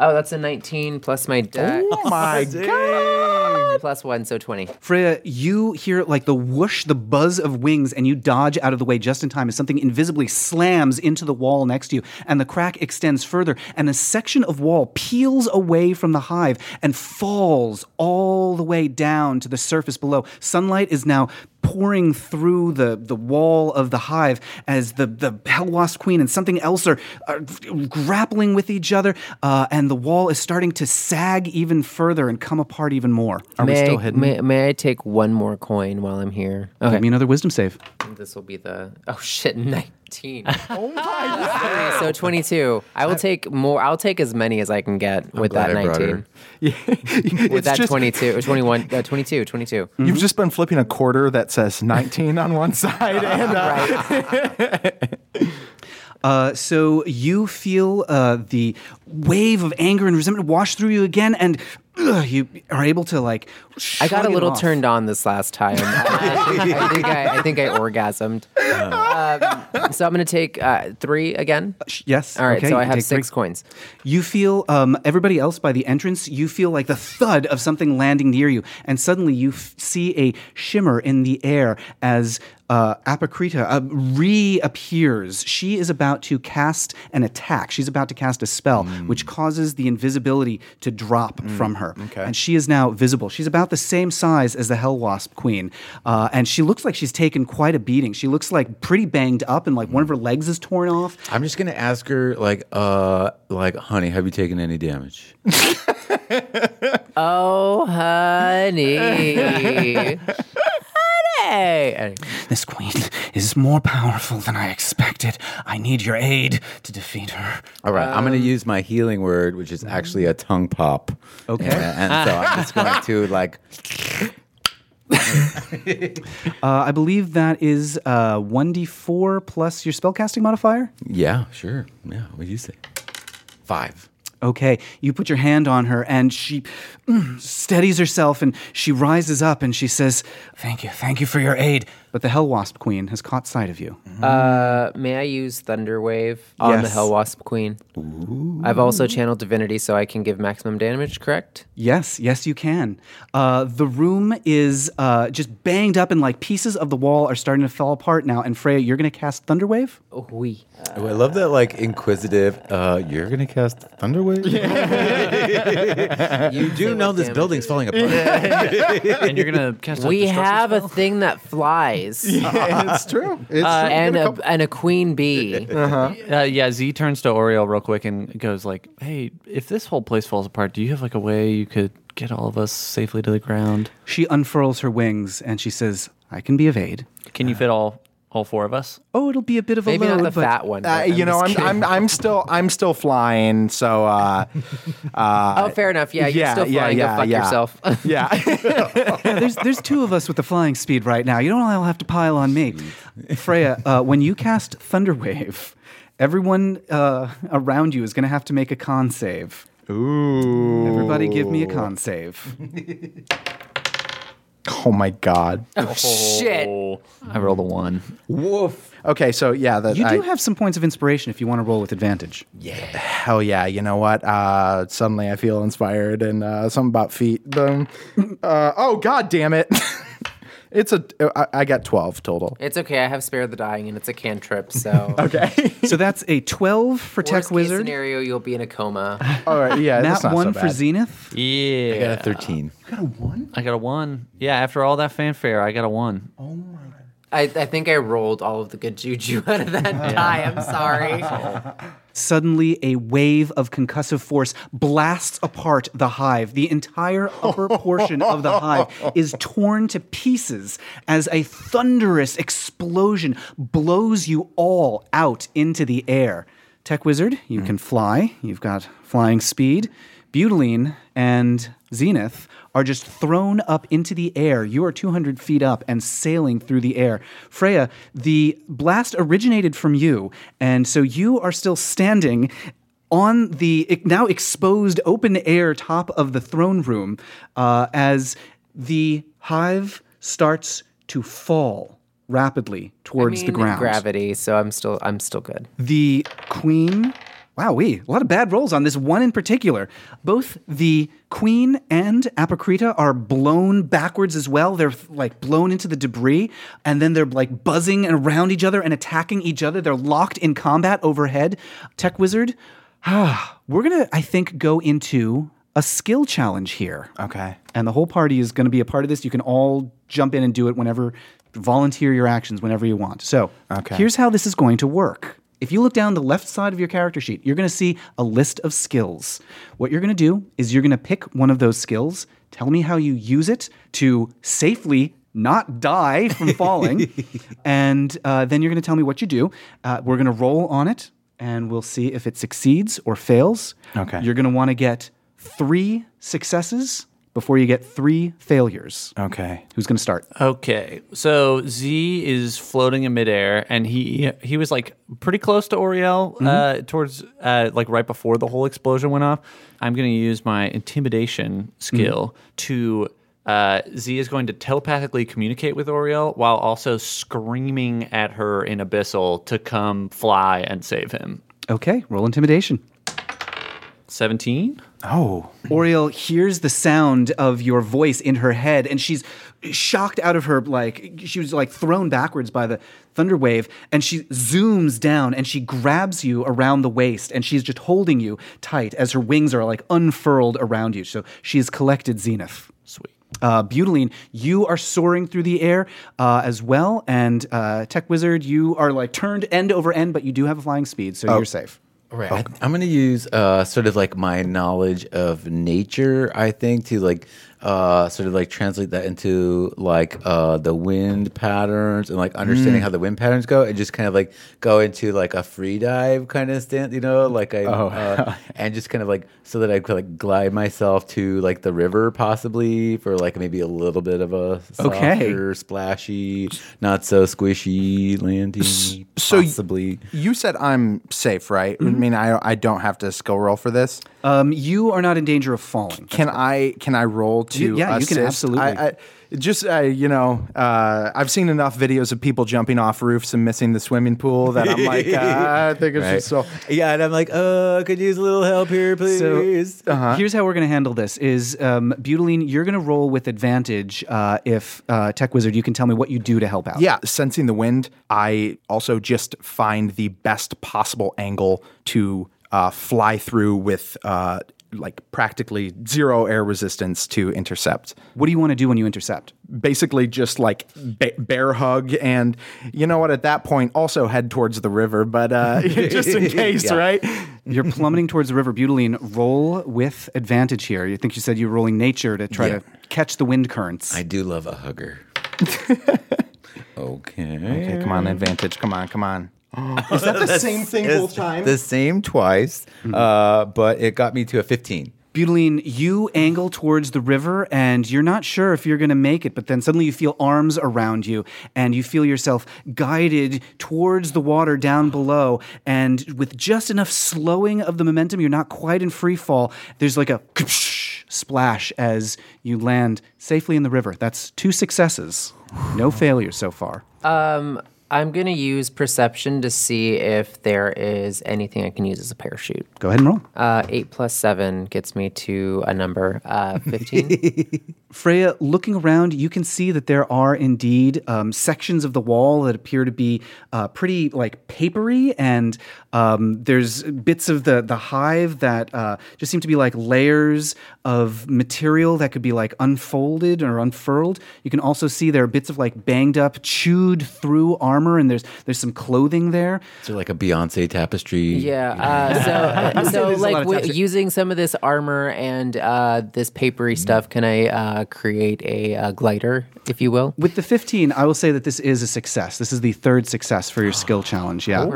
Speaker 4: Oh, that's a 19 plus my deck.
Speaker 3: my god!
Speaker 4: Plus one, so 20.
Speaker 1: Freya, you hear like the whoosh, the buzz of wings, and you dodge out of the way just in time as something invisibly slams into the wall next to you, and the crack extends further, and a section of wall peels away from the hive and falls all the way down to the surface below. Sunlight is now pouring through the, the wall of the hive as the, the Hell Wasp Queen and something else are, are grappling with each other, uh, and the wall is starting to sag even further and come apart even more. Are we
Speaker 4: may
Speaker 1: still
Speaker 4: I,
Speaker 1: hidden?
Speaker 4: May, may I take one more coin while I'm here? Okay.
Speaker 1: Give me another wisdom save.
Speaker 4: This will be the oh shit 19. oh my god. So 22. I will take more I'll take as many as I can get with
Speaker 5: glad
Speaker 4: that
Speaker 5: I brought
Speaker 4: 19
Speaker 5: her.
Speaker 4: with that 22 or 21 uh, 22 22.
Speaker 3: You've just been flipping a quarter that says 19 on one side and uh,
Speaker 1: Uh, so you feel uh, the wave of anger and resentment wash through you again, and ugh, you are able to like.
Speaker 4: I got
Speaker 1: shrug
Speaker 4: a
Speaker 1: it
Speaker 4: little
Speaker 1: off.
Speaker 4: turned on this last time. I, think I, I think I orgasmed. Um, so I'm going to take uh, 3 again.
Speaker 1: Yes.
Speaker 4: All right,
Speaker 1: okay,
Speaker 4: so I
Speaker 1: you
Speaker 4: have
Speaker 1: take three.
Speaker 4: 6 coins.
Speaker 1: You feel um, everybody else by the entrance. You feel like the thud of something landing near you, and suddenly you f- see a shimmer in the air as uh, Apocrita uh, reappears. She is about to cast an attack. She's about to cast a spell, which causes the invisibility to drop from her, okay. and she is now visible. She's about the same size as the Hell Wasp Queen, uh, and she looks like she's taken quite a beating. She looks like pretty banged up, and like one of her legs is torn off.
Speaker 5: I'm just gonna ask her, like, uh, like, honey, have you taken any damage?
Speaker 4: Oh, honey. honey. Anyway.
Speaker 7: This queen is more powerful than I expected. I need your aid to defeat her.
Speaker 5: All right, I'm gonna use my healing word, which is actually a tongue pop. Okay, and, and so I'm just going to like
Speaker 1: Uh, I believe that is uh, 1d4 plus your spellcasting modifier.
Speaker 5: Yeah, sure. Yeah, what do you say? Five.
Speaker 1: Okay, you put your hand on her and she mm, steadies herself and she rises up and she says,
Speaker 7: Thank you. Thank you for your aid.
Speaker 1: But the Hell Wasp Queen has caught sight of you.
Speaker 4: Uh, may I use Thunder Wave on the
Speaker 3: Yes.
Speaker 4: Hell Wasp Queen? I've also channeled Divinity so I can give maximum damage, correct?
Speaker 1: Yes, yes, you can. Uh, the room is uh, just banged up and like pieces of the wall are starting to fall apart now. And Freya, you're going to cast Thunderwave?
Speaker 4: Oh, oui.
Speaker 5: Oh, I love that like inquisitive. Uh, you're gonna cast Thunderwave. you do know this
Speaker 4: damage.
Speaker 5: building's falling apart.
Speaker 2: and you're going to cast a
Speaker 4: We
Speaker 2: destruction
Speaker 4: have
Speaker 2: spell?
Speaker 4: a thing that flies uh,
Speaker 3: it's true. It's true.
Speaker 4: and, a, and a queen bee.
Speaker 2: Uh, yeah, Z turns to Oriel real quick and goes like, "Hey, if this whole place falls apart, do you have like a way you could get all of us safely to the ground?
Speaker 1: She unfurls her wings and she says, I can be of aid.
Speaker 2: Can you fit all all four of us?"
Speaker 1: Oh, it'll be a bit of a
Speaker 4: Maybe
Speaker 1: load,
Speaker 4: not the
Speaker 1: but
Speaker 4: fat one.
Speaker 3: Uh,
Speaker 4: but
Speaker 3: you know,
Speaker 4: just
Speaker 3: I'm, I'm
Speaker 4: kidding.
Speaker 3: I'm still I'm still flying. So uh,
Speaker 4: oh, fair enough. Yeah, you're
Speaker 3: yeah,
Speaker 4: still
Speaker 3: yeah,
Speaker 4: flying.
Speaker 3: yeah,
Speaker 4: Go fuck
Speaker 3: yeah.
Speaker 4: yourself.
Speaker 3: yeah,
Speaker 1: Yeah, there's there's two of us with the flying speed right now. You don't all have to pile on me, Freya. Uh, when you cast Thunderwave, everyone uh, around you is going to have to make a con save. Ooh! Everybody, give me a con save.
Speaker 3: oh my god.
Speaker 4: Shit.
Speaker 2: Oh, I rolled a one.
Speaker 5: Woof.
Speaker 3: Okay, so yeah, that
Speaker 1: You
Speaker 3: I,
Speaker 1: do have some points of inspiration if you want to roll with advantage.
Speaker 3: hell oh, yeah. You know what? Uh, suddenly I feel inspired and uh, something about feet. Boom. Uh, oh god damn it! it's a I, I got twelve total.
Speaker 4: It's okay. I have Spare the Dying and it's a cantrip, so.
Speaker 3: Okay.
Speaker 1: So that's a 12 for
Speaker 4: Worst
Speaker 1: Tech
Speaker 4: case
Speaker 1: Wizard,
Speaker 4: scenario, you'll be in a coma.
Speaker 3: All right. Yeah.
Speaker 1: nat
Speaker 3: that's not
Speaker 1: one
Speaker 3: so
Speaker 1: for
Speaker 3: bad.
Speaker 1: Zenith.
Speaker 2: Yeah,
Speaker 5: I got a thirteen.
Speaker 2: I got a one. Yeah, after all that fanfare, I got a one. Oh my!
Speaker 4: I, I think I rolled all of the good juju out of that die. I'm sorry.
Speaker 1: Suddenly, a wave of concussive force blasts apart the hive. The entire upper portion of the hive is torn to pieces as a thunderous explosion blows you all out into the air. Tech Wizard, you can fly. You've got flying speed. Butylene and Zenith are just thrown up into the air. You are 200 feet up and sailing through the air. Freya, the blast originated from you, and so you are still standing on the e- now exposed open air top of the throne room uh, as the hive starts to fall rapidly towards the
Speaker 4: I mean,
Speaker 1: ground
Speaker 4: Gravity. So I'm still I'm still good.
Speaker 1: the queen. Wow, we a lot of bad rolls on this one in particular. Both the queen and Apocrita are blown backwards as well. They're like blown into the debris, and then they're like buzzing around each other and attacking each other. They're locked in combat overhead. Tech wizard, ah, we're gonna I think go into a skill challenge here
Speaker 3: Okay.
Speaker 1: and the whole party is going to be a part of this. You can all jump in and do it whenever, volunteer your actions whenever you want. So here's how this is going to work. If you look down the left side of your character sheet, you're going to see a list of skills. What you're going to do is you're going to pick one of those skills, tell me how you use it to safely not die from falling, and uh, then you're going to tell me what you do. Uh, we're going to roll on it, and we'll see if it succeeds or fails.
Speaker 3: Okay.
Speaker 1: You're going to want to get three successes before you get three failures.
Speaker 3: Okay.
Speaker 1: Who's going to start?
Speaker 2: Okay, so Z is floating in midair, and he he was like pretty close to Oriel, uh, towards uh, like right before the whole explosion went off. I'm going to use my intimidation skill to. Uh, Z is going to telepathically communicate with Oriel while also screaming at her in Abyssal to come fly and save him.
Speaker 1: Okay, roll intimidation.
Speaker 2: 17?
Speaker 3: Oh.
Speaker 1: Oriel hears the sound of your voice in her head, and she's shocked out of her. Like she was like thrown backwards by the thunder wave, and she zooms down and she grabs you around the waist, and she's just holding you tight as her wings are like unfurled around you. So she's collected Zenith.
Speaker 2: Sweet.
Speaker 1: Uh, Butylene, you are soaring through the air uh, as well, and uh, Tech Wizard, you are like turned end over end, but you do have a flying speed, so you're safe.
Speaker 5: All right. I, am going to use uh, sort of like my knowledge of nature, I think, to like uh, sort of like translate that into like uh, the wind patterns and like understanding how the wind patterns go and just kind of like go into like a free dive kind of stance, you know, like I, uh, and just kind of like so that I could like glide myself to like the river possibly for like maybe a little bit of a
Speaker 1: Okay.
Speaker 5: softer, splashy, not so squishy landing
Speaker 3: so y-
Speaker 5: possibly.
Speaker 3: You said I'm safe, right?
Speaker 1: Mm-hmm.
Speaker 3: I mean, I I don't have to skill roll for this.
Speaker 1: Um, you are not in danger of falling.
Speaker 3: Can I can I roll to?
Speaker 1: You- yeah, you
Speaker 3: assist?
Speaker 1: can absolutely.
Speaker 3: I, I, just uh, you know, uh, I've seen enough videos of people jumping off roofs and missing the swimming pool that I'm like, uh, I think it's just so.
Speaker 5: Yeah, and I'm like, oh, could use a little help here, please.
Speaker 1: Here's how we're going to handle this: is um, Butylene, you're going to roll with advantage uh, if uh, Tech Wizard, you can tell me what you do to help out.
Speaker 3: Yeah, sensing the wind. I also just find the best possible angle to uh, fly through with uh, like practically zero air resistance to intercept.
Speaker 1: What do you want to do when you intercept?
Speaker 3: Basically, just like ba- bear hug, and you know what? At that point, also head towards the river, but uh, just in case, right?
Speaker 1: You're plummeting towards the river. Butylene, roll with advantage here. You think you said you're rolling nature to try to catch the wind currents.
Speaker 5: I do love a hugger. okay.
Speaker 3: Okay, come on, advantage. Come on, come on. Is that the same thing both times?
Speaker 5: The same twice,
Speaker 3: Mm-hmm.
Speaker 5: uh, but it got me to a 15.
Speaker 1: Butylene, you angle towards the river and you're not sure if you're going to make it, but then suddenly you feel arms around you and you feel yourself guided towards the water down below. And with just enough slowing of the momentum, you're not quite in free fall. There's like a splash as you land safely in the river. That's two successes, no failures so far.
Speaker 4: I'm gonna use perception to see if there is anything I can use as a parachute.
Speaker 1: Go ahead and roll.
Speaker 4: Uh, eight plus seven gets me to a number uh, fifteen.
Speaker 1: Freya, looking around, you can see that there are indeed um, sections of the wall that appear to be uh, pretty like papery, and um, there's bits of the the hive that uh, just seem to be like layers of material that could be like unfolded or unfurled. You can also see there are bits of like banged up, chewed through armor, and there's there's some clothing there.
Speaker 5: So like a Beyonce tapestry.
Speaker 4: Yeah. Uh, so, so
Speaker 1: there's a lot
Speaker 4: like
Speaker 1: of
Speaker 4: wi-
Speaker 1: tapestry.
Speaker 4: using some of this armor and uh, this papery
Speaker 1: Mm-hmm.
Speaker 4: stuff, can I uh, create a uh, glider, if you will?
Speaker 1: With the 15, I will say that this is a success. This is the third success for your skill challenge. Yeah.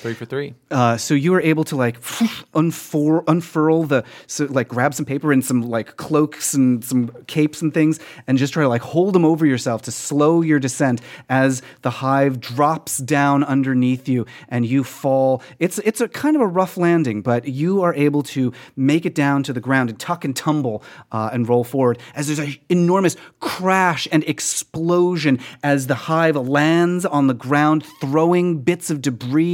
Speaker 2: Three for three.
Speaker 1: Uh, so you were able to like unfurl, unfurl the so like grab some paper and some like cloaks and some capes and things, and just try to like hold them over yourself to slow your descent as the hive drops down underneath you and you fall. It's it's a kind of a rough landing, but you are able to make it down to the ground and tuck and tumble uh, and roll forward as there's an enormous crash and explosion as the hive lands on the ground, throwing bits of debris.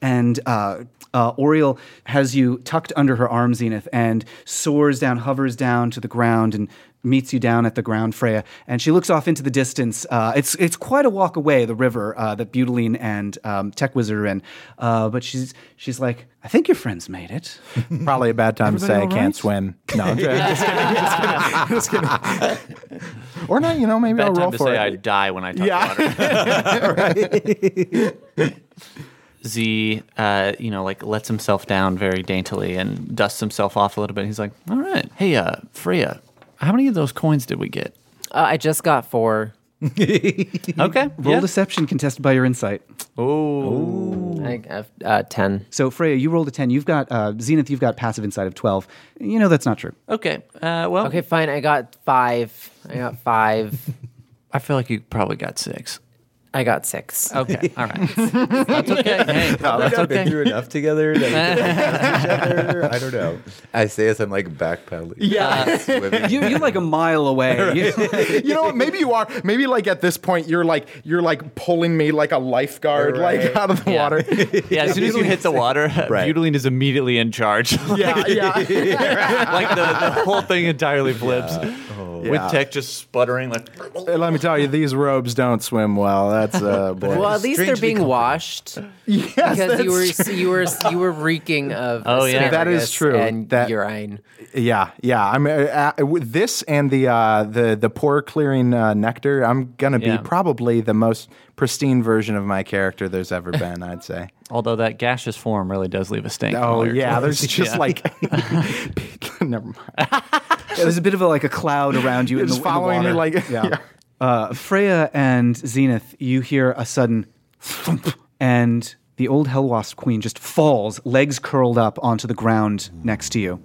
Speaker 1: And uh, uh, Oriel has you tucked under her arm, Zenith, and soars down, hovers down to the ground, and meets you down at the ground, Freya. And she looks off into the distance. Uh, it's it's quite a walk away, the river uh, that Butyline and um, Tech Wizard are in. Uh, but she's she's like, I think your friends made it.
Speaker 3: Probably a bad time to say I
Speaker 1: all right?
Speaker 3: can't swim. No, I'm joking. just kidding. Just kidding. Just kidding. Or not, you know, maybe I'll
Speaker 2: Bad
Speaker 3: roll
Speaker 2: time to
Speaker 3: for
Speaker 2: say
Speaker 3: it.
Speaker 2: I die when I talk
Speaker 3: Yeah.
Speaker 2: about her. Z, uh, you know, like lets himself down very daintily and dusts himself off a little bit. He's like, "All right, hey, uh, Freya, how many of those coins did we get?"
Speaker 4: Uh, I just got four.
Speaker 2: Okay,
Speaker 1: Roll
Speaker 2: yeah.
Speaker 1: deception contested by your insight.
Speaker 4: I, I've, uh, ten.
Speaker 1: So Freya, you rolled a ten. You've got uh, Zenith. You've got passive insight of twelve. You know that's not true.
Speaker 2: Okay, uh, well,
Speaker 4: Okay, fine. I got five. I got five.
Speaker 2: I feel like you probably got six.
Speaker 4: I got six.
Speaker 2: Okay, all right, that's okay. Hey, that's
Speaker 5: I've been
Speaker 2: okay.
Speaker 5: through enough together. That we can help each other. I don't know. I say as I'm like backpedaling.
Speaker 1: Yeah.
Speaker 5: Swimming.
Speaker 1: You, you're like a mile away. You-
Speaker 3: you know what? Maybe you are. Maybe like at this point, you're like you're like pulling me like a lifeguard, like
Speaker 5: Right.
Speaker 3: out of the
Speaker 2: Yeah.
Speaker 3: water.
Speaker 2: Yeah, as soon as you hit the water,
Speaker 5: Right.
Speaker 2: Butyline is immediately in charge.
Speaker 3: yeah, yeah.
Speaker 2: like the, the whole thing entirely flips. With
Speaker 3: Yeah.
Speaker 2: Tech just sputtering, like
Speaker 3: Uh, Let me tell you, these robes don't swim well. That's uh, boy.
Speaker 4: Well, at least they're
Speaker 5: Strangely
Speaker 4: being
Speaker 5: comforting.
Speaker 4: washed
Speaker 3: yes,
Speaker 4: because you were
Speaker 3: that's-
Speaker 4: you were you were reeking of
Speaker 2: Oh, yeah.
Speaker 4: asparagus
Speaker 3: That is true.
Speaker 4: and
Speaker 3: That-
Speaker 4: urine.
Speaker 3: Yeah, yeah. I'm uh, uh, with this and the uh, the the pore clearing uh, nectar. I'm gonna be
Speaker 2: Yeah.
Speaker 3: probably the most pristine version of my character there's ever been. I'd say.
Speaker 2: Although that gaseous form really does leave a stink.
Speaker 3: Oh
Speaker 2: while you're
Speaker 3: yeah,
Speaker 2: close.
Speaker 3: there's just
Speaker 2: Yeah.
Speaker 3: like never mind.
Speaker 1: Yeah, there's a bit of a, like a cloud around you. in the,
Speaker 3: It's
Speaker 1: in the
Speaker 3: following me
Speaker 1: water.
Speaker 3: like yeah.
Speaker 1: uh, Freya and Zenith. You hear a sudden thump, and the old Hell Wasp Queen just falls, legs curled up onto the ground next to you.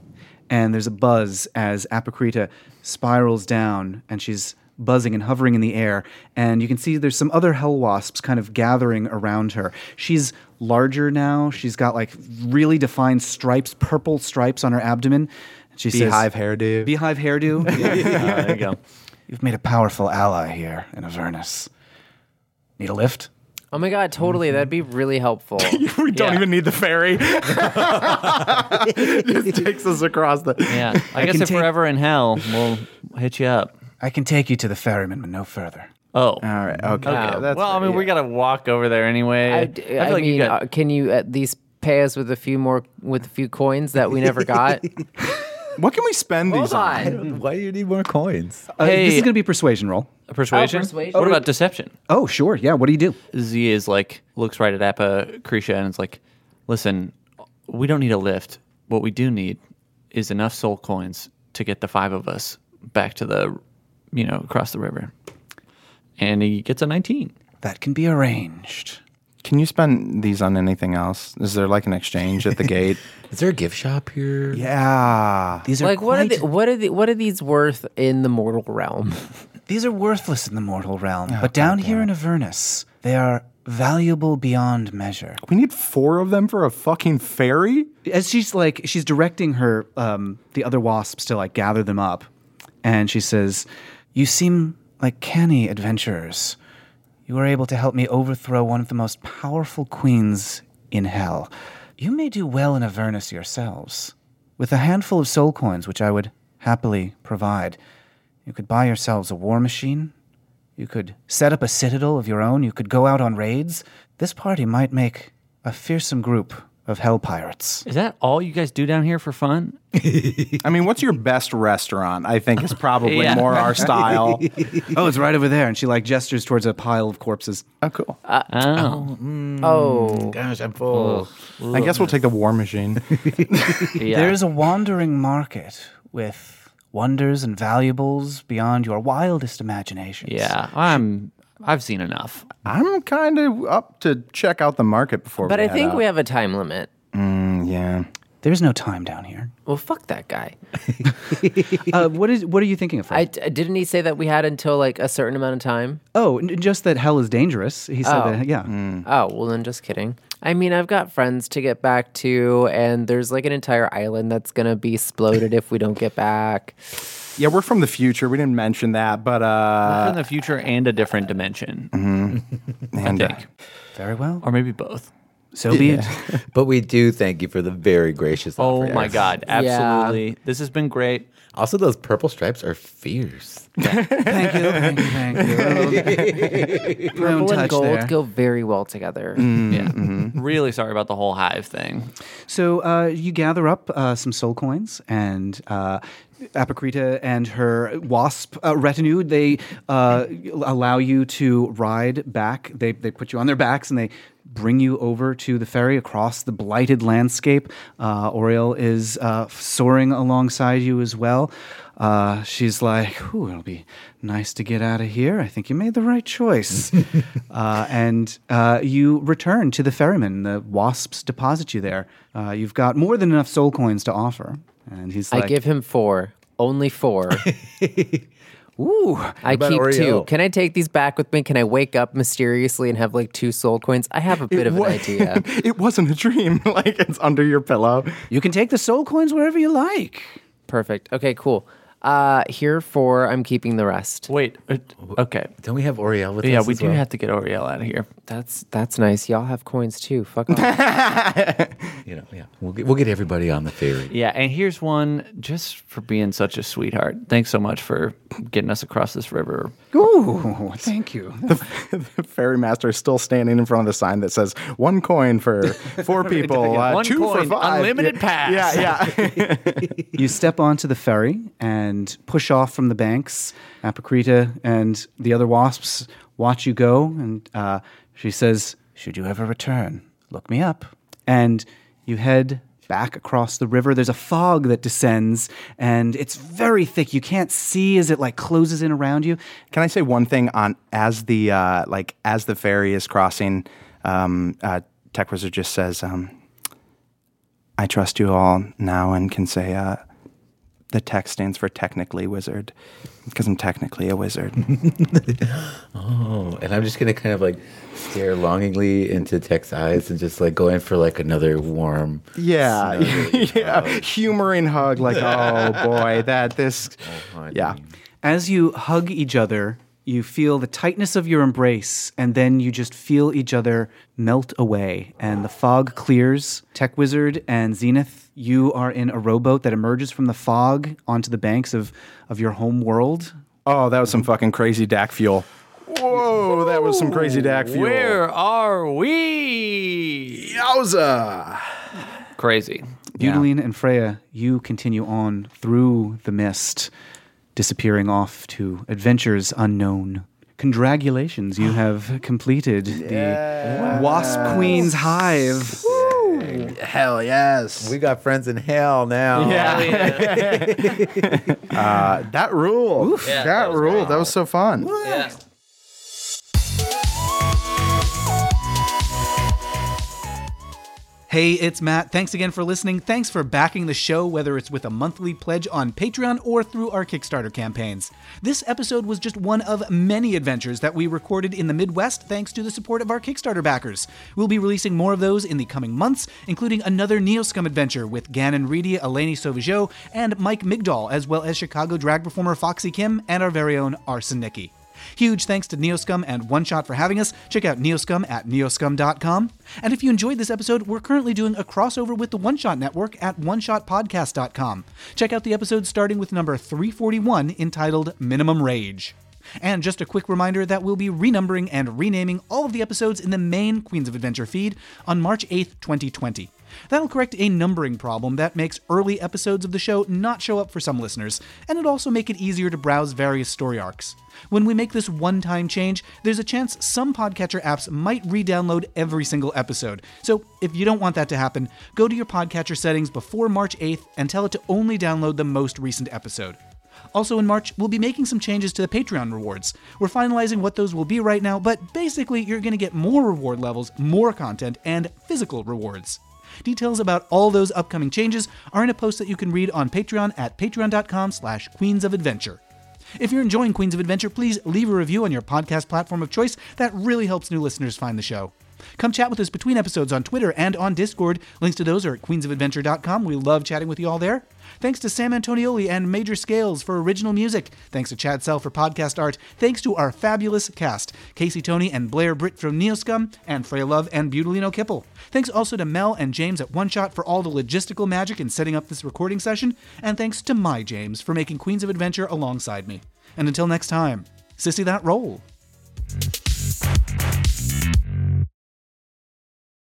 Speaker 1: And there's a buzz as Apocrita spirals down, and she's buzzing and hovering in the air. And you can see there's some other Hell Wasps kind of gathering around her. She's larger now. She's got like really defined stripes, purple stripes on her abdomen. And She
Speaker 3: Beehive
Speaker 1: says,
Speaker 3: hairdo.
Speaker 1: Beehive hairdo.
Speaker 2: Uh, there you go.
Speaker 7: You've made a powerful ally here in Avernus. Need a lift?
Speaker 4: Oh my god,
Speaker 3: Mm-hmm.
Speaker 4: totally. That'd be really helpful.
Speaker 3: we don't
Speaker 2: Yeah.
Speaker 3: even need the ferry. Just takes us across the.
Speaker 2: Yeah, I, guess
Speaker 1: can
Speaker 2: if
Speaker 1: take-
Speaker 2: we're ever in hell, we'll hit you up.
Speaker 7: I can take you to the ferryman, but no further.
Speaker 2: Oh,
Speaker 3: All right. Okay.
Speaker 2: okay.
Speaker 3: Uh, that's
Speaker 2: well, I mean, we gotta walk over there anyway.
Speaker 4: I,
Speaker 2: I,
Speaker 4: d-
Speaker 2: feel
Speaker 4: I
Speaker 2: like
Speaker 4: mean,
Speaker 2: you got.
Speaker 4: uh, can you at least pay us with a few more with a few coins that we never got?
Speaker 3: What can we spend
Speaker 4: Hold
Speaker 3: these on?
Speaker 4: on.
Speaker 5: Why do you need more coins?
Speaker 1: Uh,
Speaker 2: Hey.
Speaker 1: This is going to be a persuasion roll.
Speaker 2: Persuasion?
Speaker 4: Oh, persuasion.
Speaker 2: What about deception?
Speaker 1: Oh, sure. Yeah. What do you do?
Speaker 2: Z is like looks right at Apocrisha and is like, "Listen, we don't need a lift. What we do need is enough soul coins to get the five of us back to the, you know, across the river." And he gets a nineteen.
Speaker 7: That can be arranged.
Speaker 3: Can you spend these on anything else? Is there like an exchange at the gate?
Speaker 5: Is there a gift shop here?
Speaker 1: Ah.
Speaker 3: Yeah.
Speaker 7: These are
Speaker 4: Like what are
Speaker 7: quite-
Speaker 4: the, what are the, what are these worth in the mortal realm?
Speaker 7: These are worthless in the mortal realm,
Speaker 1: Oh,
Speaker 7: but down here in Avernus, they are valuable beyond measure.
Speaker 3: We need four of them for a fucking ferry?
Speaker 1: as she's like she's directing her um, the other wasps to like gather them up and she says
Speaker 7: You seem like canny adventurers. You were able to help me overthrow one of the most powerful queens in hell. You may do well in Avernus yourselves. With a handful of soul coins, which I would happily provide, You could buy yourselves a war machine. You could set up a citadel of your own. You could go out on raids. This party might make a fearsome group of hell pirates.
Speaker 2: Is that all you guys do down here for fun?
Speaker 3: I mean, what's your best restaurant? I think is probably
Speaker 2: Yeah.
Speaker 3: more our style.
Speaker 1: oh, it's right over there. And she like gestures towards a pile of corpses.
Speaker 3: oh, cool.
Speaker 2: Oh,
Speaker 3: Mm,
Speaker 4: Oh,
Speaker 5: Gosh, I'm full.
Speaker 3: I guess we'll take the war machine.
Speaker 2: yeah.
Speaker 7: There is a wandering market with wonders and valuables beyond your wildest imaginations.
Speaker 2: yeah. I'm. I've seen enough.
Speaker 3: I'm kind of up to check out the market before.
Speaker 4: but
Speaker 3: we
Speaker 4: I
Speaker 3: head
Speaker 4: think
Speaker 3: out.
Speaker 4: we have a time limit.
Speaker 3: Yeah.
Speaker 7: There's no time down here.
Speaker 4: Well, fuck that guy.
Speaker 1: Uh, what is? What are you thinking of? Fred?
Speaker 4: I didn't he say that we had until like a certain amount of time?
Speaker 1: oh, n- just that hell is dangerous. He said
Speaker 4: Oh.
Speaker 1: that. Yeah.
Speaker 7: Mm.
Speaker 4: Oh, well, then just kidding. I mean, I've got friends to get back to, and there's like an entire island that's gonna be exploded if we don't get back.
Speaker 3: Yeah, we're from the future. We didn't mention that, but uh,
Speaker 2: in the future and a different dimension,
Speaker 3: and, uh,
Speaker 7: Very well.
Speaker 2: or maybe both.
Speaker 7: So be it.
Speaker 5: But we do thank you for the very gracious
Speaker 2: Oh
Speaker 5: offer.
Speaker 2: my
Speaker 5: Yes.
Speaker 2: God!
Speaker 4: Yeah.
Speaker 2: Absolutely, this has been great.
Speaker 5: Also, those purple stripes are fierce.
Speaker 1: Thank you. Thank you. Thank you. Purple
Speaker 4: Gold and gold go very well together.
Speaker 2: Yeah, really sorry about the whole hive thing.
Speaker 1: So uh, you gather up uh, some soul coins, and uh, Apocrita and her wasp uh, retinue they uh, allow you to ride back. They they put you on their backs and they bring you over to the ferry across the blighted landscape. Uh, Oriel is uh, soaring alongside you as well. Uh, she's like, "Ooh, it'll be nice to get out of here. I think you made the right choice." uh, and uh, you return to the ferryman. The wasps deposit you there. Uh, you've got more than enough soul coins to offer. And he's like,
Speaker 4: I give him four, only four.
Speaker 1: "Ooh,
Speaker 4: I
Speaker 5: about
Speaker 4: keep two.
Speaker 5: Oreo?
Speaker 4: Can I take these back with me? Can I wake up mysteriously and have like two soul coins? I have a bit of
Speaker 3: wa-
Speaker 4: an idea.
Speaker 3: it wasn't a dream. like it's under your pillow.
Speaker 1: you can take the soul coins wherever you like."
Speaker 4: Perfect. Okay, cool. Uh, here for I'm keeping the rest.
Speaker 2: Wait, uh, okay.
Speaker 5: Don't we have Oriel with
Speaker 2: Yeah,
Speaker 5: us?
Speaker 2: we
Speaker 5: as
Speaker 2: do
Speaker 5: well?
Speaker 2: have to get Oriel out of here.
Speaker 4: That's that's nice. Y'all have coins too. Fuck off.
Speaker 5: You know, yeah. We'll get, we'll get everybody on the ferry.
Speaker 2: Yeah, and here's one just for being such a sweetheart. Thanks so much for getting us across this river.
Speaker 1: Ooh, thank you.
Speaker 3: The ferry master is still standing in front of the sign that says one coin for four people, uh,
Speaker 2: One
Speaker 3: two
Speaker 2: coin,
Speaker 3: for five.
Speaker 2: unlimited
Speaker 3: yeah.
Speaker 2: pass.
Speaker 3: Yeah, yeah.
Speaker 1: you step onto the ferry and push off from the banks. Apocrita and the other wasps watch you go, and uh, she says,
Speaker 7: Should you ever return, look me up.
Speaker 1: and you head back across the river. There's a fog that descends, and it's very thick. You can't see as it like closes in around you.
Speaker 3: Can I say one thing on as the uh, like as the ferry is crossing? Um, uh, Tech Wizard just says, um, "I trust you all now and can say uh, the tech stands for technically wizard because I'm technically a wizard."
Speaker 5: Oh, and I'm just gonna kind of like stare longingly into Tech's eyes and just like go in for like another warm.
Speaker 3: yeah,
Speaker 5: snuggle.
Speaker 3: yeah, humoring hug like, "Oh boy, that this."
Speaker 5: my
Speaker 3: yeah,
Speaker 1: As you hug each other, you feel the tightness of your embrace, and then you just feel each other melt away. And the fog clears. Tech Wizard and Zenith, you are in a rowboat that emerges from the fog onto the banks of, of your home world.
Speaker 3: Oh, that was some fucking crazy DAC fuel. Whoa, that was some crazy DAC fuel.
Speaker 2: Where are we?
Speaker 3: Yowza!
Speaker 2: Crazy.
Speaker 1: Budeline and Freya, you continue on through the mist, disappearing off to adventures unknown. Congratulations, you have completed the Wasp Queen's Hive.
Speaker 3: Hell yes.
Speaker 5: We got friends in hell now.
Speaker 2: Yeah.
Speaker 3: that rule.
Speaker 2: Yeah,
Speaker 3: that
Speaker 2: that was
Speaker 3: rule. That was so fun.
Speaker 2: yeah.
Speaker 1: Hey, it's Matt. Thanks again for listening. Thanks for backing the show, whether it's with a monthly pledge on Patreon or through our Kickstarter campaigns. This episode was just one of many adventures that we recorded in the Midwest thanks to the support of our Kickstarter backers. We'll be releasing more of those in the coming months, including another Neoscum adventure with Gannon Reedy, Eleni Sauvageau, and Mike Migdal, as well as Chicago drag performer Foxy Kim and our very own Arsenicki. Huge thanks to Neoscum and One Shot for having us. Check out Neoscum at neoscum.com. And if you enjoyed this episode, we're currently doing a crossover with the One Shot Network at oneshotpodcast.com. Check out the episode starting with number 341 entitled Minimum Rage. And just a quick reminder that we'll be renumbering and renaming all of the episodes in the main Queens of Adventure feed on March 8th, 2020. That'll correct a numbering problem that makes early episodes of the show not show up for some listeners, and it'll also make it easier to browse various story arcs. When we make this one time change, there's a chance some Podcatcher apps might re download every single episode. So if you don't want that to happen, go to your Podcatcher settings before March 8th and tell it to only download the most recent episode. Also in March, we'll be making some changes to the Patreon rewards. We're finalizing what those will be right now, but basically, you're going to get more reward levels, more content, and physical rewards. Details about all those upcoming changes are in a post that you can read on Patreon at patreon.com slash queens of adventure. If you're enjoying Queens of Adventure, please leave a review on your podcast platform of choice. That really helps new listeners find the show. Come chat with us between episodes on Twitter and on Discord. Links to those are at queensofadventure.com. We love chatting with you all there. Thanks to Sam Antonioli and Major Scales for original music. Thanks to Chad Sell for podcast art. Thanks to our fabulous cast Casey Tony and Blair Britt from Neoscum, and Frey Love and Butalino Kipple. Thanks also to Mel and James at One Shot for all the logistical magic in setting up this recording session. And thanks to my James for making Queens of Adventure alongside me. And until next time, sissy that roll.